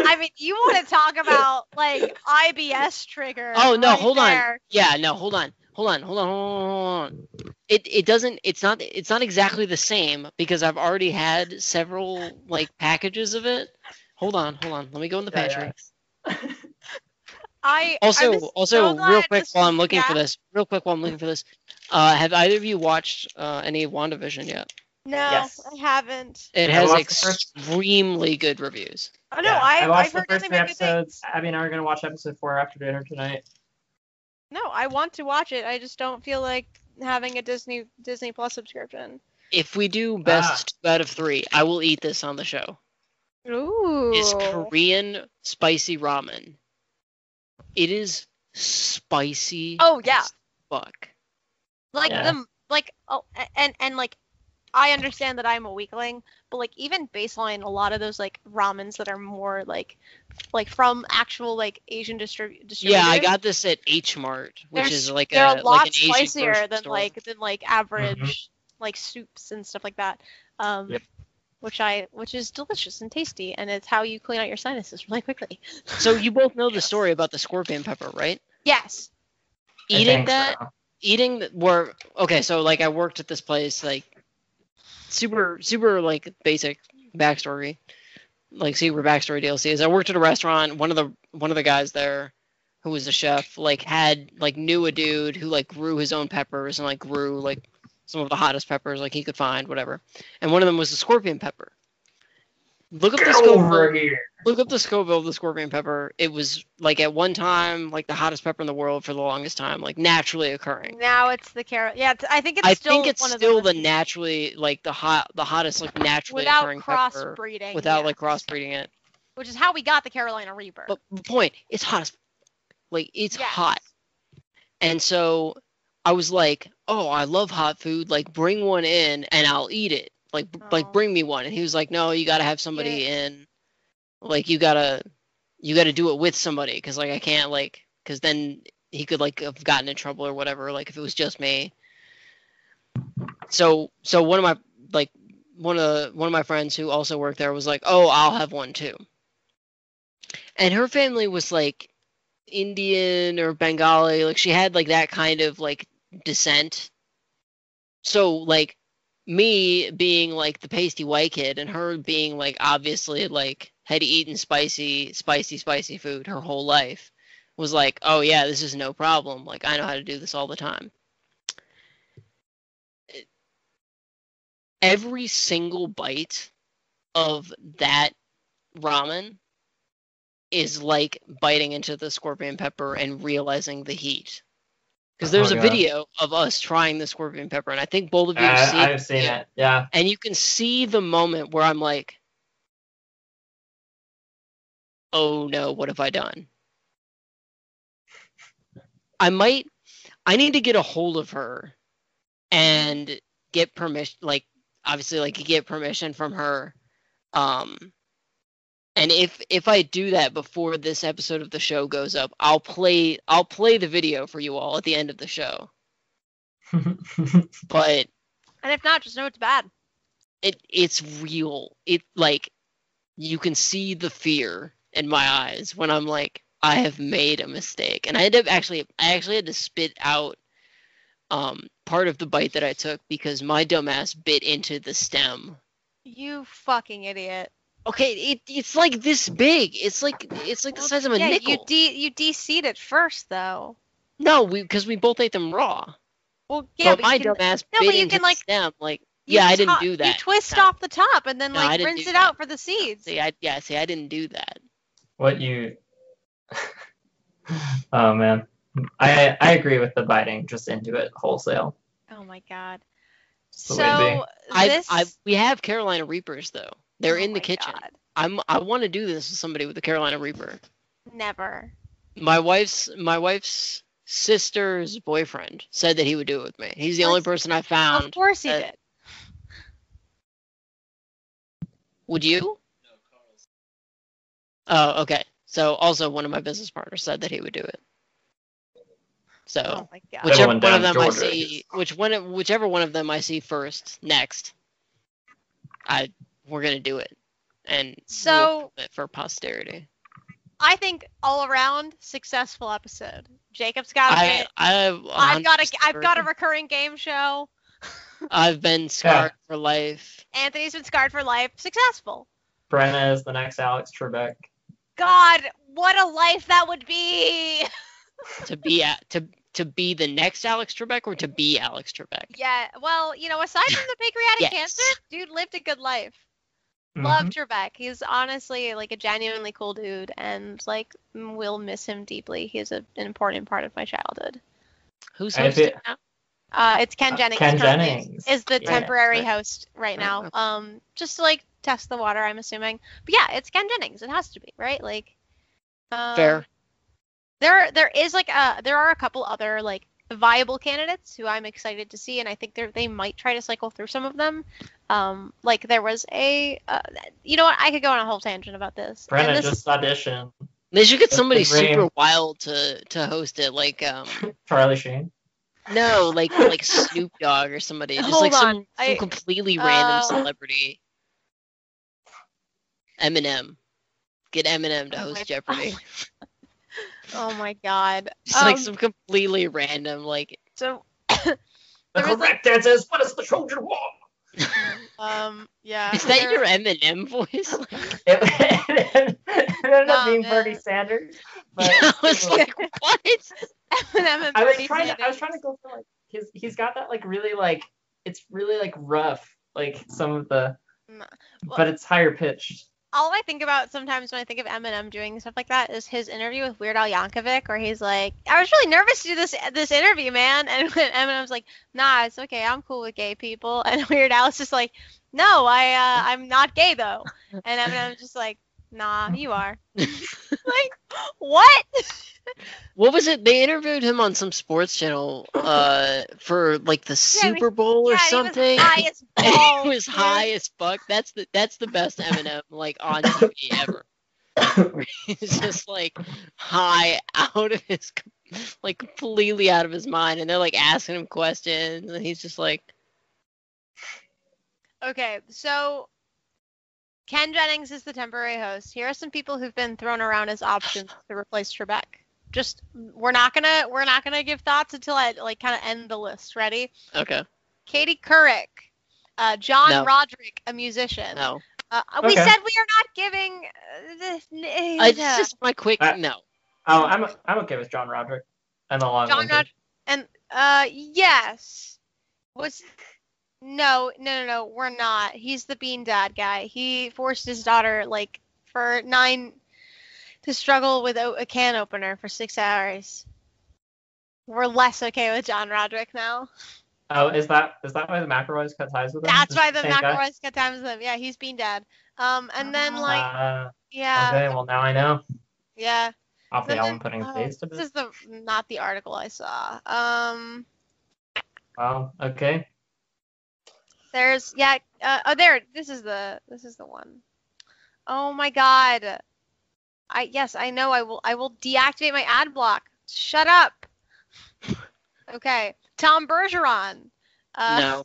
B: I mean, you want to talk about like IBS trigger?
A: Oh no,
B: right
A: hold
B: there.
A: on. Yeah, no, hold on. Hold on, hold on, hold on, hold on. It it doesn't it's not it's not exactly the same because I've already had several like packages of it. Hold on, hold on. Let me go in the
C: Yeah, yeah.
A: pantry.
B: I I
A: Also,
B: was
A: also,
B: so glad
A: real quick
B: this
A: while
B: was-
A: I'm looking for
B: yeah.
A: this, real quick while I'm looking for this, uh, have either of you watched uh, any of WandaVision yet?
B: No,
C: Yes.
B: I haven't.
A: It
C: I
A: has
C: watched the first-
A: extremely good reviews.
B: Oh no,
C: Yeah,
B: I,
C: watched
B: I've heard
C: the first
B: nothing
C: three
B: but good things.
C: episodes abby and i are going to watch episode four after dinner tonight
B: No, I want to watch it. I just don't feel like having a Disney Disney Plus subscription.
A: If we do best
C: Ah.
A: two out of three, I will eat this on the show.
B: Ooh.
A: It's Korean spicy ramen. It is spicy.
B: Oh yeah,
A: as Fuck.
B: like
C: Yeah.
B: the like oh a- and and like I understand that I'm a weakling, but like even baseline, a lot of those like ramens that are more like like from actual like Asian distrib- distributors.
A: Yeah, I got this at H Mart, which
B: They're
A: is like
B: they're
A: a,
B: a lot
A: like an Asian
B: spicier
A: grocery
B: than
A: store.
B: like than like average like soups and stuff like that. Um,
C: Yep.
B: Which I which is delicious and tasty, and it's how you clean out your sinuses <laughs> really quickly.
A: So you both know
B: <laughs>
A: the story about the scorpion pepper, right?
B: Yes.
C: I
A: Eating
C: think
A: that
C: so.
A: eating th- were okay so like i worked at this place like super super like basic backstory like super backstory dlc is i worked at a restaurant one of the one of the guys there who was a chef like had like knew a dude who like grew his own peppers and like grew like some of the hottest peppers like he could find whatever and one of them was the scorpion pepper look up the
C: Get
A: scorpion
C: over here
A: Look up the Scoville of the scorpion pepper. It was like at one time like the hottest pepper in the world for the longest time, like naturally occurring.
B: Now it's the carrot. Yeah, it's, I think it's
A: I
B: still
A: think it's
B: one
A: still
B: of the,
A: the naturally like the hot the hottest like naturally
B: without
A: occurring pepper
B: crossbreeding.
A: without
B: yeah.
A: like crossbreeding it.
B: which is how we got the Carolina Reaper.
A: But the point, it's hot as like it's
B: Yes.
A: hot. And so I was like, "Oh, I love hot food. Like bring one in and I'll eat it. Like b-
B: Oh.
A: like bring me one." And he was like, "No, you got to have somebody in Like you gotta you gotta do it with somebody because like I can't like because then he could like have gotten in trouble or whatever. Like if it was just me. So so one of my like one of the, one of my friends who also worked there was like, oh, I'll have one too. And her family was like Indian or Bengali, like she had like that kind of like descent. So like me being like the pasty white kid and her being like obviously like had eaten spicy spicy spicy food her whole life was like oh yeah this is no problem like i know how to do this all the time every single bite of that ramen is like biting into the scorpion pepper and realizing the heat because there's
C: Oh,
A: a
C: God.
A: video of us trying the scorpion pepper and i think both of you have
C: Uh,
A: seen
C: I've seen it. Yeah. <laughs>
A: and you can see the moment where I'm like, oh no, what have I done? I might, I need to get a hold of her and get permission, like, obviously, like, get permission from her. Um, and if if I do that before this episode of the show goes up, I'll play I'll play the video for you all at the end of the show. But
B: And if not, just know it's bad.
A: it it's real. It like you can see the fear in my eyes when I'm like, I have made a mistake. And I had to actually I actually had to spit out um part of the bite that I took because my dumbass bit into the stem.
B: You fucking idiot.
A: Okay, it it's like this big. It's like it's like the
B: Well,
A: size of a
B: yeah,
A: nickel.
B: you de you de-seed it first though.
A: no, we because we both ate them raw.
B: Well,
A: but
B: yeah, but
A: my
B: you can,
A: dumbass
B: no,
A: bit
B: but you
A: into
B: can,
A: the
B: like-
A: stem. Like
B: you
A: yeah, I didn't
B: to-
A: do that.
B: You twist
A: No.
B: off the top and then
A: No, I
B: like
A: didn't
B: rinse
A: do
B: it
A: that.
B: out for the seeds.
A: See, I yeah, see, I didn't do that.
C: what you <laughs> oh man i i agree with the biting just into it wholesale
B: Oh my god.
C: the way to be.
B: So
A: I,
B: this
A: I we have Carolina Reapers though. They're
B: Oh
A: in the
B: my
A: kitchen.
B: God.
A: I'm I want to do this with somebody with a Carolina Reaper.
B: Never.
A: My wife's my wife's sister's boyfriend said that he would do it with me. He's the only
B: Let's-
A: person I
B: Of
A: found.
B: course he
A: uh,
B: did.
A: Would you? Oh, okay. So also one of my business partners said that he would do it. So
B: Oh my god.
C: Which-
A: whichever
C: Everyone
A: one of them
C: down
A: I
C: Georgia.
A: see, which one, whichever one of them I see first, next, I we're gonna do it, and we'll
B: So-
A: film it for posterity.
B: I think all around successful episode. Jacob's got a
A: I,
B: bit.
A: I've,
B: I've got a
A: 100%
B: I've got a recurring game show.
A: I've been scarred for life.
B: Anthony's been scarred for life. Successful.
C: brenna is the next alex trebek
B: God, what a life that would be. <laughs>
A: To be a to to be the next Alex Trebek or to be Alex Trebek.
B: Yeah. Well, you know, aside from the pancreatic
A: Yes.
B: cancer, dude lived a good life.
C: Mhm.
B: Loved Trebek. He's honestly like a genuinely cool dude, and like m- will miss him deeply. He's a, an important part of my childhood.
A: Who's
C: And if
A: hosting
C: it-
A: now?
B: Uh, it's Ken
C: Uh,
B: Jennings.
C: Ken
B: currently
C: Jennings.
B: is the
A: Yeah.
B: temporary
A: Right.
B: host right
A: Right,
B: now.
A: okay.
B: Um, just to like test the water, I'm assuming. But yeah, it's Ken Jennings. It has to be right. Like, um,
A: Fair.
B: There, there is like a there are a couple other like viable candidates who I'm excited to see, and I think they they might try to cycle through some of them. Um, like there was a, uh, you know what? I could go on a whole tangent about this. And
C: brenna
B: this-
C: just auditioned
A: They should get somebody
C: That's the dream.
A: super wild to to host it, like um
C: charlie sheen
A: no,
B: <laughs>
A: like like Snoop Dogg or somebody, just
B: Hold
A: like some,
B: on,
A: some
B: I-
A: completely
B: uh,
A: random celebrity. Eminem, get Eminem to
B: Oh
A: host
B: my-
A: Jeopardy.
B: oh my god.
A: <laughs> Just like
B: Um,
A: some completely random, like
C: <laughs>
B: so
C: the
B: There was, like-
C: correct answer is what is the trojan war
B: um yeah.
A: is that
B: there- <laughs>
A: your Eminem <laughs> voice?
C: it, <laughs> it ended up
B: No,
C: being
B: no.
C: bernie sanders but
A: I was like, what?
B: Eminem and
C: I was
B: Bernie
C: trying to, I was
B: Sanders.
C: trying to go for like his he's got that like really like it's really like rough like some of the
B: Mm,
C: but it's higher pitched
B: all I think about sometimes when I think of Eminem doing stuff like that is his interview with Weird Al Yankovic, where he's like, "I was really nervous to do this this interview, man," <laughs> and when Eminem's like, "Nah, it's okay. I'm cool with gay people," <laughs> and Weird Al's just like, "No, I uh, I'm not gay though," and Eminem's just like, "Nah, you are." <laughs> like, what?
A: What was it? They interviewed him on some sports channel uh, for like the
B: he was-
A: Super Bowl or
B: yeah, he
A: something.
B: was high as
A: And <laughs>
B: balls.
A: he was
B: dude.
A: high as fuck. That's the that's the best Eminem like on TV ever. <laughs> he's just like high out of his like completely out of his mind and they're like asking him questions and he's just like
B: Okay, so Ken Jennings is the temporary host. Here are some people who've been thrown around as options to replace Trebek. Just we're not gonna we're not gonna give thoughts until I like kind of end the list. Ready?
A: okay
B: Katie Couric, uh, John
A: No.
B: Roderick, a musician.
A: no
B: Uh, We
C: Okay.
B: said we are not giving. Uh, this, n-
A: it's
B: yeah.
A: just my quick
C: Uh,
A: no
C: Oh, I'm I'm okay with John Roderick and the long
B: John
C: one.
B: Rod- Uh, yes. Was no, no, no, no. We're not. He's the bean dad guy. He forced his daughter like for nine to struggle with a, a can opener for six hours. We're less okay with John
C: <laughs>
B: Roderick now.
C: Oh, is that is that why the McElroys cut ties with him?
B: That's
C: Is
B: why
C: it
B: the
C: same guy?
B: McElroys got times with him. Yeah, he's bean dad. Um,
C: Ah.
B: and then like
C: Uh,
B: yeah,
C: okay, well now I know.
B: yeah.
C: Off the
B: Then-
C: album putting
B: oh,
C: face to
B: This
C: this.
B: is the not the article I saw. Um.
C: Well, okay.
B: <laughs> There's yeah. Uh, oh, there. This is the this is the one. Oh my god. I yes, I know. I will I will deactivate my ad block.
C: <laughs>
B: Shut up. Okay. Tom Bergeron. Uh, <laughs>
A: no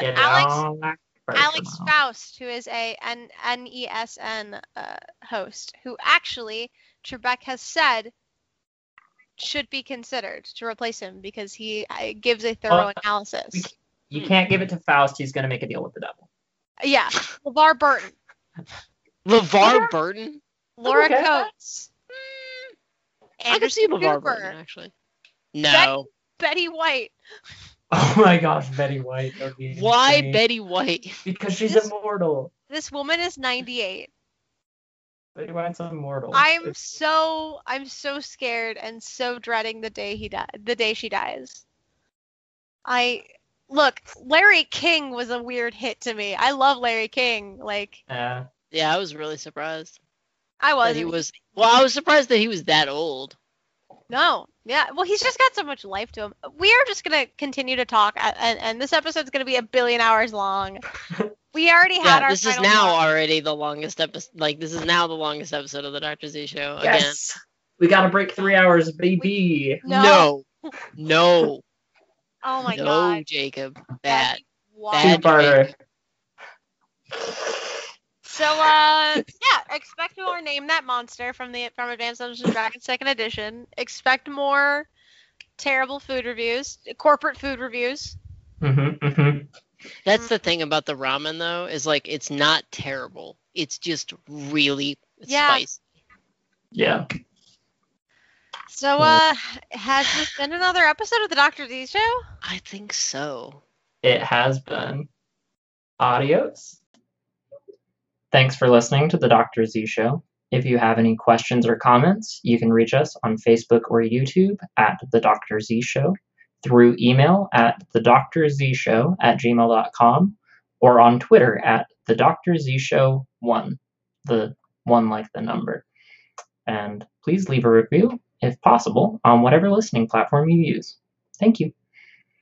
C: Get
B: Alex-
C: all that
B: Alex
C: personal.
B: Faust, who is a an NESN uh, host, who actually Trebek has said should be considered to replace him because he uh, gives a thorough
C: Well,
B: analysis.
C: You can't give it to Faust. He's gonna make a deal with the devil. <laughs>
B: Yeah, LeVar Burton,
A: levar burton
B: Laura
C: okay with that.
B: Coates.
A: Mm. i could see
B: Anderson
A: levar
B: Cooper,
A: burton actually no
B: Betty White.
C: Oh my gosh, Betty White. that would be
A: why
C: insane.
A: betty white <laughs>
C: Because she's
B: This-
C: immortal.
B: This woman is 98.
C: Betty White's
A: Oh,
C: immortal.
B: I'm
C: It's-
B: so I'm so scared and so dreading the day he di- the day she dies. I look, Larry King was a weird hit to me. I love Larry King. Like
C: uh,
A: yeah i was really surprised
B: I
A: that
B: was
A: he was well i was surprised that he was that old
B: No. Yeah. Well, he's just got so much life to him. We are just going to continue to talk, a- and, and this episode's going to be a billion
A: <laughs>
B: hours long. We already had
A: yeah
B: our.
A: this is
B: final
A: now
B: thought.
A: already the longest episode like this is now the longest episode of the dr z show again
C: yes. We gotta break three hours, baby.
A: No. No.
B: <laughs> Oh my
A: no,
B: god.
A: Jacob.
B: That'd
A: Bad.
B: be wild.
A: Bad.
C: Two barter.
B: So uh yeah, expect more name that monster from the from Advanced Dungeons and Dragons second edition. Expect more terrible food reviews, corporate food reviews.
C: Mm-hmm, mm-hmm.
A: That's the thing about the ramen though, is like it's not terrible. It's just really
B: Yeah.
A: spicy.
C: Yeah.
B: So uh has this been another episode of the Doctor Z show?
A: I think so.
C: It has been. Adios. Thanks for listening to the Dr. Z Show. If you have any questions or comments, you can reach us on Facebook or YouTube at The Dr. Z Show, through email at The Dr. Z Show at gmail.com, or on Twitter at The Dr. Z Show 1, the one like the number. And please leave a review, if possible, on whatever listening platform you use. Thank you.